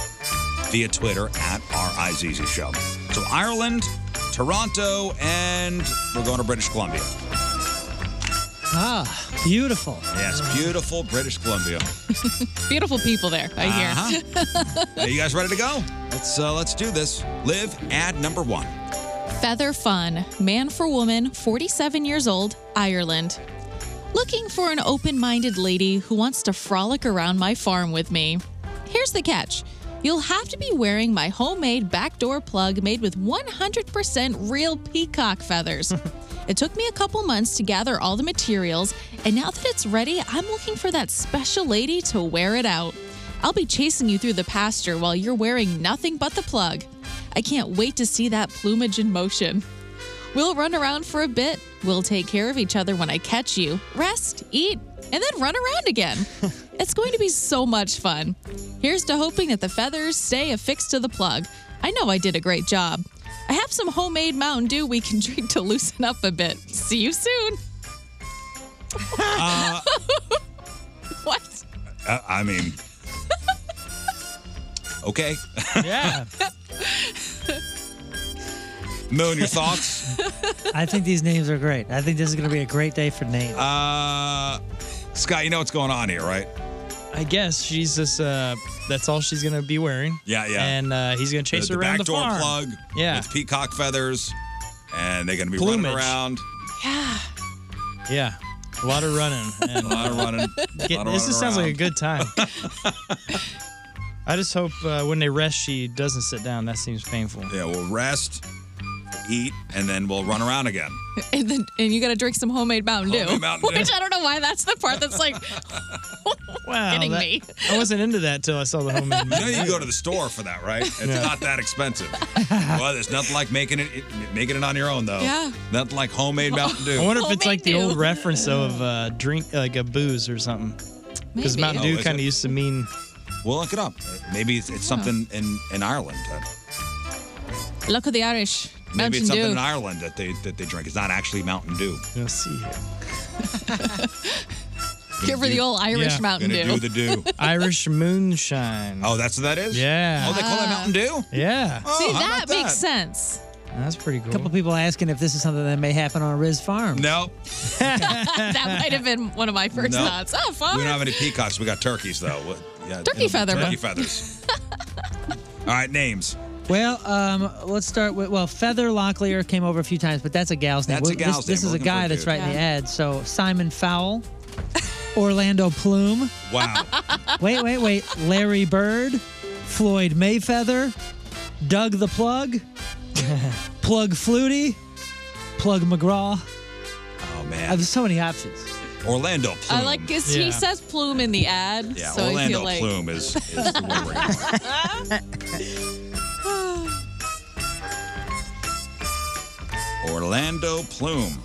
via Twitter at RIZZ Show. So Ireland, Toronto, and we're going to British Columbia.
Ah, beautiful.
Yes, beautiful British Columbia.
Beautiful people there, I hear.
Are you guys ready to go? Let's uh, let's do this. Live ad number one.
Feather Fun, man for woman, 47 years old, Ireland. Looking for an open minded lady who wants to frolic around my farm with me. Here's the catch you'll have to be wearing my homemade backdoor plug made with 100% real peacock feathers. it took me a couple months to gather all the materials, and now that it's ready, I'm looking for that special lady to wear it out. I'll be chasing you through the pasture while you're wearing nothing but the plug. I can't wait to see that plumage in motion. We'll run around for a bit. We'll take care of each other when I catch you. Rest, eat, and then run around again. it's going to be so much fun. Here's to hoping that the feathers stay affixed to the plug. I know I did a great job. I have some homemade Mountain Dew we can drink to loosen up a bit. See you soon.
Uh,
What?
I Uh, I mean, okay.
Yeah.
Moon, your thoughts?
I think these names are great. I think this is going to be a great day for names.
Uh, Scott, you know what's going on here, right?
I guess she's just uh that's all she's gonna be wearing.
Yeah, yeah.
And uh, he's gonna chase
the,
her around
backdoor
the farm.
plug
Yeah.
with peacock feathers, and they're going to be
Plumage.
running around.
Yeah.
Yeah. A lot of running. And
A lot of running.
Get-
A lot of
this
running
just sounds like a
around.
good time. I just hope uh, when they rest, she doesn't sit down. That seems painful.
Yeah, we'll rest, eat, and then we'll run around again.
And then and you got to drink some homemade Mountain Dew.
Homemade Mountain Dew.
Which I don't know why that's the part that's like
Wow,
getting
that-
me.
I wasn't into that till I saw the homemade.
You know you can go to the store for that, right? It's
Yeah.
not that expensive. well, there's nothing like making it making it on your own though.
Yeah.
Nothing like homemade Oh, Mountain Dew.
I wonder if it's like the old reference though of uh, drink, like a booze or something. Because
Maybe.
Mountain
Oh,
Dew
is
kind of
it?
used to mean.
We'll look it up. Maybe it's, it's something in, in Ireland. Uh,
Look at the Irish.
Maybe
Mountain
it's something
Dew.
in Ireland that they that they drink. It's not actually Mountain Dew.
Let's see here.
Here for the old Irish
Yeah.
Mountain Dew.
Irish moonshine.
Oh, that's what that is.
Yeah.
Oh, they call that Mountain Dew.
Yeah.
Oh,
See, that makes sense.
That's pretty cool.
A couple people asking if this is something that may happen on Riz Farm.
No,
that might have been one of my first
No.
thoughts. Oh,
we
fun.
don't have any peacocks. We got turkeys though. What- yeah,
Turkey
it'll-
feather.
Turkey
Yeah.
feathers. All right, names.
Well, um, let's start with well, Feather Locklear came over a few times, but that's a gal's name.
That's a
Well,
gal's
this, This
name.
is a
We're looking for
guy
a
that's
dude.
right in the
Yeah.
ad. So Simon Fowl, Orlando Plume.
Wow.
wait, wait, wait. Larry Bird, Floyd Mayfeather, Doug the Plug, Plug Flutie, Plug McGraw.
Oh
I
man.
have so many options.
Orlando Plume.
I like because he says plume in the ad.
Yeah,
so I
Orlando
feel like...
Plume is- is the word we're Orlando Plume.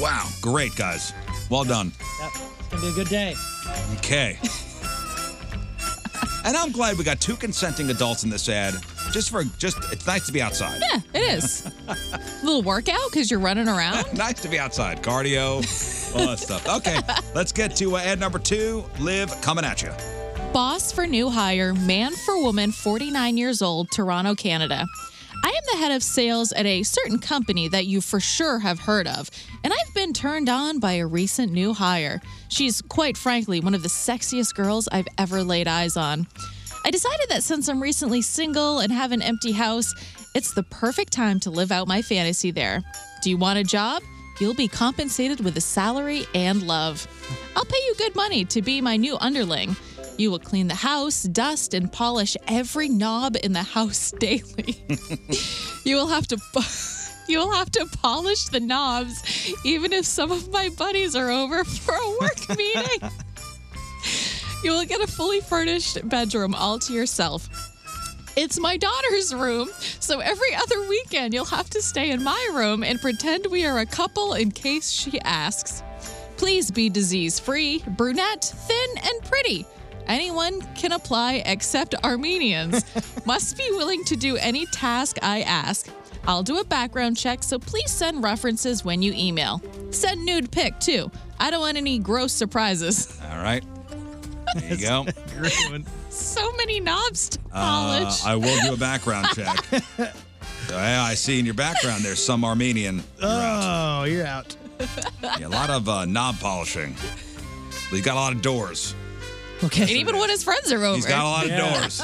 Wow, great guys. Well done.
Yep, It's gonna be a good day.
Okay. and I'm glad we got two consenting adults in this ad. Just for just it's nice to be outside.
yeah, it is. a little workout because you're running around.
nice to be outside. Cardio, all that stuff. Okay, let's get to uh, ad number two. Live coming at you.
Boss for new hire, man for woman, 49 years old, Toronto, Canada. I am the head of sales at a certain company that you for sure have heard of, and I've been turned on by a recent new hire. She's, quite frankly, one of the sexiest girls I've ever laid eyes on. I decided that since I'm recently single and have an empty house, it's the perfect time to live out my fantasy there. Do you want a job? You'll be compensated with a salary and love. I'll pay you good money to be my new underling. You will clean the house, dust, and polish every knob in the house daily. you will have to. You will have to polish the knobs, even if some of my buddies are over for a work meeting. you will get a fully furnished bedroom all to yourself. It's my daughter's room, so every other weekend you'll have to stay in my room and pretend we are a couple in case she asks. Please be disease free, brunette, thin, and pretty. Anyone can apply except Armenians. Must be willing to do any task I ask. I'll do a background check, so please send references when you email. Send nude pic too. I don't want any gross surprises.
All right. There you go.
So many knobs to
Uh,
polish.
I will do a background check. So, yeah, I see in your background there's some Armenian.
Oh, you're out.
Yeah, a lot of uh, knob polishing. He's got a lot of doors.
Okay.
And even when his friends are over.
He's got a lot of doors.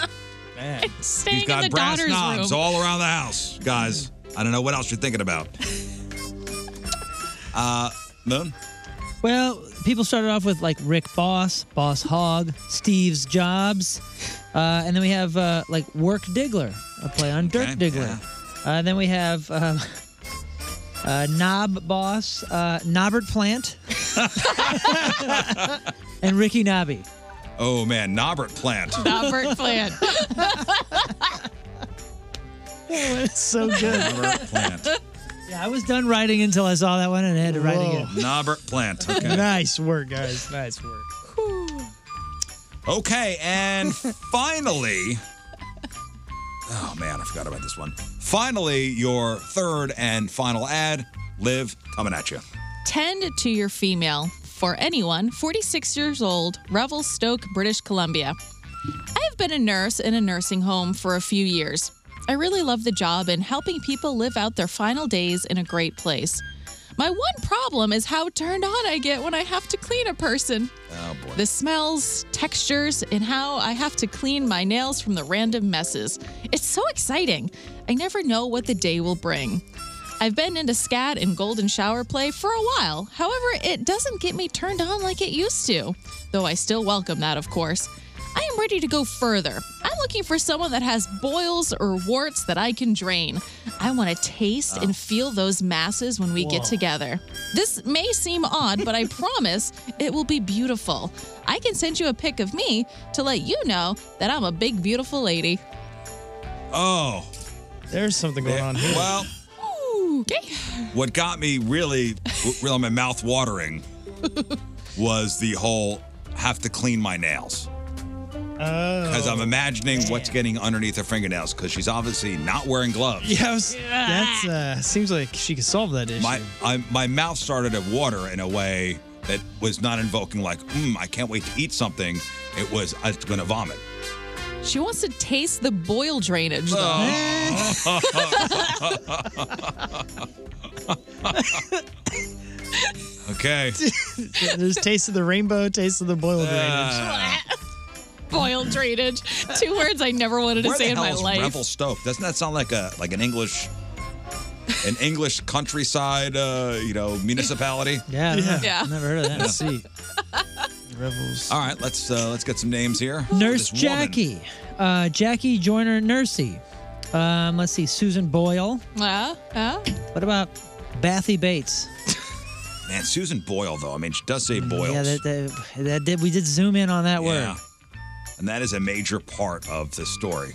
And Staying
He's got
in the
brass
daughter's
knobs
room.
all around the house, guys. I don't know what else you're thinking about. Uh, Moon?
Well, people started off with like Rick Boss, Boss Hogg, Steve's Jobs, uh, and then we have uh, like Work Diggler, a play on Dirk Diggler. Uh, then we have um, uh, Knob Boss, uh, Nobbert Plant, and Ricky Nobby.
Oh man, Nobbert plant.
Nobbert plant.
it's so good.
Nobbert plant.
Yeah, I was done writing until I saw that one and I had to write again.
Nobbert plant. Okay.
Nice work,
Guys, nice work.
Okay, and finally. Oh man, I forgot about this one. Finally, your third and final ad, Live, coming at you.
Tend to your female. For anyone, 46 years old, Revelstoke, British Columbia. I have been a nurse in a nursing home for a few years. I really love the job and helping people live out their final days in a great place. My one problem is how turned on I get when I have to clean a person.
Oh boy.
The smells, textures, and how I have to clean my nails from the random messes. It's so exciting. I never know what the day will bring. I I've been into scat and golden shower play for a while. However, it doesn't get me turned on like it used to, though I still welcome that, of course. I am ready to go further. I'm looking for someone that has boils or warts that I can drain. I want to taste
Oh.
and feel those masses when we get
Whoa.
together. This may seem odd, but I promise it will be beautiful. I can send you a pic of me to let you know that I'm a big, beautiful lady.
Oh.
There's something going on here.
Well,
Okay.
what got me really, what really my mouth watering was the whole have to clean my nails.
Oh.
Because I'm imagining what's getting underneath her fingernails because she's obviously not wearing gloves.
Yeah, I was- that's uh, seems like she could solve that issue.
My I, my mouth started to water in a way that was not invoking like, mm, I can't wait to eat something. It was, I'm going to vomit.
She wants to taste the boil drainage, though.
Oh. okay.
There's taste of the rainbow, taste of the boiled
Uh,
Ah.
boil drainage. Two words I never wanted to
Where
say
the
in
hell
my
is
life.
Revel Stoke? Doesn't that sound like a like an English, an English countryside, uh, you know, municipality?
Yeah, I don't know. Never heard of that.
Yeah.
Let's see. Rebels.
All right, let's uh, let's get some names here.
Nurse
This woman.
Jackie, uh, Jackie Joyner Nursey. Um, let's see, Susan Boyle.
Uh, uh.
What about Bathy Bates?
Man, Susan Boyle though. I mean, she does say Boyle.
Yeah, that, that, that did, we did zoom in on that word.
And that is a major part of the story.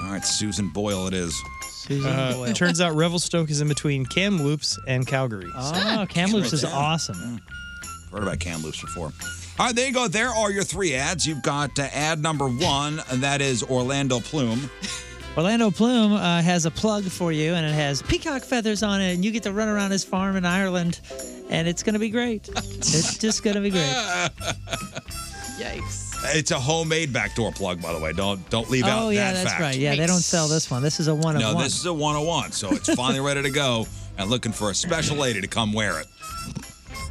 All right, Susan Boyle it is.
Susan
Uh, it turns out Revelstoke is in between Kamloops and Calgary.
Ah,
Oh, Kamloops is awesome.
Heard about Kamloops before. All right, there you go. There are your three ads. You've got uh, ad number one, and that is Orlando Plume.
Orlando Plume uh, has a plug for you, and it has peacock feathers on it, and you get to run around his farm in Ireland, and it's going to be great. it's just going to be great.
Yikes.
It's a homemade backdoor plug, by the way. Don't don't leave out
oh, yeah,
that
that's
fact.
right. Yeah, they don't sell this one. This is a one
no,
of one.
this is a 101, so it's finally ready to go and looking for a special lady to come wear it.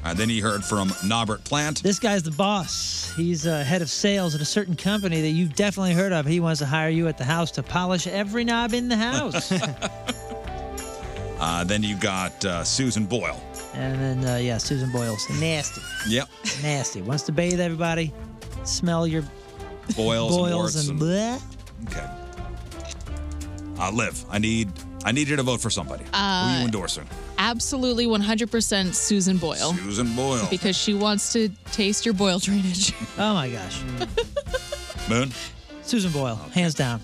And then he heard from Norbert Plant.
This guy's the boss. He's uh, head of sales at a certain company that you've definitely heard of. He wants to hire you at the house to polish every knob in the house.
Uh, then you got uh, Susan Boyle.
and then, uh, yeah, Susan Boyle's nasty,
Yep.
nasty. Wants to bathe everybody, smell your
Boyles, and
boils
warts.
and,
And,
bleh.
okay. Uh, Liv, I need I need you to vote for somebody. Who
Uh,
are you endorsing?
Absolutely 100% Susan Boyle.
Susan Boyle.
Because she wants to taste your boil drainage.
Oh my gosh.
Moon?
Susan Boyle, hands down.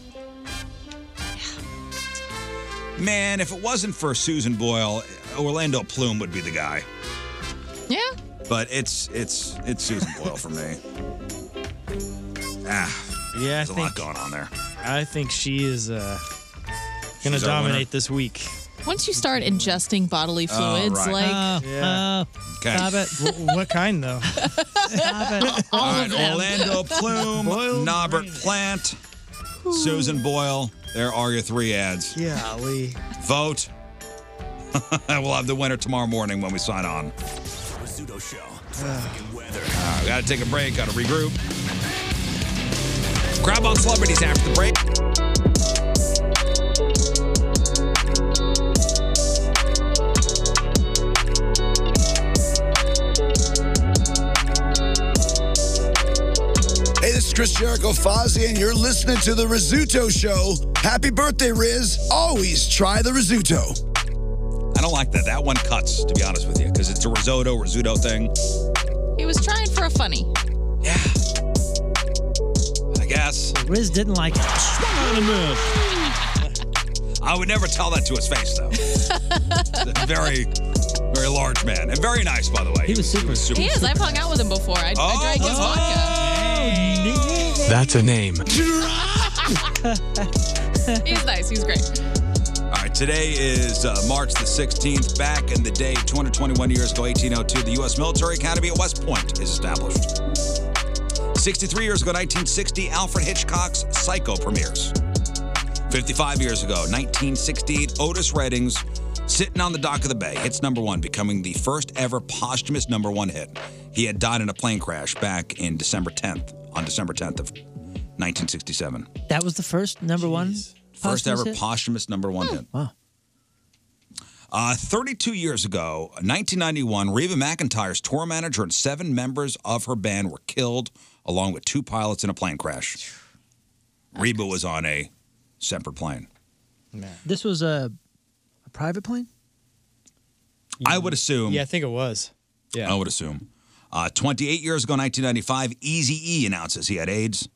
Man, if it wasn't for Susan Boyle, Orlando Plume would be the guy.
Yeah.
But it's it's it's Susan Boyle for me. Ah,
yeah,
there's
I
a
think-
lot going on there.
I think she is uh, going to
She's our winner.
dominate this week.
Once you start ingesting bodily
Oh,
fluids,
right.
like.
Yeah.
Okay. Stop
uh, it. what kind, though?
All
All
of
right,
them.
Orlando Plume, Norbert Plant, Susan Boyle. There are your three ads.
Yeah, we.
Vote. we'll have the winner tomorrow morning when we sign on.
Rizzuto Show.
Uh, we gotta take a break, gotta regroup. Grab on celebrities after the break.
Hey, this is Chris Jericho Fozzy, and you're listening to The Rizzuto Show. Happy birthday, Riz. Always try The Rizzuto.
I don't like that. That one cuts, to be honest with you, because it's a risotto, risotto thing.
oh.
He was trying for a funny.
I guess.
Riz didn't like it.
I would never tell that to his face, though. He's a very, very large man. And very nice, by the way. He was super,
He is. I've hung out with him before. I, I
Oh,
drank his
Oh,
That's a name.
vodka. He's nice. He's great.
All right, today is uh, March the 16th. Back in the day, 221 years ago, 1802, the U.S. Military Academy at West Point is established. 63 years ago, 1960, Alfred Hitchcock's Psycho premieres. 55 years ago, 1968, Otis Redding's Sitting on the Dock of the Bay hits number one, becoming the first ever posthumous number one hit. He had died in a plane crash back in December 10th, on December 10th of 1967.
That was the first number one.
First ever
posthumous hit?
posthumous number one hit.
Wow.
Uh, 32 years ago, 1991, Reba McIntyre's tour manager and seven members of her band were killed, along with two pilots in a plane crash. Reba was on a separate plane.
This was a, a private plane.
I would assume.
Yeah, I think it was.
Yeah. I would assume. Uh, 28 years ago, 1995, Easy E announces he had AIDS.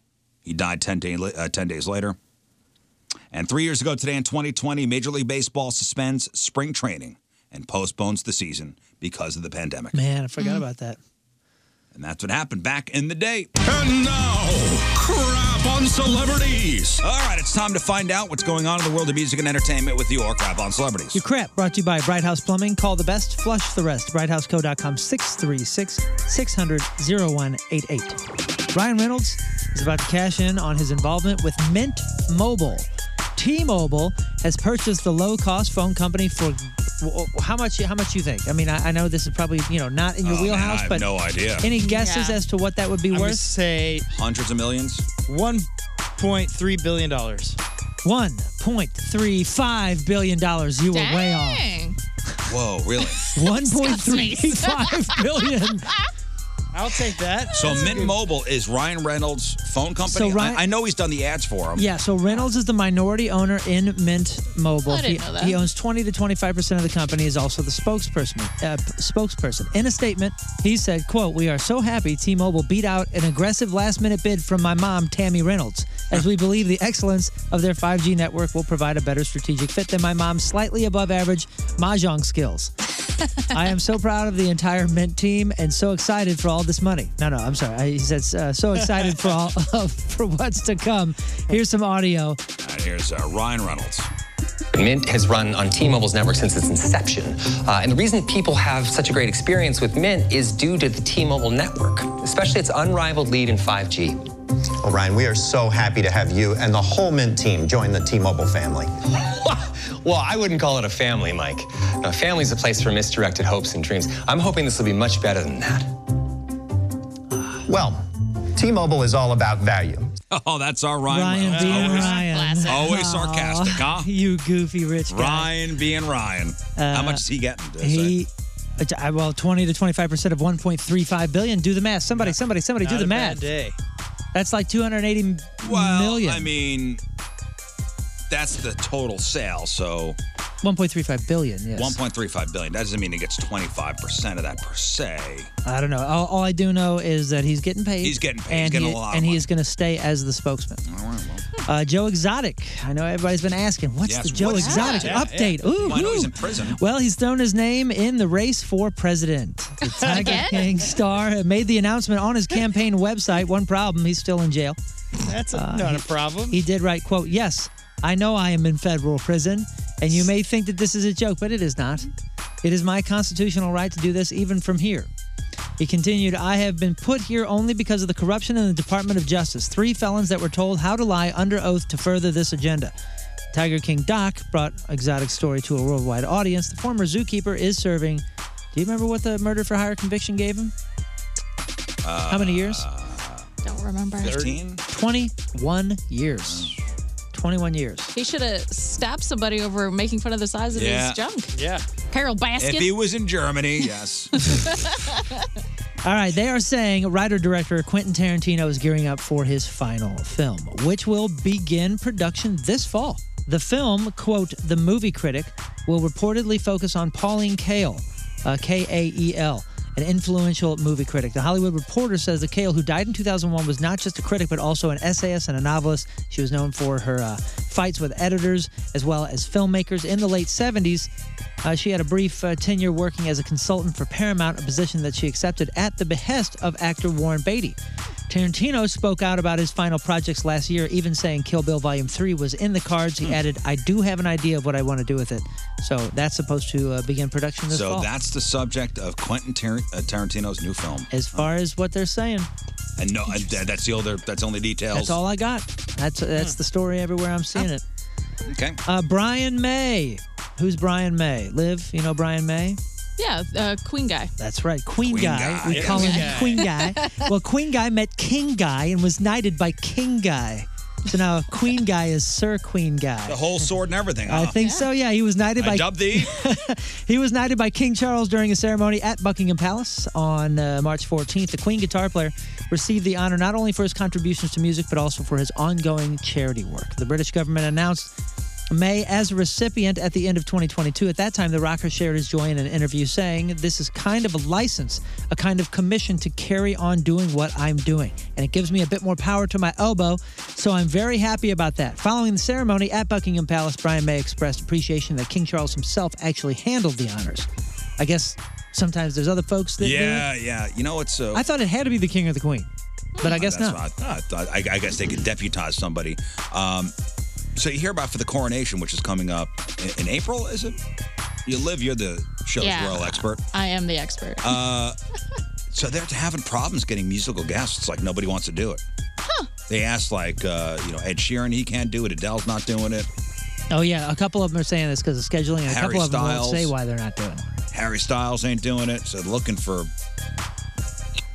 He died 10, day, uh, 10 days later. And three years ago today in 2020, Major League Baseball suspends spring training and postpones the season because of the pandemic.
Man, I
Mm-hmm.
forgot about that.
And that's what happened back in the day.
And now, crap on celebrities.
All right, it's time to find out what's going on in the world of music and entertainment with your crap on celebrities.
Your crap brought to you by Bright House Plumbing. Call the best, flush the rest. BrightHouseCo.com 636 600 0188. Ryan Reynolds is about to cash in on his involvement with Mint Mobile. T Mobile has purchased the low cost phone company for. w- How much? How much you think? I mean, I, I know this is probably you know not in your
Oh, man,
wheelhouse,
I have
but
no idea.
Any guesses
Yeah.
as to what that would be
I would
worth?
say
Hundreds of millions?
$1.3 billion.
One point three five billion dollars. You were way off.
Whoa, really?
One point three five billion.
I'll take that.
So Mint Mobile is Ryan Reynolds' phone
So
company.
Ryan-
I, I know he's done the ads for him.
Yeah, so Reynolds is the minority owner in Mint Mobile.
I didn't
he,
know that.
he owns 20 to 25% of the company is also the spokesperson. Uh, p- spokesperson. In a statement, he said, quote, "We are so happy T-Mobile beat out an aggressive last-minute bid from my mom, Tammy Reynolds, as we believe the excellence of their 5G network will provide a better strategic fit than my mom's slightly above average mahjong skills." I am so proud of the entire Mint team and so excited for all this money. No, no, I'm sorry. I, he says uh, so excited for all of, for what's to come. Here's some audio.
All right, here's uh, Ryan Reynolds.
Mint has run on T Mobile's network since its inception. Uh, and the reason people have such a great experience with Mint is due to the T Mobile network, especially its unrivaled lead in 5G.
Well, Ryan, we are so happy to have you and the whole Mint team join the T-Mobile family.
Well, I wouldn't call it a family, Mike. A family's a place for misdirected hopes and dreams. I'm hoping this will be much better than that.
Well, T-Mobile is all about value.
Oh, that's our Ryan,
Ryan
Reynolds.
being
always,
Ryan.
Classic.
always
Aw.
sarcastic, huh?
You goofy rich guy.
Ryan being Ryan.
Uh,
How much is he getting? Does it-
He, uh, I- well, 20 to 25 percent of 1.35 billion. Do the math. Somebody, somebody, somebody, do
Not
the
a bad
math.
day.
That's like 280 m-
well,
million.
I mean, that's the total sale. So
1.35 billion. Yes.
1.35 billion. That doesn't mean he gets 25 percent of that per se.
I don't know. All, all I do know is that he's getting paid.
He's getting paid. He's
And
getting
he,
a lot of
And he is going to stay as the spokesman.
All right, well.
Uh, Joe Exotic. I know everybody's been asking, what's
Yes,
the Joe
what's
Exotic
that? Yeah,
update?
yeah.
Ooh,
Well, I know he's
ooh.
in prison.
Well, he's thrown his name in the race for president. The Tiger
Again?
King star made the announcement on his campaign website. One problem, he's still in jail.
That's a,
Uh,
not a
he-
problem.
He did write, quote, yes, I know I am in federal prison, and you may think that this is a joke, but it is not. It is my constitutional right to do this even from here. He continued, I have been put here only because of the corruption in the Department of Justice. Three felons that were told how to lie under oath to further this agenda. Tiger King Doc brought Exotic Story to a worldwide audience. The former zookeeper is serving. Do you remember what the murder for hire conviction gave him?
Uh,
How many years?
Don't remember.
15?
21 years. 21 years.
He should have stabbed somebody over making fun of the size of
Yeah.
his junk.
Yeah.
Carol Baskin.
If he was in Germany, yes.
All right, they are saying writer director Quentin Tarantino is gearing up for his final film, which will begin production this fall. The film, quote, the movie critic, will reportedly focus on Pauline Kael, uh, K A E L, an influential movie critic. The Hollywood Reporter says that Kael, who died in 2001, was not just a critic, but also an essayist and a novelist. She was known for her uh, fights with editors as well as filmmakers. In the late 70s, uh, she had a brief uh, tenure working as a consultant for Paramount, a position that she accepted at the behest of actor Warren Beatty. Tarantino spoke out about his final projects last year, even saying Kill Bill Volume 3 was in the cards. He added, I do have an idea of what I want to do with it. So that's supposed to uh, begin production this
so
fall.
that's the subject of Quentin Tar- uh, Tarantino's new film.
as far as what they're saying,
And no, and th- that's the older. That's only details.
that's all I got. That's, that's the story everywhere I'm seeing it.
Hmm. Okay.
Uh, Brian May. Who's Brian May? Liv, you know Brian May?
yeah, uh, Queen guy.
That's right, Queen,
Queen
Guy.
Guy,
We
yes.
call him Queen
Queen
Guy.
Guy.
well, Queen Guy met King Guy and was knighted by King Guy. So now Queen Guy is Sir Queen Guy.
The whole sword and everything. Uh,
I
huh?
think so. Yeah, he was knighted
I
by
dub thee.
he was knighted by King Charles during a ceremony at Buckingham Palace on uh, March 14th. The Queen guitar player received the honor not only for his contributions to music but also for his ongoing charity work. The British government announced May as a recipient at the end of 2022. At that time, the rocker shared his joy in an interview saying, This is kind of a license, a kind of commission to carry on doing what I'm doing. And it gives me a bit more power to my elbow, so I'm very happy about that. Following the ceremony at Buckingham Palace, Brian May expressed appreciation that King Charles himself actually handled the honors. I guess sometimes there's other folks that do it.
Yeah, yeah. You know, it's. Uh,
I thought it had to be the king or the queen, but I guess
That's
not.
what I, thought. I, I guess they could deputize somebody. Um, so you hear about for the coronation, which is coming up in, in April, is it? You live, you're the show's
Yeah.
royal expert.
I am the expert.
Uh, so they're having problems getting musical guests. Like nobody wants to do it. They asked like uh, you know Ed Sheeran, he can't do it. Adele's not doing it.
Oh, yeah. A couple of them are saying this because of scheduling, and a
Harry
couple of them
Styles.
won't say why they're not doing it.
Harry Styles ain't doing it. So looking for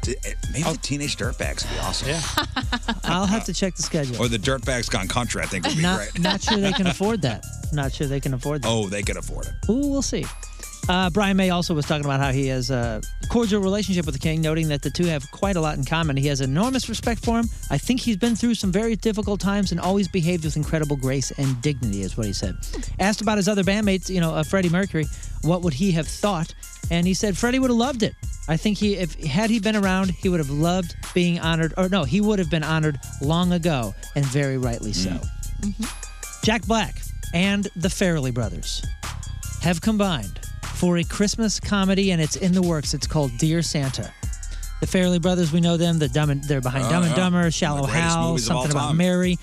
eh, maybe the teenage dirtbags would be awesome. Yeah.
I'll have to check the schedule.
Or the dirtbags gone country. I think would be
not,
great.
not sure they can afford that. Not sure they can afford that.
Oh, they can afford it.
Ooh, we'll see. Uh, Brian May also was talking about how he has a cordial relationship with the king, noting that the two have quite a lot in common. He has enormous respect for him. I think he's been through some very difficult times and always behaved with incredible grace and dignity, is what he said. Asked about his other bandmates, you know, uh, Freddie Mercury, what would he have thought? And he said Freddie would have loved it. I think he, if had he been around, he would have loved being honored, or no, he would have been honored long ago, and very rightly so. Jack Black and the Farrelly brothers have combined for a Christmas comedy, and it's in the works. It's called Dear Santa. The Farrelly brothers, we know them. The dumb and, they're behind
Oh,
Dumb and
yeah.
Dumber, Shallow
The greatest
Hal,
movies of all
something about
time.
Mary.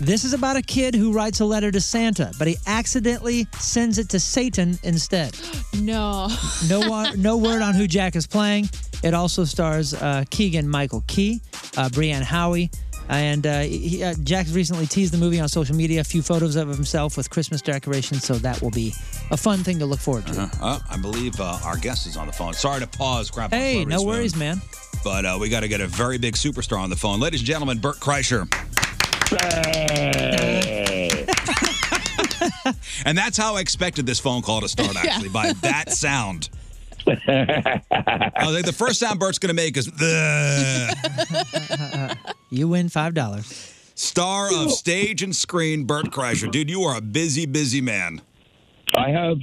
This is about a kid who writes a letter to Santa, but he accidentally sends it to Satan instead.
no.
No, wa- no word on who Jack is playing. It also stars uh, Keegan Michael Key, uh, Brianne Howie, and uh, he, uh, Jack's recently teased the movie on social media. A few photos of himself with Christmas decorations, so that will be a fun thing to look forward to.
Uh, uh, I believe uh, our guest is on the phone. Sorry to pause. Crap. on
Hey,
Flurry's
no
phone.
worries, man.
But uh, we got to get a very big superstar on the phone, ladies and gentlemen. Bert Kreischer. and that's how I expected this phone call to start, actually, by that sound. I was like, the first sound Bert's going to make is the
You win five dollars.
star of stage and screen, Bert Kreischer. Dude, you are a busy, busy man.
I have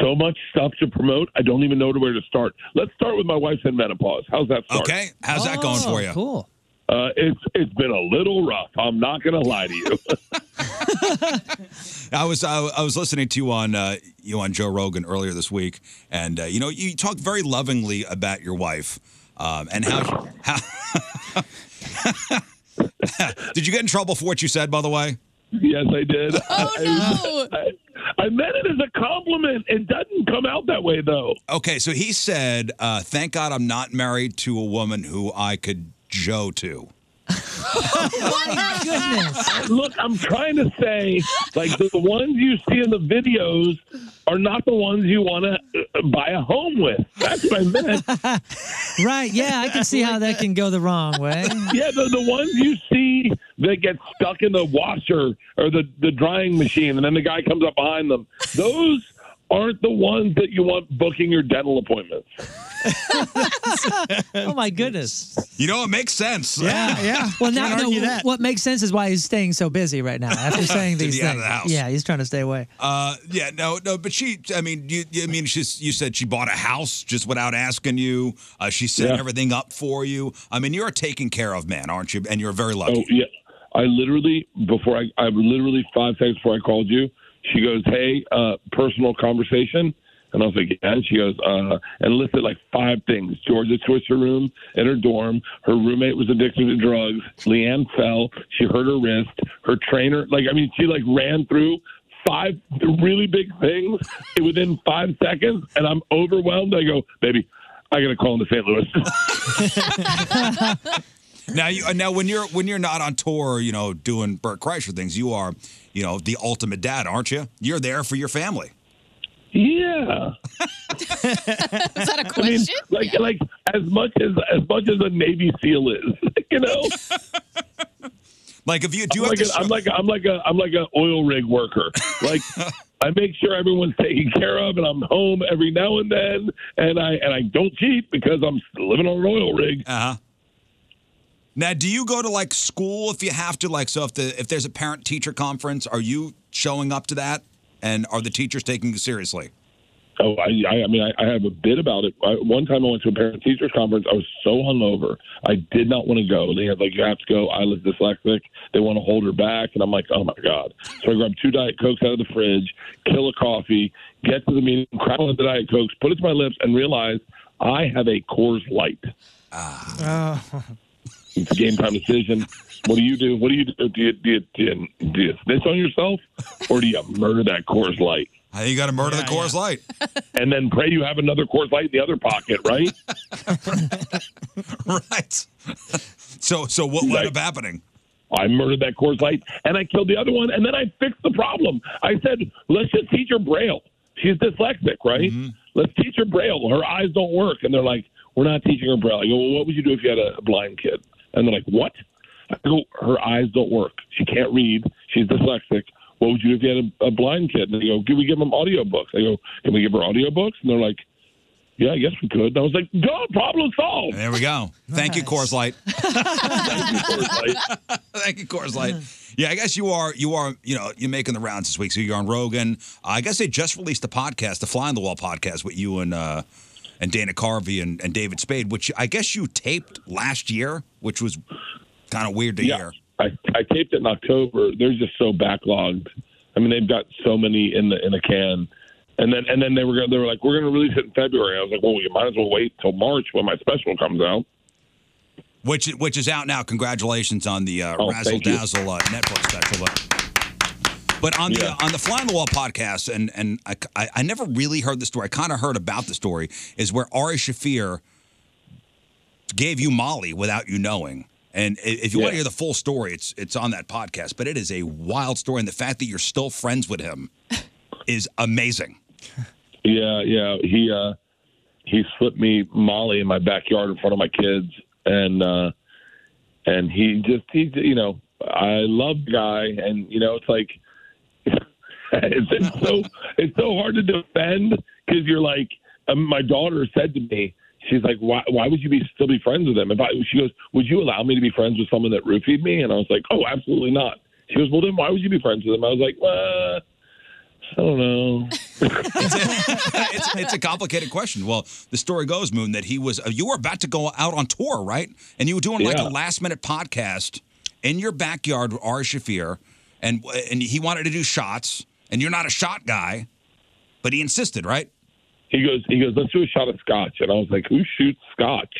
so much stuff to promote. I don't even know where to start. Let's start with my wife's in menopause. How's that start?
Okay, how's that going
Oh,
for you?
Oh, Cool.
Uh, it's it's been a little rough. I'm not going to lie to you.
I was I, I was listening to you on uh, you on Joe Rogan earlier this week, and uh, you know you talk very lovingly about your wife um, and how. how did you get in trouble for what you said? By the way.
Yes, I did. Oh no! I, I meant it as a compliment. It doesn't come out that way though.
Okay, so he said, uh, "Thank God I'm not married to a woman who I could Joe to."
my goodness! Look, I'm trying to say, like the ones you see in the videos are not the ones you want to buy a home with. That's what I meant.
Right? Yeah, I can see how that can go the wrong way.
yeah, the, the ones you see that get stuck in the washer or the, the drying machine, and then the guy comes up behind them. Those aren't the ones that you want booking your dental appointments.
oh my goodness.
You know, it makes sense.
Well, now no, what makes sense is why he's staying so busy right now after saying
To
these
be
things.
out of the house.
Yeah, he's trying to stay away.
Uh, yeah, no, no, but she, I mean, you, you- I mean, she's, you said she bought a house just without asking you. Uh, she set
Yeah.
everything up for you. I mean, you're a taken care of man, aren't you? And you're very
Oh
lucky.
yeah, I literally before I I literally five seconds before I called you, she goes, "Hey, uh, personal conversation," and I was like, "Yeah." And she goes, uh, and listed like five things: Georgia switched her room in her dorm. Her roommate was addicted to drugs. Leanne fell. She hurt her wrist. Her trainer, like I mean, she like ran through. Five really big things within five seconds, and I'm overwhelmed. I go, baby, I gotta call into St. Louis.
Now, you, uh, now when you're, when you're not on tour, you know, doing Burt Kreischer things, you are, you know, the ultimate dad, aren't you? You're there for your family.
Yeah.
Is that a
I mean,
question?
like, like as much as as much as a Navy SEAL is, you know.
Like if you do
I'm
have
like,
to
a, I'm like a, I'm like a I'm like an oil rig worker. Like I make sure everyone's taken care of, and I'm home every now and then, and I and I don't cheat because I'm living on an oil rig.
Uh huh. Now, do you go to like school if you have to? Like, so if the if there's a parent teacher conference, are you showing up to that? And are the teachers taking you seriously?
Oh, I, I I mean, I, I have a bit about it. I, one time I went to a parent teachers conference. I was so hungover. I did not want to go. They had, like, you have to go. I was dyslexic. They want to hold her back. And I'm like, oh my God. So I grabbed two Diet Cokes out of the fridge, kill a coffee, get to the meeting, crack one of the Diet Cokes, put it to my lips, and realize I have a Coors Light. It's a game time decision. What do you do? What do you do? Do you, do you, do you, do you snitch on yourself or do you murder that Coors Light?
I think you got to murder the Coors Light.
And then pray you have another Coors Light in the other pocket, right?
right. So, so what wound up happening?
I murdered that Coors Light and I killed the other one, and then I fixed the problem. I said, let's just teach her Braille. She's dyslexic, right?
Mm-hmm.
Let's teach her Braille. Her eyes don't work. And they're like, we're not teaching her Braille. I go, well, what would you do if you had a blind kid? And they're like, what? I go, her eyes don't work. She can't read. She's dyslexic. What would you do if you had a, a blind kid? And they go, can we give them audiobooks? I go, can we give her audiobooks? And they're like, yeah, I guess we could. And I was like, duh, problem solved.
There we go. Thank you, Coors Light. Thank you, Coors Light. Yeah, I guess you are. You are. You know, you're making the rounds this week. So you're on Rogan. I guess they just released a podcast, the Fly on the Wall podcast, with you and uh, and Dana Carvey and, and David Spade, which I guess you taped last year, which was kind of weird to hear.
I, I taped it in October. They're just so backlogged. I mean, they've got so many in the in a can, and then and then they were gonna, they were like, we're going to release it in February. I was like, well, you might as well wait till March when my special comes out.
Which which is out now. Congratulations on the uh,
Oh,
Razzle
thank you.
Dazzle uh, Netflix special. But, but on the
Yeah.
uh, on the Fly on the Wall podcast, and and I, I, I never really heard the story. I kind of heard about the story is where Ari Shafir gave you Molly without you knowing. And i- if you want to
Yeah.
hear the full story, it's it's on that podcast. But it is a wild story, and the fact that you're still friends with him is amazing.
Yeah, yeah. He uh he slipped me Molly in my backyard in front of my kids and uh and he just he you know, I love the guy and you know, it's like it's just so it's so hard to defend cuz you're like um, my daughter said to me She's like, why? Why would you be still be friends with him? If I, she goes, would you allow me to be friends with someone that roofied me? And I was like, oh, absolutely not. She goes, well, then why would you be friends with him? I was like, uh, I don't know.
it's, it's a complicated question. Well, the story goes, Moon, that he was uh, you were about to go out on tour, right? And you were doing like
Yeah.
a last minute podcast in your backyard with Ari Shafir, and uh, and he wanted to do shots, and you're not a shot guy, but he insisted, right?
he goes, he goes, let's do a shot of scotch. And I was like, who shoots scotch?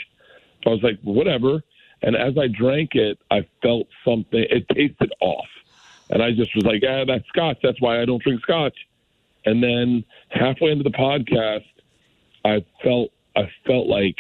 So I was like, whatever. And as I drank it, I felt something. It tasted off. And I just was like, ah, that's scotch. That's why I don't drink scotch. And then halfway into the podcast, I felt, I felt like,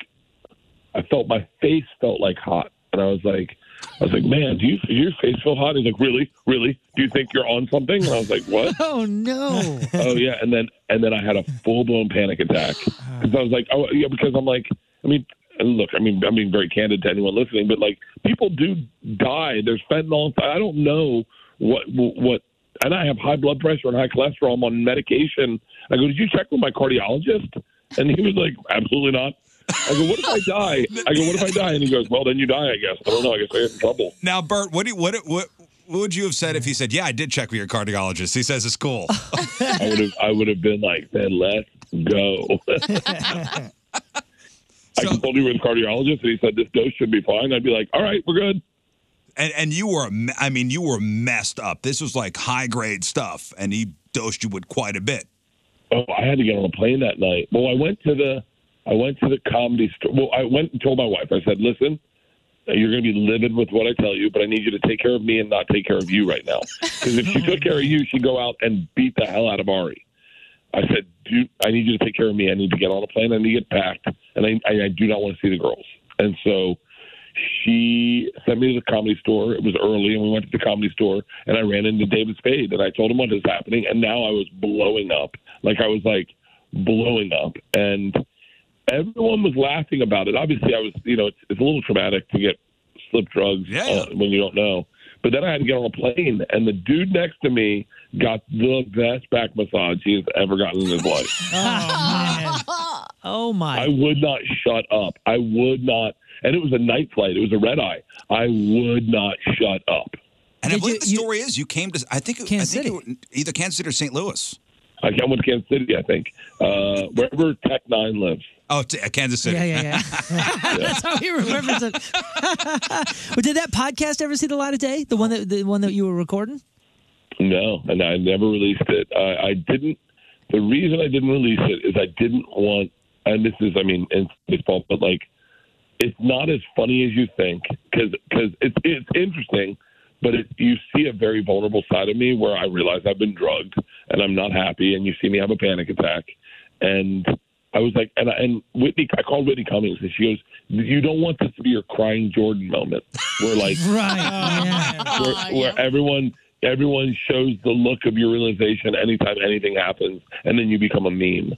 I felt my face felt like hot. And I was like, I was like, man, do you, do your face feel hot? He's like, really, really? Do you think you're on something? And I was like, what?
Oh no.
oh yeah, and then and then I had a full blown panic attack because I was like, oh yeah, because I'm like, I mean, and look, I mean, I'm being very candid to anyone listening, but like people do die. There's fentanyl. I don't know what what, and I have high blood pressure and high cholesterol. I'm on medication. I go, did you check with my cardiologist? And he was like, absolutely not. I go, what if I die? I go, what if I die? And he goes, well, then you die, I guess. I don't know. I guess I get in trouble.
Now, Bert, what do you, what what what would you have said if he said, "Yeah, I did check with your cardiologist. He says it's cool."
I would have, I would have been like, then let's go. I told you with cardiologist, and he said this dose should be fine. I'd be like, all right, we're good.
and and you were me- I mean you were messed up. This was like high grade stuff, and he dosed you with quite a bit.
Oh, I had to get on a plane that night. Well, I went to the, I went to the comedy store. Well, I went and told my wife. I said, listen, you're going to be livid with what I tell you, but I need you to take care of me and not take care of you right now. Because if she took care of you, she'd go out and beat the hell out of Ari. I said, Dude, I need you to take care of me. I need to get on a plane. I need to get packed, and I, I, I do not want to see the girls. And so she sent me to the comedy store. It was early, and we went to the comedy store, and I ran into David Spade, and I told him what was happening, and now I was blowing up. Like I was like blowing up, and everyone was laughing about it. Obviously, I was, you know, it's, it's a little traumatic to get slip drugs uh, when you don't know. But then I had to get on a plane, and the dude next to me got the best back massage he's ever gotten in his life.
Oh, man. oh my.
I would not shut up. I would not. And it was a night flight. It was a red eye. I would not shut up.
And I believe the story is you came to. I think, it- I think it, either Kansas City or St. Louis.
I I went to Kansas City, I think, uh, wherever Tech Nine lives.
Oh, t- Kansas City.
Yeah, yeah, yeah. That's how he remembers it. but did that podcast ever see the light of day? The one that the one that you were recording?
No, and I never released it. I, I didn't. The reason I didn't release it is I didn't want. And this is, I mean, it's his fault, but like, it's not as funny as you think because it's it's interesting, but it, you see a very vulnerable side of me where I realize I've been drugged and I'm not happy, and you see me have a panic attack, and I was like, and I, and Whitney, I called Whitney Cummings, and she goes, "You don't want this to be your crying Jordan moment, where like,
right,
where, where everyone everyone shows the look of your realization anytime anything happens, and then you become a meme.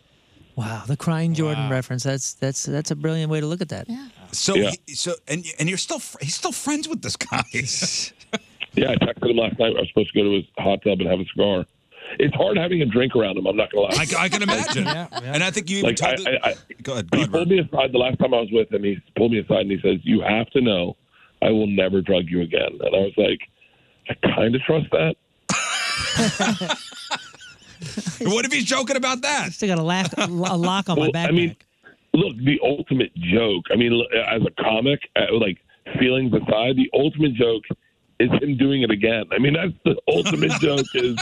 Wow, the crying Jordan reference. That's that's that's a brilliant way to look at that. Yeah.
So,
Yeah.
he, so, and and you're still fr- he's still friends with this guy.
Yeah, I texted him last night. I was supposed to go to his hot tub and have a cigar. It's hard having a drink around him. I'm not gonna lie.
I, I can imagine. And I think you even
Like,
told.
I-
the-
I- I-
go ahead.
he pulled me aside the last time I was with him. He pulled me aside and he says, "You have to know, I will never drug you again." And I was like, I kind of trust that.
What if he's joking about that?
Still got a lock, a lock on my
Well,
back.
I mean, look, the ultimate joke. I mean, l- as a comic, uh, like feelings aside, the ultimate joke is him doing it again. I mean, that's the ultimate joke. Is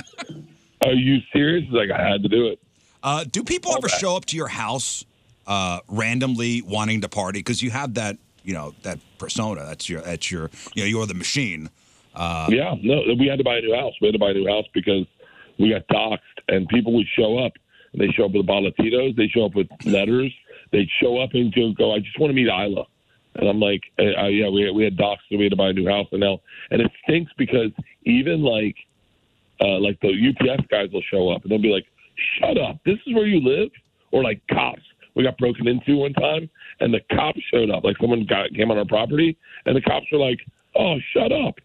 are you serious? He's like, I had to do it.
Uh, do people ever show up to your house uh, randomly wanting to party? Because you have that, you know, that persona. That's your, that's your, you know, you're the machine. Uh,
yeah, no, we had to buy a new house. We had to buy a new house because we got doxxed, and people would show up. And they show up with a bottle of Tito's. They show up with letters. They'd show up and go, go, I just want to meet Isla. And I'm like, uh, uh, yeah, we, we had doxxed, so we had to buy a new house. And now, and it stinks because even like, uh, like the UPS guys will show up and they'll be like, shut up. This is where you live? Or like cops. We got broken into one time and the cops showed up. Like someone got, came on our property and the cops were like, oh, shut up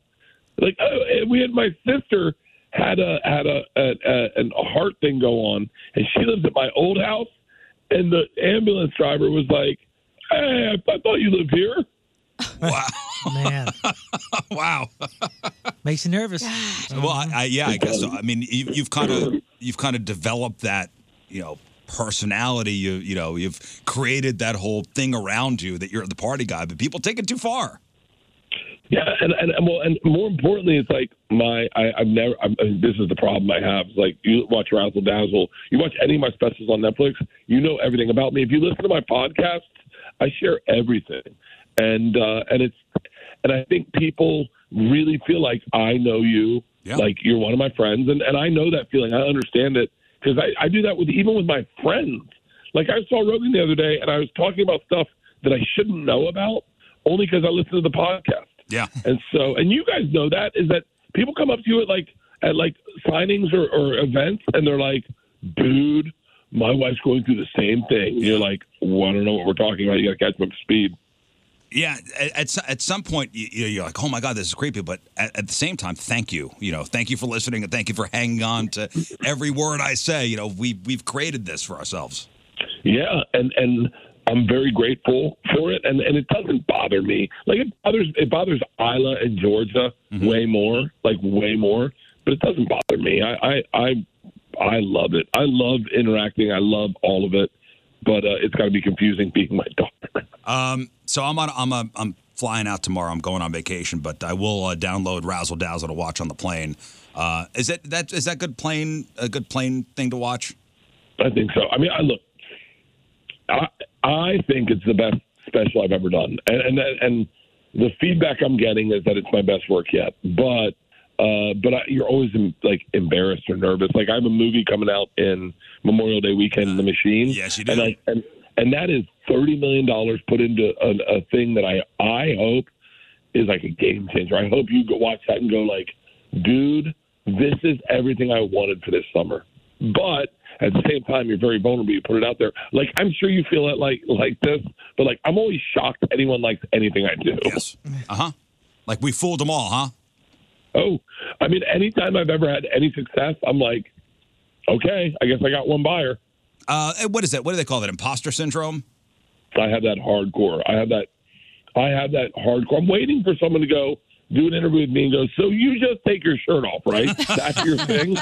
like oh, and we had my sister had a had a, a, a an a heart thing go on, and she lives at my old house, and the ambulance driver was like, "Hey, I, I thought you lived here."
Man.
wow.
Makes you nervous.
Well, I, I, yeah, I guess so. I mean, you, you've kind of, you've kind of developed that, you know, personality. You, you know, you've created that whole thing around you that you're the party guy, but people take it too far.
Yeah, and, and and well, and more importantly, it's like my I, I've never. I'm, I mean, this is the problem I have. It's like you watch Razzle Dazzle, you watch any of my specials on Netflix, you know everything about me. If you listen to my podcast, I share everything, and uh, and it's and I think people really feel like I know you, like you're one of my friends, and and I know that feeling. I understand it because I, I do that with even with my friends. Like I saw Rogan the other day, and I was talking about stuff that I shouldn't know about only because I listen to the podcast.
Yeah.
And so, and you guys know that is that people come up to you at like at like signings or, or events, and they're like, "Dude, my wife's going through the same thing." And you're like, well, "I don't know what we're talking about." You got to catch them up to speed.
Yeah, at, at so- at some point you, you know, you're like, oh my god, this is creepy. But at, at the same time, thank you. You know, thank you for listening and thank you for hanging on to every word I say. You know, we we've created this for ourselves.
Yeah, and and I'm very grateful for it, and and it doesn't bother me. Like it bothers it bothers Isla and Georgia way more, like way more, but it doesn't bother me. I I I, I love it. I love interacting. I love all of it, but uh, it's got to be confusing being my dog.
Um, so I'm on. I'm a, I'm flying out tomorrow. I'm going on vacation, but I will uh, download Razzle Dazzle to watch on the plane. Uh, is that that is that good plane a good plane thing to watch?
I think so. I mean, I look. I I think it's the best special I've ever done, and and and the feedback I'm getting is that it's my best work yet. But uh, but I, you're always em- like embarrassed or nervous. Like I have a movie coming out in Memorial Day weekend, The Machine. Yes, you do. And I, and, and that is thirty million dollars put into a, a thing that I I hope is like a game changer. I hope you go watch that and go like, dude, this is everything I wanted for this summer. But at the same time, you're very vulnerable. You put it out there. Like I'm sure you feel it like like this, but like I'm always shocked anyone likes anything I do.
Yes. Uh huh. Like we fooled them all, huh?
oh, I mean, anytime I've ever had any success, I'm like, okay, I guess I got one buyer.
Uh, what is that? What do they call that? Imposter syndrome?
I have that hardcore. I have that. I have that hardcore. I'm waiting for someone to go do an interview with me and go. So you just take your shirt off, right? That's your thing.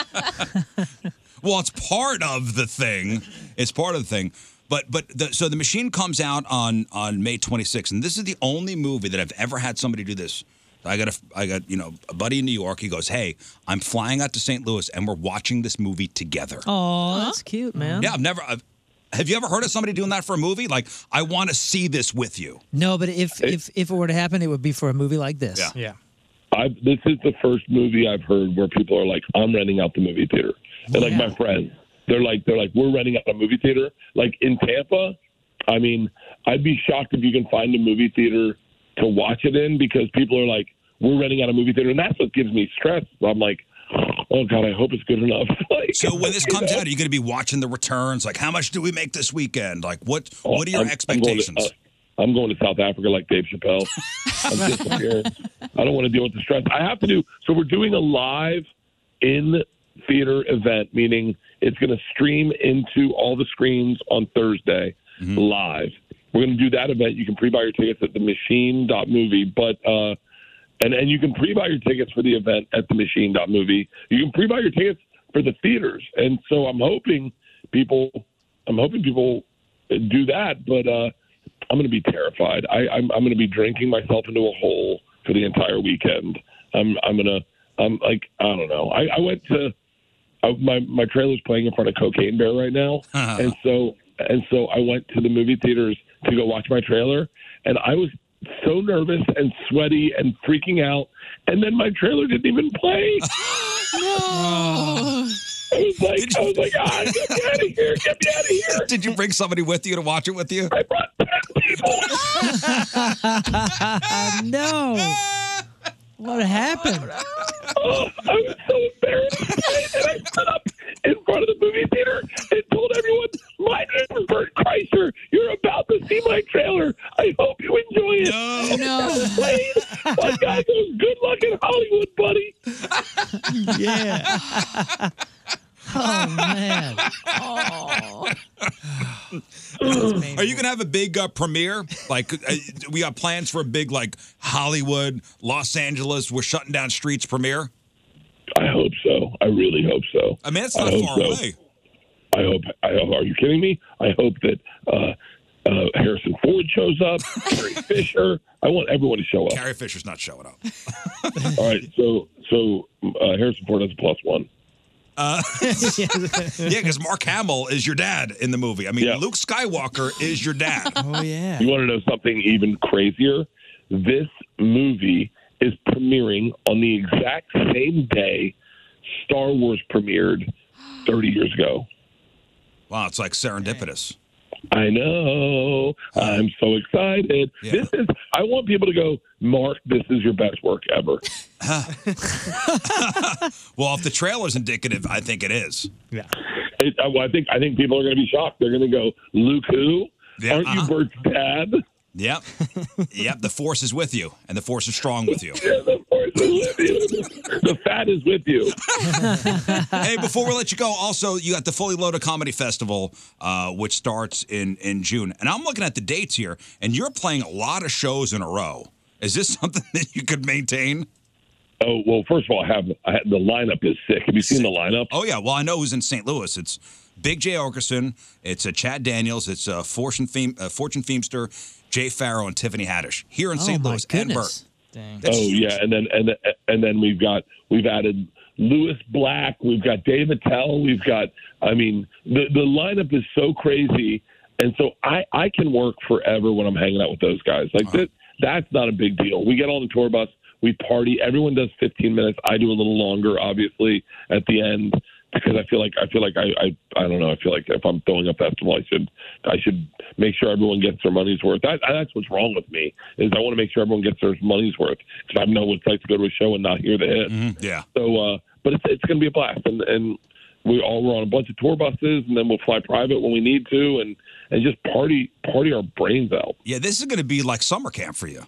Well, it's part of the thing. It's part of the thing. But but the, so the machine comes out on on May 26th, and this is the only movie that I've ever had somebody do this. I got a I got you know a buddy in New York. He goes, "Hey, I'm flying out to St. Louis, and we're watching this movie together."
Oh, that's cute, man.
Yeah, I've never. I've, have you ever heard of somebody doing that for a movie? Like, I want to see this with you.
No, but if if if it were to happen, it would be for a movie like this.
Yeah.
I've, this is the first movie I've heard where people are like, "I'm renting out the movie theater," and like my friends, they're like, "They're like, we're renting out a movie theater." Like in Tampa, I mean, I'd be shocked if you can find a movie theater to watch it in because people are like, "We're renting out a movie theater," and that's what gives me stress. I'm like, "Oh God, I hope it's good enough." like,
So when this comes out, are you going to be watching the returns? Like, how much do we make this weekend? Like, what what are
I'm-
your
I'm going to-
expectations?
uh, I'm going to South Africa like Dave Chappelle. I'm disappearing. I don't want to deal with the stress. I have to do so. We're doing a live in theater event, meaning it's going to stream into all the screens on Thursday live. We're going to do that event. You can pre-buy your tickets at the machine.movie, but uh, and and you can pre-buy your tickets for the event at the machine.movie. You can pre-buy your tickets for the theaters. And so I'm hoping people I'm hoping people do that, but uh, I'm going to be terrified. I, I'm, I'm going to be drinking myself into a hole for the entire weekend. I'm I'm gonna I'm like I don't know. I, I went to I, my my trailer's playing in front of Cocaine Bear right now, and so and so I went to the movie theaters to go watch my trailer, and I was so nervous and sweaty and freaking out, and then my trailer didn't even play.
Oh.
no.
I was like, I was like, ah, get me out of here, get me out of here.
Did you bring somebody with you to watch it with you? I
brought
no. What happened?
Oh, I was so embarrassed. and I stood up in front of the movie theater and told everyone, My name is Bert Kreischer. You're about to see my trailer. I hope you enjoy it. No. no. One guy goes, Good luck in Hollywood, buddy.
yeah. Oh man.
Are you going to have a big uh, premiere? Like, uh, we got plans for a big, like, Hollywood, Los Angeles, we're shutting down streets premiere?
I hope so. I really hope so.
I mean, it's
I
not
hope
far
so.
away.
I hope. I hope. Are you kidding me? I hope that uh, uh, Harrison Ford shows up. Carrie Fisher. I want everyone to show up.
Carrie Fisher's not showing up.
All right. So, so uh, Harrison Ford has a plus one.
Uh, yeah, because Mark Hamill is your dad in the movie. I mean, Luke Skywalker is your dad.
Oh yeah.
You want to know something even crazier? This movie is premiering on the exact same day Star Wars premiered 30 years ago.
Wow, it's like serendipitous. Uh,
I know. I'm so excited. This is I want people to go, "Mark, this is your best work ever."
Well, if the trailer's indicative, I think it is. Yeah.
It, I, well, I think I think people are going to be shocked. They're going to go, "Luke who?
Yeah,
Aren't you
uh-huh.
Bert's dad?"
Yep. yep. The force is with you, and the force is strong with you.
The fat is with you.
hey, before we let you go, also you got the Fully Loaded Comedy Festival, uh, which starts in in June, and I'm looking at the dates here, and you're playing a lot of shows in a row. Is this something that you could maintain?
Oh well, first of all, I have I have the lineup is sick. Have you seen the lineup?
Oh yeah. Well, I know who's in St. Louis. It's Big J Orkerson, it's uh, Chad Daniels, it's uh, Fortune Theme, uh, Fortune Themester, Jay Farrow, and Tiffany Haddish here in
Oh,
St.
my
Louis and
goodness.
Burt.
oh yeah, and then and and then we've got we've added Lewis Black, we've got Dave Attell, we've got I mean the the lineup is so crazy, and so I I can work forever when I'm hanging out with those guys. Like that that's not a big deal. We get on the tour bus, we party. Everyone does 15 minutes. I do a little longer, obviously, at the end because I feel like I feel like I I, I don't know. I feel like if I'm throwing a festival, I should I should make sure everyone gets their money's worth. That, that's what's wrong with me is I want to make sure everyone gets their money's worth because I know what it's like to go to a show and not hear the hit.
Yeah.
So, uh, but it's it's going to be a blast, and and we all we're on a bunch of tour buses, and then we'll fly private when we need to, and and just party party our brains out.
Yeah, this is going to be like summer camp for you.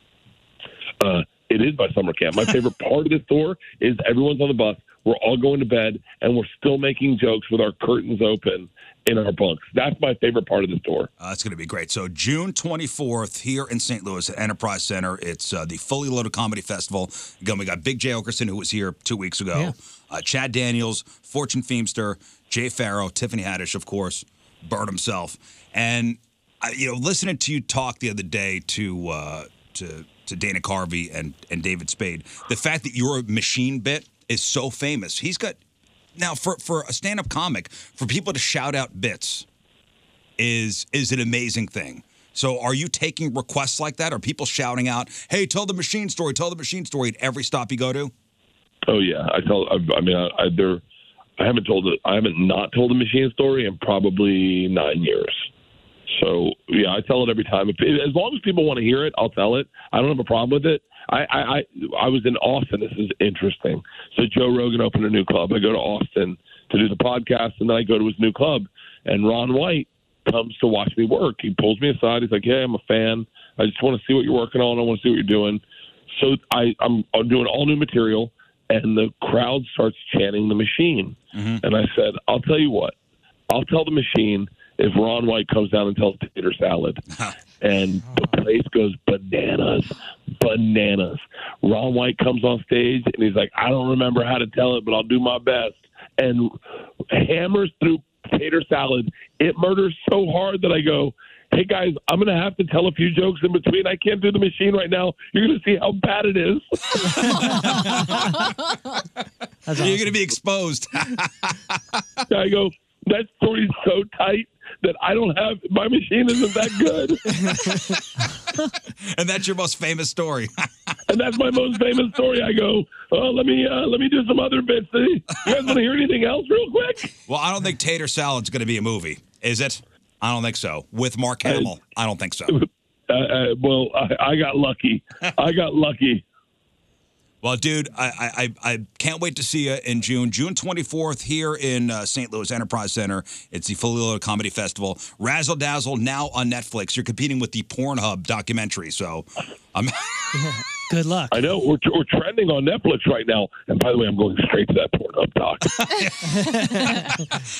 Uh, It is by summer camp. My favorite part of this tour is everyone's on the bus. We're all going to bed, and we're still making jokes with our curtains open in our bunks. That's my favorite part of this tour.
Uh, it's going to be great. So June 24th here in St. Louis at Enterprise Center. It's uh, the Fully Loaded Comedy Festival. Again, we got Big Jay Okerson, who was here two weeks ago.
Yeah.
Uh, Chad Daniels, Fortune Feemster, Jay Farrow, Tiffany Haddish, of course, Bird himself. And, I, you know, listening to you talk the other day to uh, to, to Dana Carvey and, and David Spade, the fact that your machine bit is so famous. He's got, now for, for a stand-up comic, for people to shout out bits, is is an amazing thing. So are you taking requests like that? Are people shouting out, "Hey, tell the machine story, tell the machine story" at every stop you go to?
Oh yeah, I tell. I, I mean, I, I there. I haven't told it. I haven't not told a machine story in probably nine years. So yeah, I tell it every time. If, as long as people want to hear it, I'll tell it. I don't have a problem with it. I I I, I was in Austin. This is interesting. So Joe Rogan opened a new club. I go to Austin to do the podcast, and then I go to his new club. And Ron White comes to watch me work. He pulls me aside. He's like, "Hey, I'm a fan. I just want to see what you're working on. I want to see what you're doing." So I, I'm, I'm doing all new material, and the crowd starts chanting the machine. And I said, I'll tell you what, I'll tell the machine if Ron White comes down and tells tater salad. and the place goes bananas, bananas. Ron White comes on stage and he's like, I don't remember how to tell it, but I'll do my best. And hammers through tater salad. It murders so hard that I go, Hey guys, I'm gonna have to tell a few jokes in between. I can't do the machine right now. You're gonna see how bad it is.
You're going to be exposed.
I go, that story's so tight that I don't have my machine isn't that good.
and that's your most famous story.
and that's my most famous story. I go, oh, let me uh, let me do some other bits. Eh? You guys want to hear anything else real quick?
Well, I don't think Tater Salad's going to be a movie, is it? I don't think so. With Mark Hamill, I don't think so.
Uh, uh, well, I, I got lucky. I got lucky.
Well, dude, I, I I I can't wait to see you in June, June 24th here in uh, St. Louis Enterprise Center. It's the Fully Loaded Comedy Festival. Razzle Dazzle now on Netflix. You're competing with the Pornhub documentary, so um, I'm.
Good luck.
I know we're, we're trending on Netflix right now. And by the way, I'm going straight to that Pornhub doc.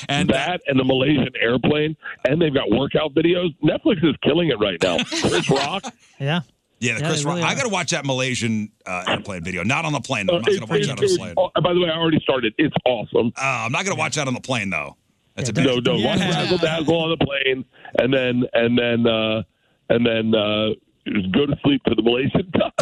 and
that and the Malaysian airplane, and they've got workout videos. Netflix is killing it right now. Chris Rock.
Yeah.
Yeah, the
Yeah,
Chris
they
Rock.
really
I
are.
got to watch that Malaysian uh, airplane video. Not on the plane. though.
Uh,
I'm not going
it's- it's-
to watch that on the
it's-
plane.
oh, by the way, I already started. It's awesome.
Oh,
Uh, I'm not going to watch that on the plane though. That's a
no,
big-
no. Watch
Yeah.
Razzle Dazzle on the plane, and then and then uh, and then uh, just go to sleep to the Malaysian doc.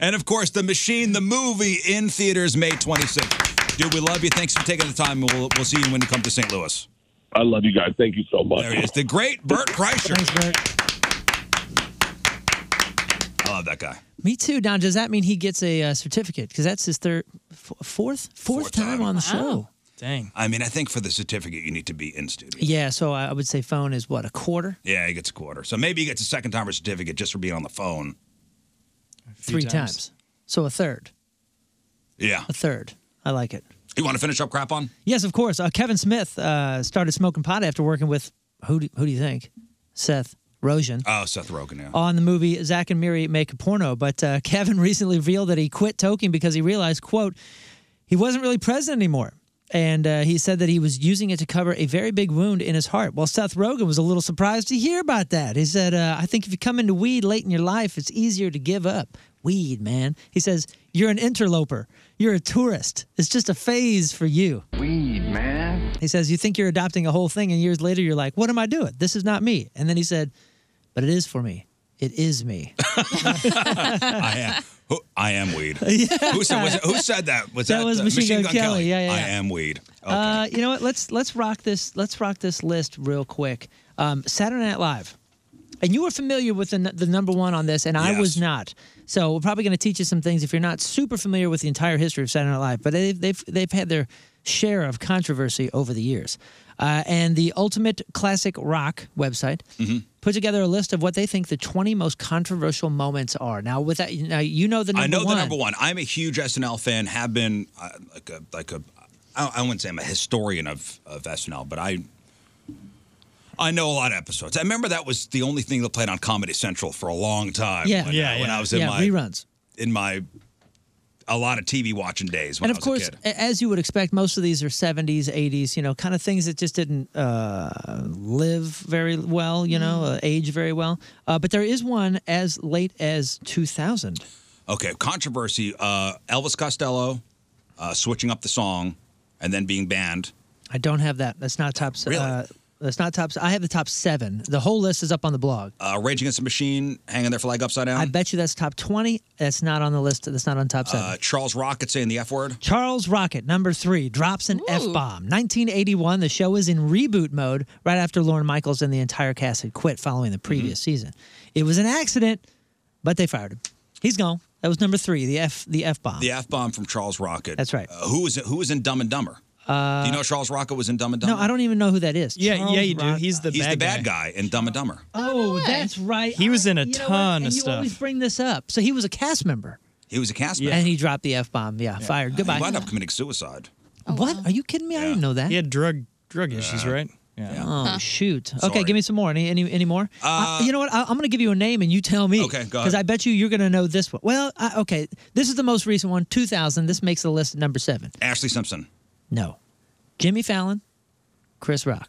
And of course, The Machine, the movie in theaters May 26th. Dude, we love you. Thanks for taking the time. and We'll, we'll see you when you come to St. Louis.
I love you guys. Thank you so much.
There he is, the great Bert Kreischer. Thanks,
Bert.
I love that guy.
Me too. Now, does that mean he gets a uh, certificate? Because that's his third, f- fourth, fourth, time, on the show.
Dang.
I mean, I think for the certificate, you need to be in studio.
Yeah. So I I would say phone is what a quarter,
Yeah, he gets a quarter. So maybe he gets a second time or certificate just for being on the phone.
three times. So a third,
Yeah.
a third. I like it.
You want to finish up crap on?
Yes, of course. Uh, Kevin Smith uh, started smoking pot after working with who? Do, who do you think? Seth Rogen.
Oh, Seth Rogen, yeah.
on the movie Zach and Miri Make a Porno, but uh, Kevin recently revealed that he quit toking because he realized, quote, he wasn't really present anymore. And uh, he said that he was using it to cover a very big wound in his heart. Well, Seth Rogen was a little surprised to hear about that. He said, uh, I think if you come into weed late in your life, it's easier to give up. Weed, man. He says, You're an interloper. You're a tourist. It's just a phase for you. Weed, man. He says, You think you're adopting a whole thing, and years later, you're like, What am I doing? This is not me. And then he said, But it is for me. It is me.
I am. Who, I am weed.
Yeah.
Who, said, was it- who said that? Was that,
That was
uh,
Machine Gun Kelly. Yeah, yeah,
I
yeah.
am weed.
Uh, you know what? Let's let's rock this. Let's rock this list real quick. Um, Saturday Night Live, and you were familiar with the, n- the number one on this, and I was not. So we're probably going to teach you some things if you're not super familiar with the entire history of Saturday Night Live. But they've they've, they've had their share of controversy over the years, uh, and the Ultimate Classic Rock website.
Mm-hmm.
Put together a list of what they think the 20 most controversial moments are. Now, with that, now you know the number
I know
one.
the number one. I'm a huge SNL fan. Have been uh, like a like a. I, I wouldn't say I'm a historian of of SNL, but I I know a lot of episodes. I remember that was the only thing that played on Comedy Central for a long time.
Yeah.
when, uh,
Yeah,
When
yeah.
I was in
Yeah,
my
reruns.
in my a lot of TV watching days. When
and of
I was
course,
a kid.
a- as you would expect, most of these are 70s, 80s, you know, kind of things that just didn't uh, live very well, you know, uh, age very well. Uh, but there is one as late as 2000.
Okay, controversy. Uh, Elvis Costello uh, switching up the song and then being banned.
I don't have that. That's not top. Really? Uh, that's not top. I have the top seven. The whole list is up on the blog.
Uh, Rage Against the Machine hanging their flag upside down.
I bet you that's top 20. That's not on the list. That's not on top seven.
Uh, Charles Rocket saying the F word.
Charles Rocket, number three, drops an F bomb. 1981, the show is in reboot mode right after Lauren Michaels and the entire cast had quit following the previous season. It was an accident, but they fired him. He's gone. That was number three, the F the F bomb.
The F bomb from Charles Rocket.
That's right.
Uh, who was who was in Dumb and Dumber?
Uh,
Do you know Charles Rocket was in Dumb and Dumber?
no, I don't even know who that is. Charles Rocket.
he's the bad guy. in Dumb and Dumber.
Oh, that's right.
He was in a
know what?
ton
And
of
you
stuff.
always bring this up. So he was a cast member.
He was a cast
And he dropped the F bomb. Yeah, fired. Goodbye.
He wound up committing suicide.
what? Are you kidding me? I didn't know that. He had
drug drug issues,
Uh,
right? Yeah.
Oh shoot.
Sorry.
Okay, give me some more. Any any, any more?
Uh,
I- you know what? I, I'm going to give you a name and you tell me.
Okay, go ahead.
Because I bet you you're going to know this one. Well, I, okay, this is the most recent one, 2000. This makes the list at number seven.
Ashley Simpson.
No, Jimmy Fallon, Chris Rock.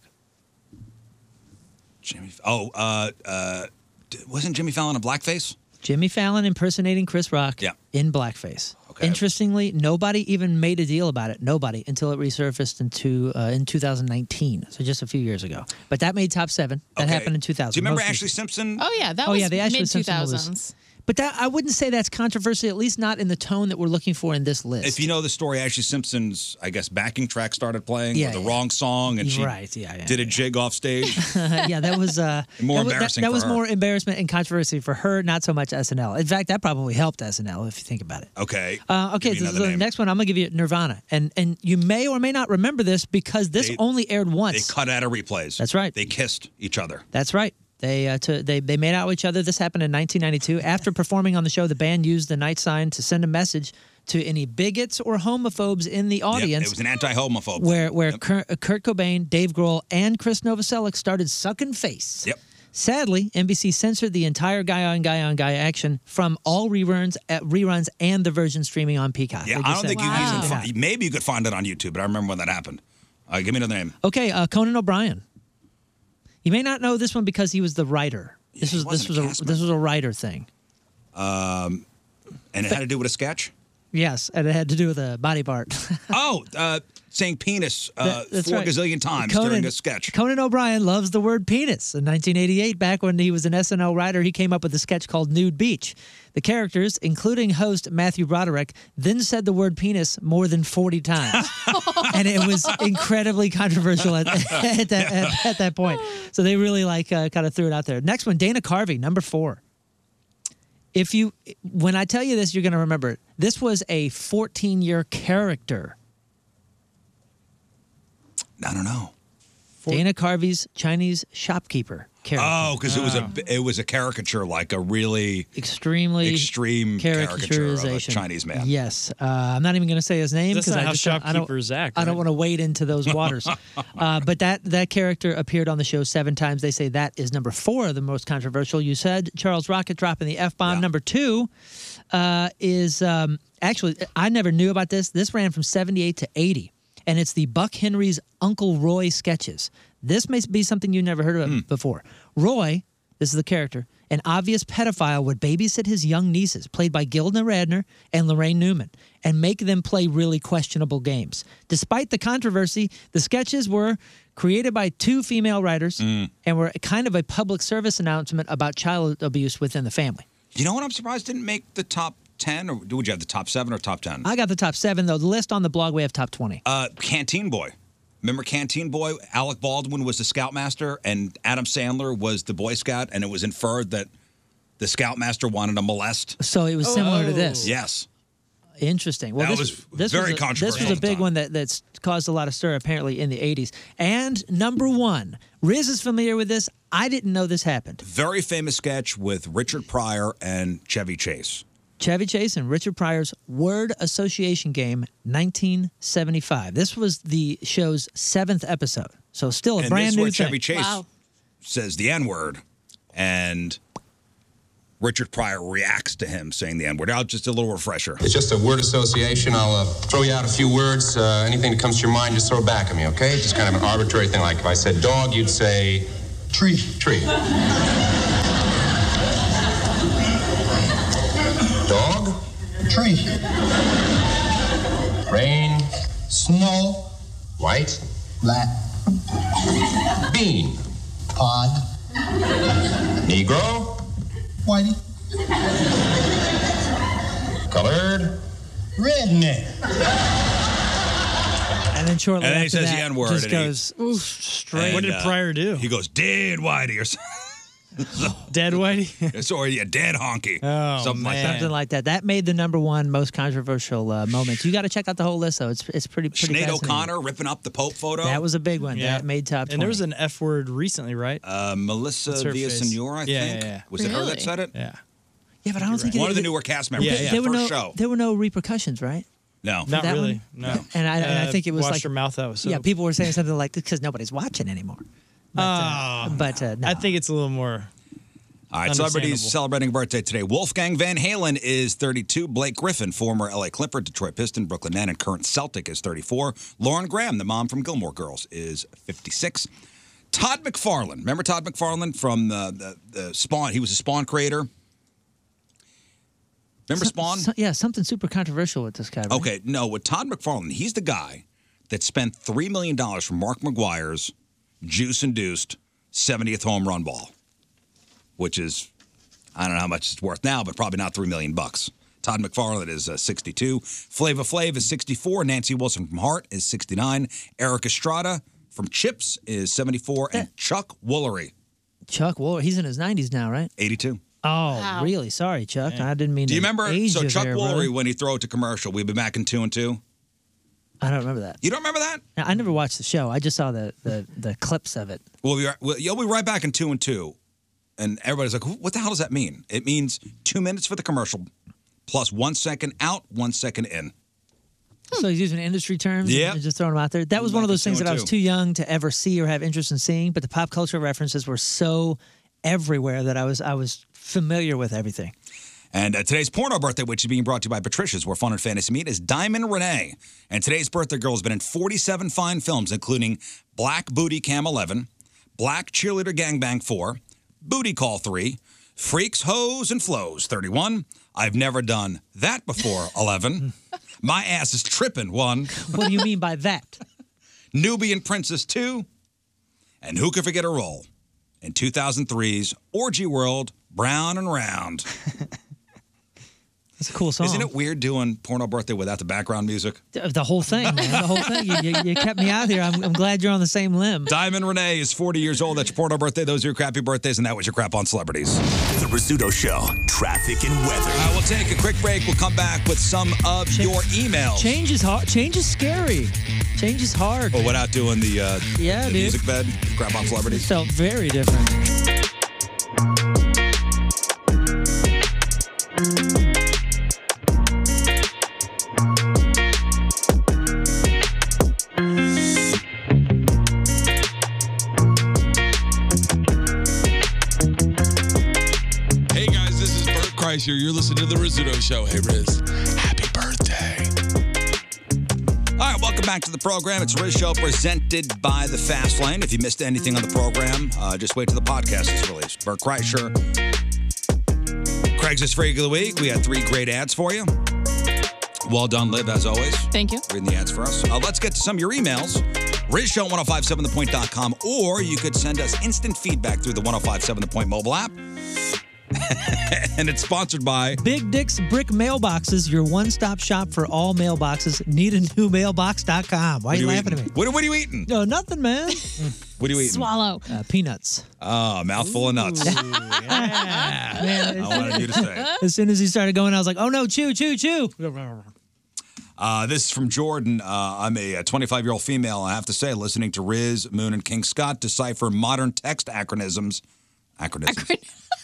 Jimmy. Oh, uh, uh, d- wasn't Jimmy Fallon a blackface?
Jimmy Fallon impersonating Chris Rock
Yeah.
in blackface. Interestingly, nobody even made a deal about it. Nobody until it resurfaced into uh, in 2019, so just a few years ago. But that made top seven. That
Okay.
happened in 2000.
Do you remember
most
Ashley Simpson?
Oh yeah, that
oh
was
yeah, the Ashley
mid two
Simpson was-
thousands.
But that I wouldn't say that's controversial, at least not in the tone that we're looking for in this list.
If you know the story, Ashley Simpson's, I guess, backing track started playing
Yeah,
with the
yeah.
wrong song, and she
Right, yeah, yeah,
did a jig off stage.
yeah, that was uh, that
More
was- that-
embarrassing
That,
for
was
her.
more embarrassment and controversy for her, not so much SNL. In fact, that probably helped SNL if you think about it.
okay.
Uh, okay,
Give me
so
another
the
name.
next one I'm gonna give you Nirvana, and and you may or may not remember this because this
They-
only aired
They
once.
cut out of replays. That's
right.
They kissed each other.
That's right. They uh, to, they they made out with each other. This happened in 1992. After performing on the show, the band used the night sign to send a message to any bigots or homophobes in the
Yep,
audience.
it was an anti-homophobe.
where where Kurt, Kurt Cobain, Dave Grohl, and Chris Novoselic started sucking face.
Yep.
Sadly, NBC censored the entire guy on guy on guy action from all reruns, uh, reruns, and the version streaming on Peacock.
Yeah,
They
I
just
don't
said,
think you can even find. Maybe you could find it on YouTube, but I remember when that happened. Uh, give me another name.
Okay, uh, Conan O'Brien. You may not know this one because he was the writer. This was this was a, this was a writer thing.
Um, and it had to do with a sketch.
Yes, and it had to do with a body part.
oh, uh, saying penis uh,
That- that's
four
right.
gazillion times during a sketch.
Conan O'Brien loves the word penis. In 1988, back when he was an SNL writer, he came up with a sketch called Nude Beach. The characters, including host Matthew Broderick, then said the word penis more than 40 times. and it was incredibly controversial at, at, that, at, at that point. So they really like uh, kind of threw it out there. Next one, Dana Carvey, number four. If you, when I tell you this, you're going to remember it. This was a 14 year character.
I don't know.
Dana Carvey's Chinese shopkeeper character. Ah.
Oh, because it was a it was a caricature, like a really
extremely
extreme caricature of a
caricaturization.
Chinese man.
Yes, uh, I'm not even going to say his name
That's
because
not
I
how
just don't- I don't-
shopkeepers act,
I don't
right?
want to wade into those waters. uh, but that that character appeared on the show seven times. They say that is number four of the most controversial. You said Charles Rocket dropping the f bomb. Number two uh, is um, actually I never knew about this. This ran from 78 to 80, and it's the Buck Henry's Uncle Roy sketches. This may be something you never heard of
Hmm.
before. Roy, this is the character, an obvious pedophile would babysit his young nieces, played by Gilda Radner and Lorraine Newman, and make them play really questionable games. Despite the controversy, the sketches were created by two female writers
Mm.
and were kind of a public service announcement about child abuse within the family.
You know what? I'm surprised didn't make the top ten, or would you have the top seven or top ten?
I got the top seven though. The list on the blog we have top twenty.
Uh, Canteen Boy. Remember Canteen Boy? Alec Baldwin was the Scoutmaster, and Adam Sandler was the Boy Scout, and it was inferred that the Scoutmaster wanted to molest.
So it was similar to this.
Yes.
Interesting. Well,
That
this
was
this
very
a,
controversial
This was
at
a
the
big one that that's caused a lot of stir apparently in the '80s. And number one, Riz is familiar with this. I didn't know this happened.
Very famous sketch with Richard Pryor and Chevy Chase.
Chevy Chase and Richard Pryor's Word Association Game, 1975. This was the show's seventh episode, so still a
and
brand
this is
new
where Chevy
thing.
Chase says the N word, and Richard Pryor reacts to him saying the N word. Out just a little refresher.
It's just a word association. I'll uh, throw you out a few words. Uh, anything that comes to your mind, just throw it back at me, okay? Just kind of an arbitrary thing. Like if I said dog, you'd say tree. Tree. dog. Tree. Rain. Snow. White. Black. Bean. Pod. Negro.
Whitey.
Colored.
Redneck.
And then shortly
and
after
then he says
that,
the N word.
just goes straight.
What did Pryor
do? uh, He goes dead whitey or something. dead whitey? Sorry, yeah, dead honky.
Oh,
something like that.
Something like that. That made the number one most controversial uh, moments. You got to check out the whole list, though. It's it's pretty. pretty
Sinead
fascinating.
O'Connor ripping up the Pope photo.
That was a big one.
Yeah.
That made top. 20.
And there was an F word recently, right?
Uh, Melissa
What's her face?
Villasenor, I
Yeah,
think.
yeah, yeah.
Was it her that
Really?
said it?
Yeah.
Yeah, but I don't think
One
it,
of the newer cast members.
There-
Yeah, yeah,
There were
first
no
show.
there were no repercussions, right?
No.
For that one? And I and I think it was
Uh, wash
like
your mouth out. with
Yeah,
soap.
people were saying something like because nobody's watching anymore. But, uh, but uh, no.
Ah. I think it's a little more.
All right, celebrities
Understandable.
celebrating a birthday today. Wolfgang Van Halen is 32. Blake Griffin, former LA Clipper, Detroit Piston, Brooklyn Nine, and current Celtic, is 34. Lauren Graham, the mom from Gilmore Girls, is 56. Todd McFarlane, remember Todd McFarlane from the, the, the Spawn? He was a Spawn creator. Remember
So-
Spawn? Oh.
so- yeah, something super controversial with this guy. Right?
Okay, no, with Todd McFarlane, he's the guy that spent $3 million for Mark McGuire's juice induced 70th home run ball, which is, I don't know how much it's worth now, but probably not $3 million bucks. Todd McFarlane is uh, 62. Flava Flav is 64. Nancy Wilson from Heart is 69. Eric Estrada from Chips is 74.
Eh.
And Chuck Woolery,
Chuck Woolery, he's in his 90s now, right?
82.
Oh, really? Sorry, Chuck. I didn't mean.
Do you
to
remember?
Age
So
you
Chuck
there, brother.
Woolery, when he threw it to commercial, we've been back in two and two.
I don't remember that.
You don't remember that?
Now, I never watched the show. I just saw the the, the clips of it.
We'll be, right- we'll, you'll be right back in two and two. And everybody's like, what the hell does that mean? It means two minutes for the commercial, plus one second out, one second in. Hmm.
So he's using industry terms.
Yep.
and just throwing them out there. That was one of those things that I was
202.
too young to ever see or have interest in seeing. But the pop culture references were so everywhere that I was I was familiar with everything.
And uh, today's porno birthday, which is being brought to you by Patricia's, where fun and fantasy meet, is Diamond Renee. And today's birthday girl has been in 47 fine films, including Black Booty Cam 11, Black Cheerleader Gangbang 4, Booty Call 3, Freaks, Hoes, and Flows 31, I've Never Done That Before 11, My Ass is Trippin' 1,
What do you mean by that?
Nubian Princess 2, and who could forget her role in 2003's Orgy World Brown and Round?
It's a cool song.
Isn't it weird doing Porno Birthday without the background music?
The the whole thing, man. The whole thing. You, you, you kept me out here. I'm, I'm glad you're on the same limb.
Diamond Renee is 40 years old. That's your Porno Birthday. Those are your crappy birthdays, and that was your crap on celebrities.
The Rizzuto Show. Traffic and weather.
All right, we'll take a quick break. We'll come back with some of your emails.
Oh. Change is hard. Change is scary. Change is hard.
Oh, without doing the, uh,
Yeah,
the
dude.
music bed, crap on
It
celebrities.
felt very different.
Hey guys, this is Bert Kreischer. You're listening to The Rizzuto Show. Hey Riz. Happy birthday.
All right, welcome back to the program. It's Riz Show presented by The Fast Lane. If you missed anything on the program, uh, just wait till the podcast is released. Bert Kreischer, Craigslist Freak of the Week. We had three great ads for you. Well done, Liv, as always.
Thank you.
Reading the ads for us. Uh, let's get to some of your emails. RizShow1057thepoint.com, or you could send us instant feedback through the 1057 The Point mobile app. and it's sponsored by
Big Dick's Brick Mailboxes, your one stop shop for all mailboxes. Need a new mailbox.com. Why are you
What are you
laughing at me?
What, are- what are you eating?
No, nothing, man.
What are you eating?
Swallow.
Uh, peanuts.
Oh, mouthful of nuts.
Man,
I wanted you to say.
As soon as he started going, I was like, oh no, chew, chew, chew.
Uh, this is from Jordan. Uh, I'm a 25 year old female. I have to say, listening to Riz, Moon, and King Scott decipher modern text acronyms, acronyms,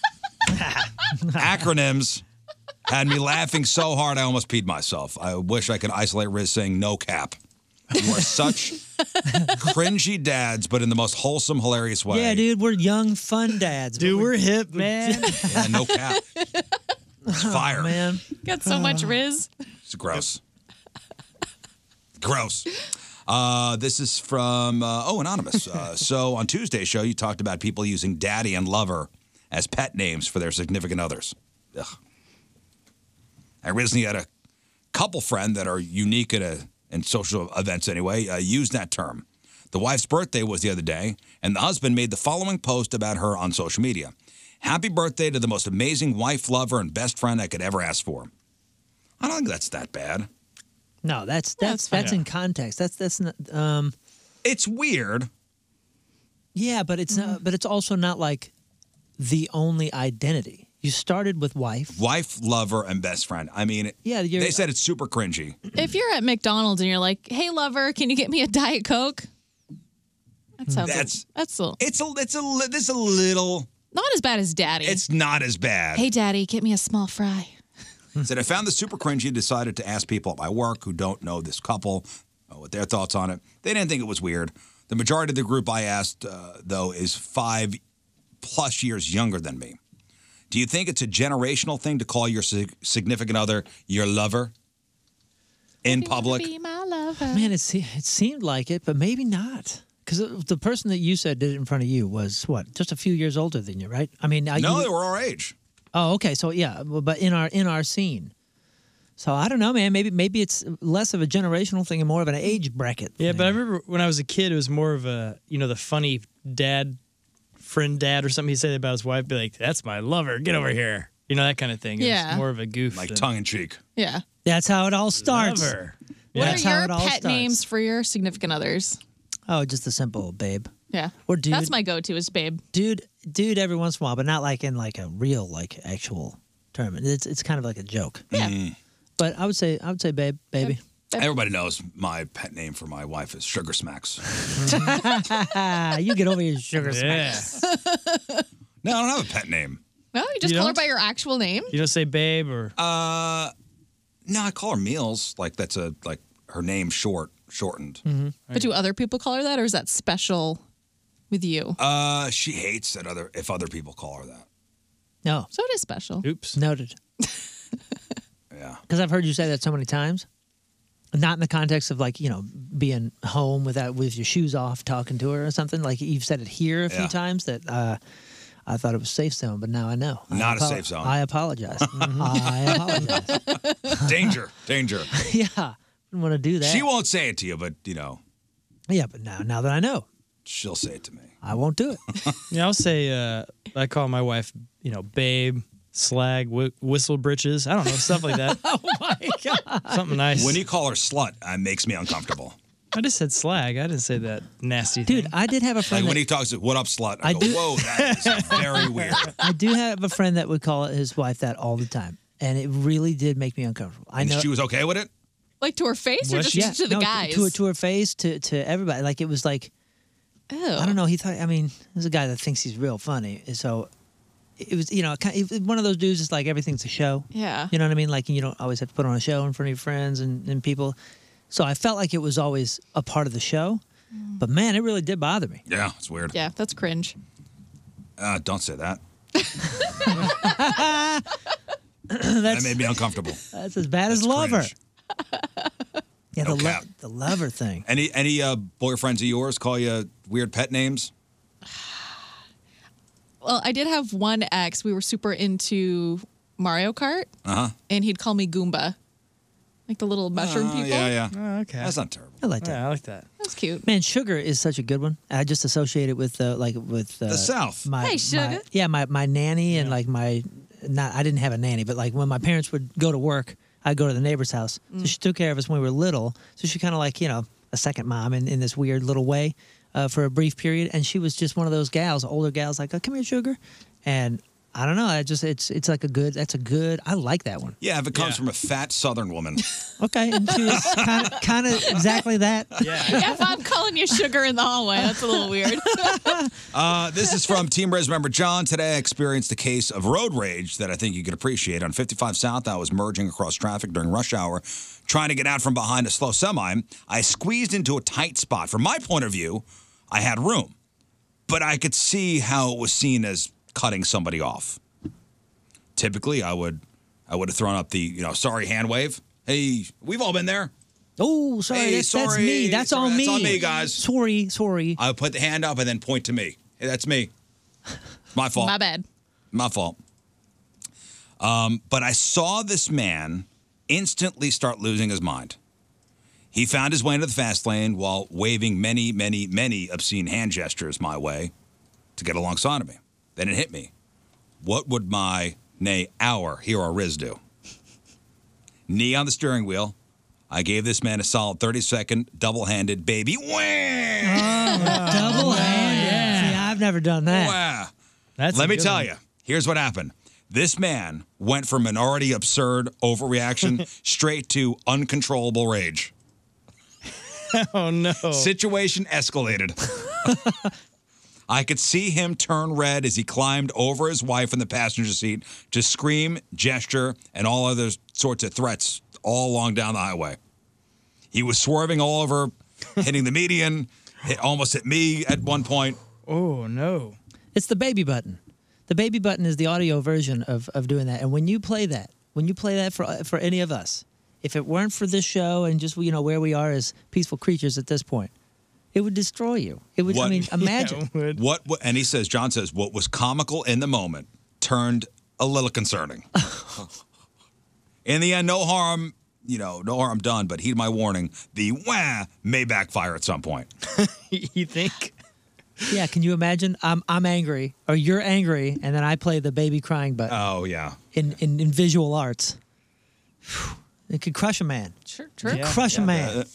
acronyms, had me laughing so hard I almost peed myself. I wish I could isolate Riz saying no cap. You are such cringy dads, but in the most wholesome, hilarious way.
Yeah, dude, we're young, fun dads. Dude, we're, hip, man.
Yeah, no cap. It's fire.
man.
Got so much
Uh.
Riz.
It's gross. gross. Uh, this is from uh, oh anonymous. Uh, so on Tuesday's show, you talked about people using daddy and lover as pet names for their significant others. Ugh. I recently had a couple friend that are unique at a in social events anyway uh, use that term. The wife's birthday was the other day, and the husband made the following post about her on social media. Happy birthday to the most amazing wife, lover, and best friend I could ever ask for. I don't think that's that bad.
No, that's that's
fine.
that's in context. That's that's not. Um,
it's weird.
Yeah, but it's not. But it's also not like the only identity. You started with wife.
Wife, lover, and best friend. I mean,
Yeah, you're-
they said it's super cringy.
If you're at McDonald's and you're like, "Hey, lover, can you get me a diet coke?"
Hmm.
That sounds.
That's-
That's that's a,
it's a it's a li- this a little.
Not as bad as daddy.
It's not as bad.
Hey, daddy, get me a small fry.
said I found this super cringy. and Decided to ask people at my work who don't know this couple uh, what their thoughts on it. They didn't think it was weird. The majority of the group I asked, uh, though, is five plus years younger than me. Do you think it's a generational thing to call your sig- significant other your lover in public?
Be my lover.
Man, it se- it seemed like it, but maybe not. Because the person that you said did it in front of you was what, just a few years older than you, right? I mean, now
no,
you,
they were our age.
Oh, okay. So yeah, well, but in our in our scene. So I don't know, man. Maybe maybe it's less of a generational thing and more of an age bracket.
Yeah, but I remember when I was a kid, it was more of a you know the funny dad, friend dad or something he said about his wife, be like, "That's my lover, get over here," you know that kind of thing. It was
Yeah.
more of a goof,
like tongue in cheek.
Yeah.
That's how it all starts.
Lover.
What
That's
are
how
your
it all
pet
starts.
names for your significant others?
Oh, just a simple old babe.
Yeah.
Or dude.
That's my go-to is babe.
dude, dude, every once in a while, but not like in like a real like actual term. It's it's kind of like a joke.
Yeah.
But I would say I would say babe, baby.
Everybody knows my pet name for my wife is Sugar Smacks.
you get over your sugar
Yeah.
smacks.
No, I don't have a pet name.
No, you just
You
call her
don't?
by your actual name.
You don't say babe or
uh no, I call her Meals. Like that's a like her name short shortened.
Mm-hmm.
But do other people call her that, or is that special with you?
Uh she hates that other if other people call her that.
No.
So it is special.
Oops.
Noted.
yeah.
Because I've heard you say that so many times. Not in the context of like, you know, being home without with your shoes off talking to her or something. Like you've said it here a few
Yeah.
times that uh I thought it was safe zone, but now I know. I
Not a
apo-
safe zone.
I apologize. Mm-hmm. I apologize.
danger, danger.
yeah. Wouldn't want to do that.
She won't say it to you, but you know,
yeah, but now now that I know,
she'll say it to me.
I won't do it.
Yeah, I'll say uh, I call my wife, you know, babe, slag, whi whistle britches. I don't know stuff like that.
oh my god.
Something nice.
When you call her slut, it makes me uncomfortable.
I just said slag. I didn't say that nasty thing.
Dude, I did have a
Like
friend
when
that-
he talks, "What up, slut?" I,
I
go,
do-
"Whoa, that is very weird."
I do have a friend that would call his wife that all the time. And it really did make me uncomfortable. I
And
know
she was okay with it.
Like to her face, or
Was
just
she?
to the
no,
guys?
To, to her face, to, to everybody. Like it was like,
Oh.
I don't know. He thought. I mean, this is a guy that thinks he's real funny, and so it was. You know, kind it was one of those dudes. It's like everything's a show.
Yeah.
You know what I mean? Like you don't always have to put on a show in front of your friends and, and people. So I felt like it was always a part of the show, but man, it really did bother me.
Yeah, it's weird.
Mm. Yeah, that's cringe.
Uh, don't say that.
that's,
that made me uncomfortable.
that's as bad as lover. yeah, the, lo- the lover thing.
Any any uh, boyfriends of yours call you weird pet names?
Well, I did have one ex. We were super into Mario Kart,
Uh huh.
and he'd call me Goomba, like the little mushroom people.
Yeah, Oh, yeah.
Oh,
Oh,
okay.
That's not terrible.
I like that.
I like that.
That's cute.
Man, sugar is such a good one. I just associate it with uh, like with uh,
The South.
My,
Hey,
my-
sugar.
yeah, my my nanny and like my not. I didn't have a nanny, but like when my parents would go to work, I'd go to the neighbor's house.
Mm.
So she took care of us when we were little. So she kind of like you know a second mom in, in this weird little way uh, for a brief period. And she was just one of those gals, older gals, like oh, come here, sugar, and. I don't know. I just it's it's like a good. That's a good. I like that one.
Yeah, if it comes from a fat Southern woman.
Okay, and she was kind of kind of exactly that.
if I'm calling you sugar in the hallway, that's a little weird.
Uh, this is from Team Res member John. Today I experienced a case of road rage that I think you could appreciate. On 55 South, I was merging across traffic during rush hour, trying to get out from behind a slow semi. I squeezed into a tight spot. From my point of view, I had room, but I could see how it was seen as cutting somebody off. Typically, I would I would have thrown up the, you know, sorry hand wave. Hey, we've all been there.
Oh, sorry,
Hey,
that's, that's me.
sorry,
That's
sorry,
all me.
that's on me, guys.
Sorry, sorry.
I would put the hand up and then point to me. Hey, that's me. My fault.
My bad.
My fault. Um, but I saw this man instantly start losing his mind. He found his way into the fast lane while waving many, many, many obscene hand gestures my way to get alongside of me. Then it hit me. What would my, nay, our hero Riz do? Knee on the steering wheel. I gave this man a solid 30 second double handed baby wham.
Double hand. Oh, See, I've never done that.
Wow.
That's a
Let me
good
tell
one.
you, here's what happened. This man went from an already absurd overreaction straight to uncontrollable rage.
oh no.
Situation escalated. I could see him turn red as he climbed over his wife in the passenger seat to scream, gesture, and all other sorts of threats all along down the highway. He was swerving all over, hitting the median, hit, almost hit me at one point.
Oh no. It's the baby button. The baby button is the audio version of, of doing that. And when you play that, when you play that for uh, for any of us, if it weren't for this show and just you know where we are as peaceful creatures at this point, it would destroy you. It would. I mean, imagine.
What, what? And he says, John says, what was comical in the moment turned a little concerning. in the end, no harm, you know, no harm done. But heed my warning: the wah may backfire at some point.
you think? Yeah. Can you imagine? I'm I'm angry, or you're angry, and then I play the baby crying button
Oh yeah.
in, in in visual arts. It could crush a man.
Sure,
It could crush a man.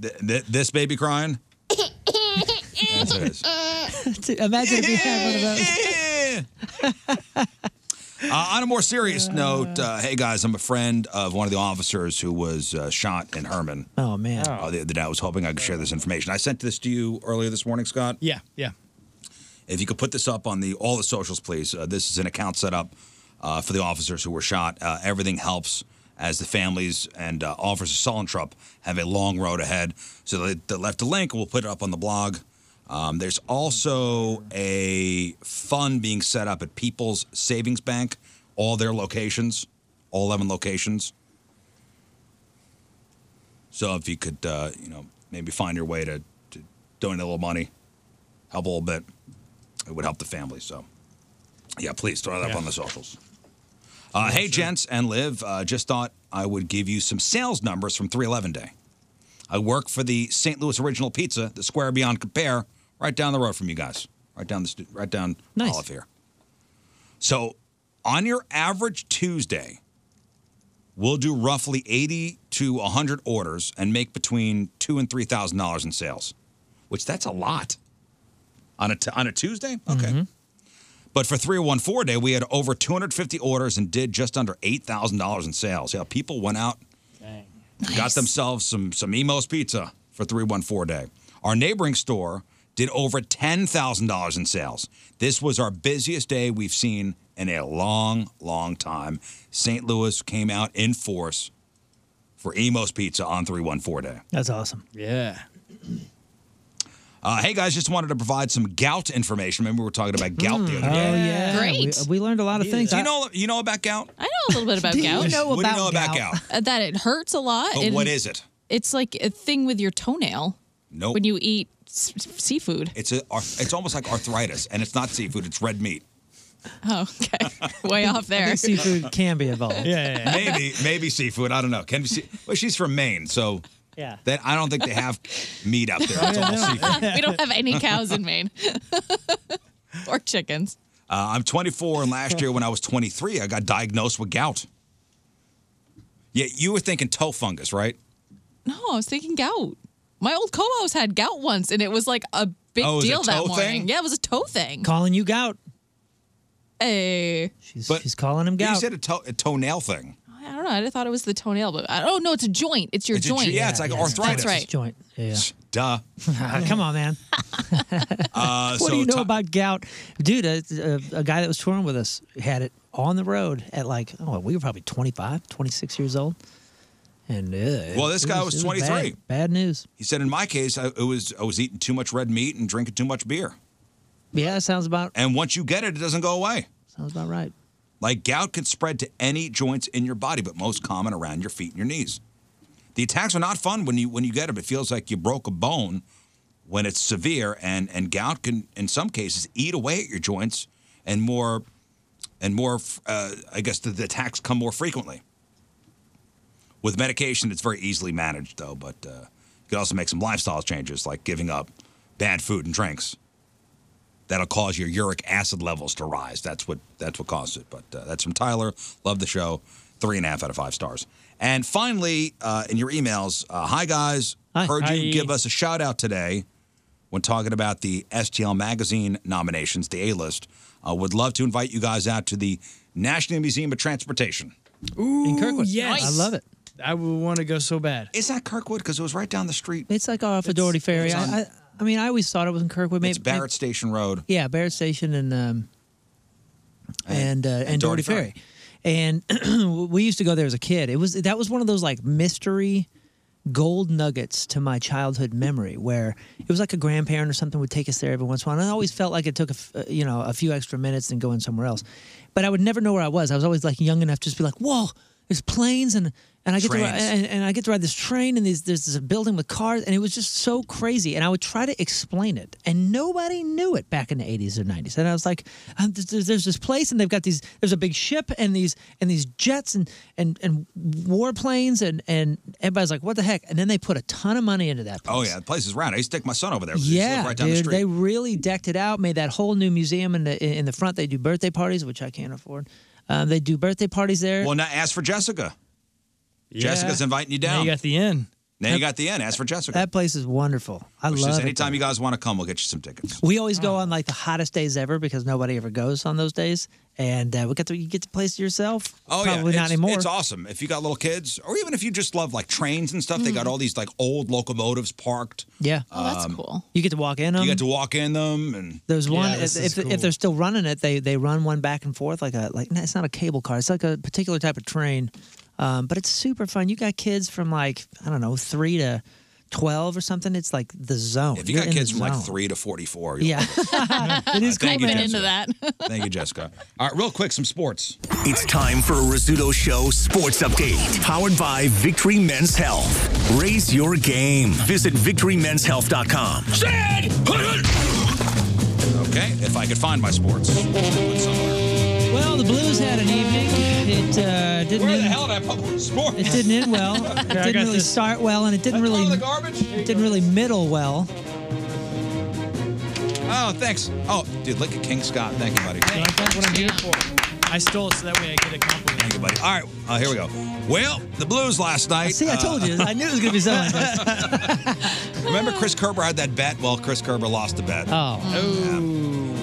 Th- th- this baby crying. That's what it is.
Imagine if you had one of those.
Uh, on a more serious note, uh, hey guys, I'm a friend of one of the officers who was uh, shot in Herman.
Oh man.
Uh, the, the day I was hoping I could share this information. I sent this to you earlier this morning, Scott.
Yeah, yeah.
If you could put this up on the all the socials, please. Uh, this is an account set up uh, for the officers who were shot. Uh, everything helps as the families and uh, Officer Solentrop have a long road ahead. So they, they left a link. We'll put it up on the blog. Um, there's also a fund being set up at People's Savings Bank. All their locations, all 11 locations. So if you could, uh, you know, maybe find your way to, to donate a little money, help a little bit, it would help the family. So, yeah, please throw that up on the socials. Uh, hey, gents and Liv, uh, just thought I would give you some sales numbers from 311 Day. I work for the St. Louis Original Pizza, the Square Beyond Compare, right down the road from you guys, right down the stu- right down
Nice.
Olive here. So, on your average Tuesday, we'll do roughly 80 to 100 orders and make between two and three thousand dollars in sales, which that's a lot on a t- on a Tuesday. Okay.
Mm-hmm.
But for 314 day, we had over 250 orders and did just under $8,000 in sales. Yeah, people went out, got themselves some some Emos pizza for 314 day. Our neighboring store did over $10,000 in sales. This was our busiest day we've seen in a long, long time. St. Louis came out in force for Emos pizza on 314 day.
That's awesome.
Yeah.
Uh, hey guys, just wanted to provide some gout information. Remember we were talking about gout the other
Oh
day.
yeah.
Great.
We, we learned a lot of things.
Do you know you know about gout?
I know a little bit about
Do you
gout.
know
What do you about know about gout?
Uh, that it hurts a lot.
But
and
what is it?
It's like a thing with your toenail.
Nope.
When you eat s- s- seafood.
It's a ar- it's almost like arthritis, and it's not seafood; it's red meat.
Oh, okay. Way off
I
there.
think seafood can be involved.
maybe maybe seafood. I don't know. Can be se- well, she's from Maine, so
Yeah.
that I don't think they have meat out there. It's all seafood.
we don't have any cows in Maine. or chickens.
Uh, I'm 24, and last year when I was 23, I got diagnosed with gout. Yeah, you were thinking toe fungus, right?
No, I was thinking gout. My old co-host had gout once, and it was like a big
Oh, it was a
deal that
toe
morning.
thing?
Yeah, it was a toe thing. Eh,
Calling you gout.
Hey.
She's, she's calling him
You
gout.
said a, toe a toenail thing.
I don't know. I thought it was the toenail, but I, oh no, it's a joint. It's your
It's a jo-
joint.
yeah, it's like Yeah, yeah.
That's
arthritis.
right.
Joint. Yeah.
Duh.
Ah, Come on, man.
Uh,
what
so
do you know
ti-
about gout, dude? A, a, a guy that was touring with us had it on the road at like oh we were probably 25, 26 years old, and uh,
Well, this
it
guy was
it bad.
23.
Bad, news.
He said, in my case, I, it was I was eating too much red meat and drinking too much beer.
Yeah, that sounds about
And once you get it, it doesn't go away.
sounds about right.
Like gout can spread to any joints in your body, but most common around your feet and your knees. The attacks are not fun when you when you get them. It feels like you broke a bone when it's severe, and and gout can in some cases eat away at your joints, and more, and more. Uh, I guess the, the attacks come more frequently. With medication, it's very easily managed though, but uh, you can also make some lifestyle changes like giving up bad food and drinks that'll cause your uric acid levels to rise. That's what that's what caused it. But uh, that's from Tyler. Love the show. Three and a half out of five stars. And finally, uh, in your emails, uh, hi guys,
Hi.
heard you
Hi.
give us a shout out today when talking about the STL magazine nominations, the A list. Uh, would love to invite you guys out to the National Museum of Transportation.
Ooh, in
Kirkwood.
Yes.
I love it.
I would want to go so bad.
Is that Kirkwood? Because it was right down the street.
It's like off of Doherty Ferry.
it's on-
I, I, I mean, I always thought it was in Kirkwood. Maybe,
It's Barrett Station Road.
maybe- yeah, Barrett Station and um, and uh, and, Doherty, Ferry. And we used to go there as a kid. It was that was one of those like mystery gold nuggets to my childhood memory, where it was like a grandparent or something would take us there every once in a while. And I always felt like it took a f- uh, you know a few extra minutes than going somewhere else, but I would never know where I was. I was always like young enough to just be like, whoa. There's planes and and I get to
Trains.
ride, and, and I get to ride this train and these, there's this building with cars and it was just so crazy and I would try to explain it and nobody knew it back in the 80s or 90s and I was like um, there's- there's, there's this place and they've got these there's a big ship and these and these jets and and and warplanes and and everybody's like what the heck and then they put a ton of money into that
Oh yeah, the place is round. I used to take my son over there. 'cause he used to live
yeah,
right down the
dude,
street.
they really decked it out. Made that whole new museum in the in the front. They do birthday parties, which I can't afford. Um, they do birthday parties there.
Well, now ask for Jessica.
Yeah.
Jessica's inviting you down.
Now you got
the inn.
Now you got the inn. Ask for Jessica.
That place is wonderful. I
Which is
love it.
anytime you guys want to come, we'll get you some tickets.
We always go on like the hottest days ever because nobody ever goes on those days, and uh, we get to you get the place to yourself.
Oh yeah,
probably
it's,
not anymore.
It's awesome if you got little kids, or even if you just love like trains and stuff. They
Hmm.
got all these like old locomotives parked.
Yeah,
Um,
You get to walk in them.
You get to walk in them, and
There's one if, if, if they're still running it, they they run one back and forth like a like no, it's not a cable car. It's like a particular type of train, um, but it's super fun. You got kids from like I don't know three to twelve or something. It's like the zone.
if you
You're
got
in the
kids from like
zone.
three to forty-four, you'll
yeah, it is cool.
Thank you,
man.
Jessica.
that.
Thank you, Jessica. All right, real quick, some sports.
It's time for a Rizzuto Show sports update, powered by Victory Men's Health. Raise your game. Visit victorymenshealth.com.
Okay, if I could find my sports.
Well, the Blues had an evening. It uh, didn't. Where the hell
did I put sports?
It didn't end well. It
I
didn't
got
really
this.
start well, and it didn't really. It didn't really middle well.
Oh, thanks. Oh, dude, look at King Scott. Thank you, buddy.
That's what I'm here for. I stole it so that way I get a compliment.
Thank you, buddy. All right, uh, here we go. Well, the Blues last night. uh,
See, I told you. I
knew it was going to be something
Remember, Chris Kerber had that bet. Well, Chris Kerber lost the bet.
Oh.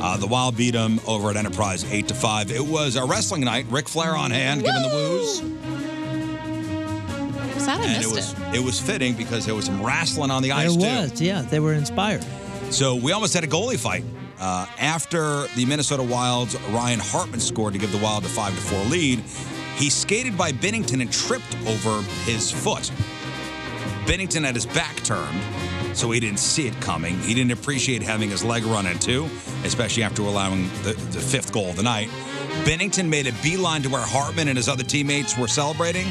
Uh, the Wild beat him over at Enterprise eight to five. It was a wrestling night. Ric Flair on hand, giving the woos,
Sad I
and it
missed
was
it.
it. was fitting because there was some wrestling on the ice
there was, yeah, they were inspired.
too. So we almost had a goalie fight uh, after the Minnesota Wild's Ryan Hartman scored to give the Wild a five to four lead. He skated by Bennington and tripped over his foot. Bennington had his back turned, so he didn't see it coming. He didn't appreciate having his leg run into, especially after allowing the, the fifth goal of the night. Bennington made a beeline to where Hartman and his other teammates were celebrating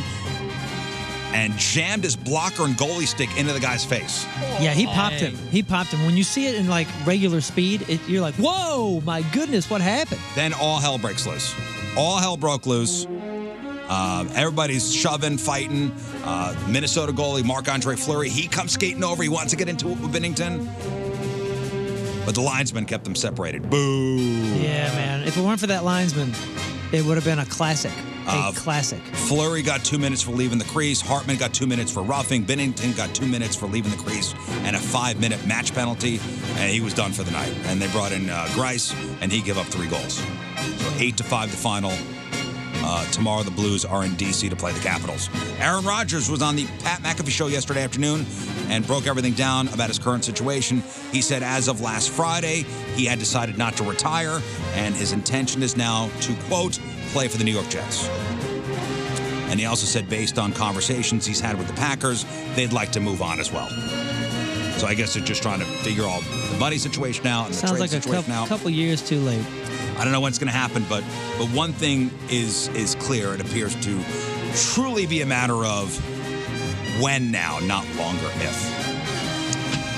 and jammed his blocker and goalie stick into the guy's face.
Yeah, he popped him. He popped him. When you see it in like regular speed, it, you're like, "Whoa, my goodness, what happened?"
Then all hell breaks loose. All hell broke loose. Uh, everybody's shoving, fighting. Uh, Minnesota goalie Marc Andre Fleury, he comes skating over. He wants to get into it with Bennington. But the linesman kept them separated. Boo.
Yeah, man. If it weren't for that linesman, it would have been a classic. A
Uh,
classic.
Flurry got two minutes for leaving the crease. Hartman got two minutes for roughing. Bennington got two minutes for leaving the crease and a five minute match penalty. And he was done for the night. And they brought in uh, Grice, and he gave up three goals. So eight to five, the final. Uh, tomorrow, the Blues are in D.C. to play the Capitals. Aaron Rodgers was on the Pat McAfee show yesterday afternoon and broke everything down about his current situation. He said, as of last Friday, he had decided not to retire, and his intention is now to quote play for the New York Jets. And he also said, based on conversations he's had with the Packers, they'd like to move on as well. So I guess they're just trying to figure all the money situation out and the
Sounds
trade
like a
situation
couple,
out.
couple years too late.
I don't know what's going to happen, but but one thing is is clear. It appears to truly be a matter of when now, not longer if.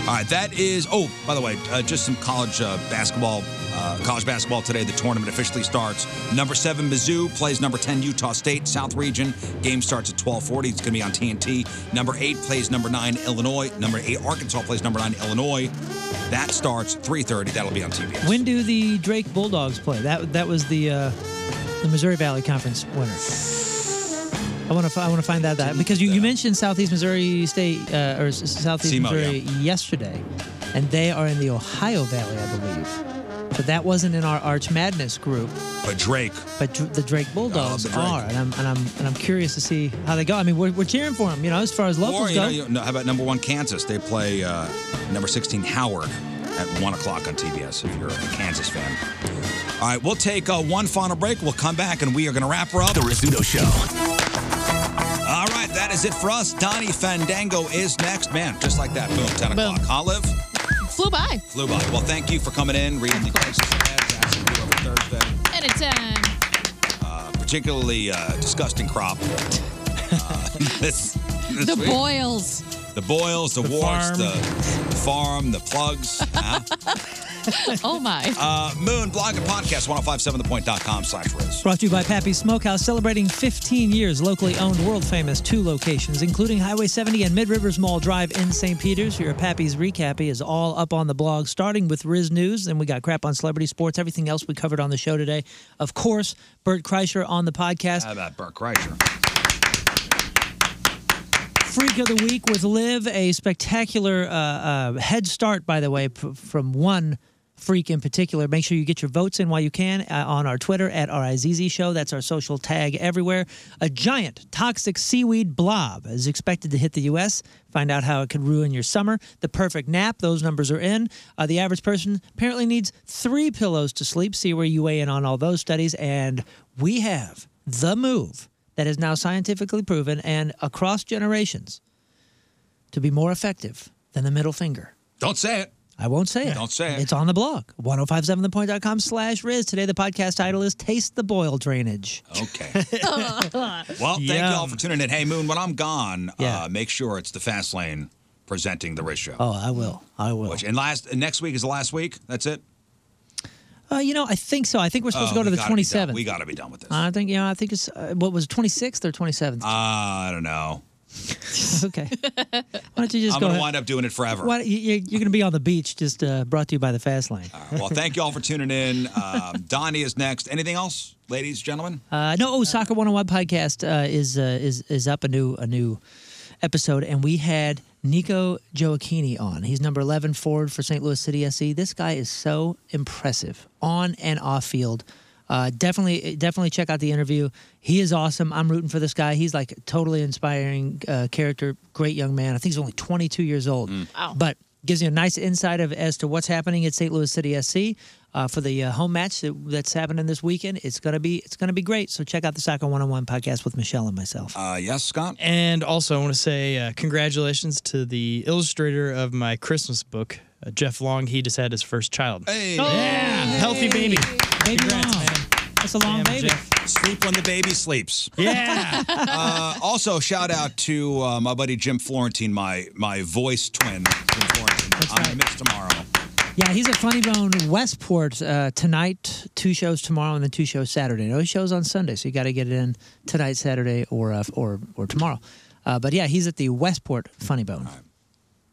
All right, that is. Oh, by the way, uh, just some college uh, basketball. Uh, college basketball today. The tournament officially starts. Number seven Mizzou plays number ten Utah State South Region. Game starts at twelve forty. It's going to be on TNT. Number eight plays number nine Illinois. Number eight Arkansas plays number nine Illinois. That starts three thirty. That'll be on TV.
When do the Drake Bulldogs play? That that was the uh, the Missouri Valley Conference winner. I want to I want to find out that because you, you mentioned Southeast Missouri State uh, or S- Southeast
SEMO,
Missouri yesterday, and they are in the Ohio Valley, I believe. So that wasn't in our Arch Madness group,
But Drake. Oh,
but Dr- the Drake Bulldogs
the Drake.
are, and I'm and I'm and I'm curious to see how they go. I mean, we're, we're cheering for them, you know, as far as
Or,
locals
you
go.
know, you know, how about number one Kansas? They play uh, number 16 Howard at 1 o'clock on TBS if you're a Kansas fan. All right, we'll take uh, one final break. We'll come back and we are going to wrap her up. The Rizzuto Show. All right, that is it for us. Donnie Fandango is next. Man, just like that. Boom, 10 o'clock. Olive
Flew by.
flew by. Well, thank you for coming in, reading the cases ahead, asking you over Thursday
Anytime.
uh, particularly uh, disgusting crop. Uh, this, this
The
week.
boils.
the boils, the,
The
warts,
farm.
the farm, the plugs. huh?
oh my.
uh, Moon blog and podcast 1057thepoint.com slash Riz.
Brought to you by Pappy's Smokehouse, celebrating 15 years locally owned, world famous, two locations, including Highway 70 and Mid Rivers Mall Drive in St. Peter's. Your Pappy's Recappy is all up on the blog, starting with Riz News. Then we got crap on celebrity sports, everything else we covered on the show today. Of course, Bert Kreischer on the podcast.
How about Burt Kreischer?
Freak of the week was Liv, a spectacular uh, uh, head start, by the way, p- from one freak in particular. Make sure you get your votes in while you can uh, on our Twitter at RIZZ Show. That's our social tag everywhere. A giant toxic seaweed blob is expected to hit the U.S. Find out how it could ruin your summer. The perfect nap, those numbers are in. Uh, the average person apparently needs three pillows to sleep. See where you weigh in on all those studies. And we have the move that is now scientifically proven and across generations to be more effective than the middle finger.
Don't say it.
I won't say it.
Don't say it.
It's on the blog, 1057thepoint.com slash Riz. Today, the podcast title is Taste the Boil Drainage.
Okay. Well, thank you all for tuning in. Hey, Moon, when I'm gone, uh, make sure it's the Fast Lane presenting the Riz Show.
Oh, I will. I will.
Which, and last and next week is the last week. That's it.
Uh, you know, I think so. I think we're supposed
Oh,
to go to
we
the
gotta be done.
27th.
We got to be done with this. Uh,
I think, you know, I think it's, uh, what was it, 26th or 27th?
I don't know.
okay. Why don't you just go
I'm going to
ahead?
wind up doing it forever.
Why, you, you're going to be on the beach, just uh, brought to you by the Fast Lane.
Uh, Well, thank you all for tuning in. Um, Donnie is next. Anything else, ladies, gentlemen?
Uh, no, oh, Soccer 101 podcast uh, is uh, is is up a new a new episode, and we had Nico Joachini on. He's number 11 forward for St. Louis City SC. This guy is so impressive on and off field. Uh, definitely, definitely check out the interview. He is awesome. I'm rooting for this guy. He's like a totally inspiring uh, character. Great young man. I think he's only 22 years old. Wow. But gives you a nice insight of as to what's happening at St. Louis City SC uh, for the uh, home match that, that's happening this weekend. It's gonna be it's gonna be great. So check out the Soccer 101 podcast with Michelle and myself.
Uh, yes, Scott.
And also, I want to say uh, congratulations to the illustrator of my Christmas book, uh, Jeff Long. He just had his first child.
Hey.
Yeah, healthy baby.
Baby long. That's a long baby.
Sleep when the baby sleeps.
Yeah.
uh, also, shout out to uh, my buddy Jim Florentine, my my voice twin, Jim Florentine. I'm in the mix tomorrow.
Yeah, he's at Funny Bone Westport uh, tonight. Two shows tomorrow and then two shows Saturday. No shows on Sunday, so you got to get it in tonight, Saturday, or uh, or or tomorrow. Uh, but yeah, he's at the Westport Funny Bone.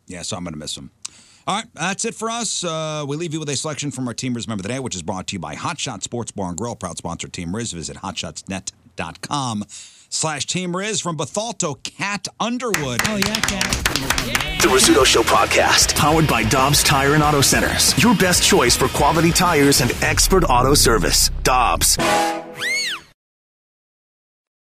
Yeah, so I'm going to miss him. All right, that's it for us. Uh, we leave you with a selection from our Team Riz Member of the Day, which is brought to you by Hotshot Sports Bar and Grill, proud sponsor of Team Riz. Visit hotshots.net facebook.com slash Team Riz from Bethalto, Cat Underwood. Oh,
yeah, Cat.
The Rizzuto Show podcast, powered by Dobbs Tire and Auto Centers. Your best choice for quality tires and expert auto service. Dobbs.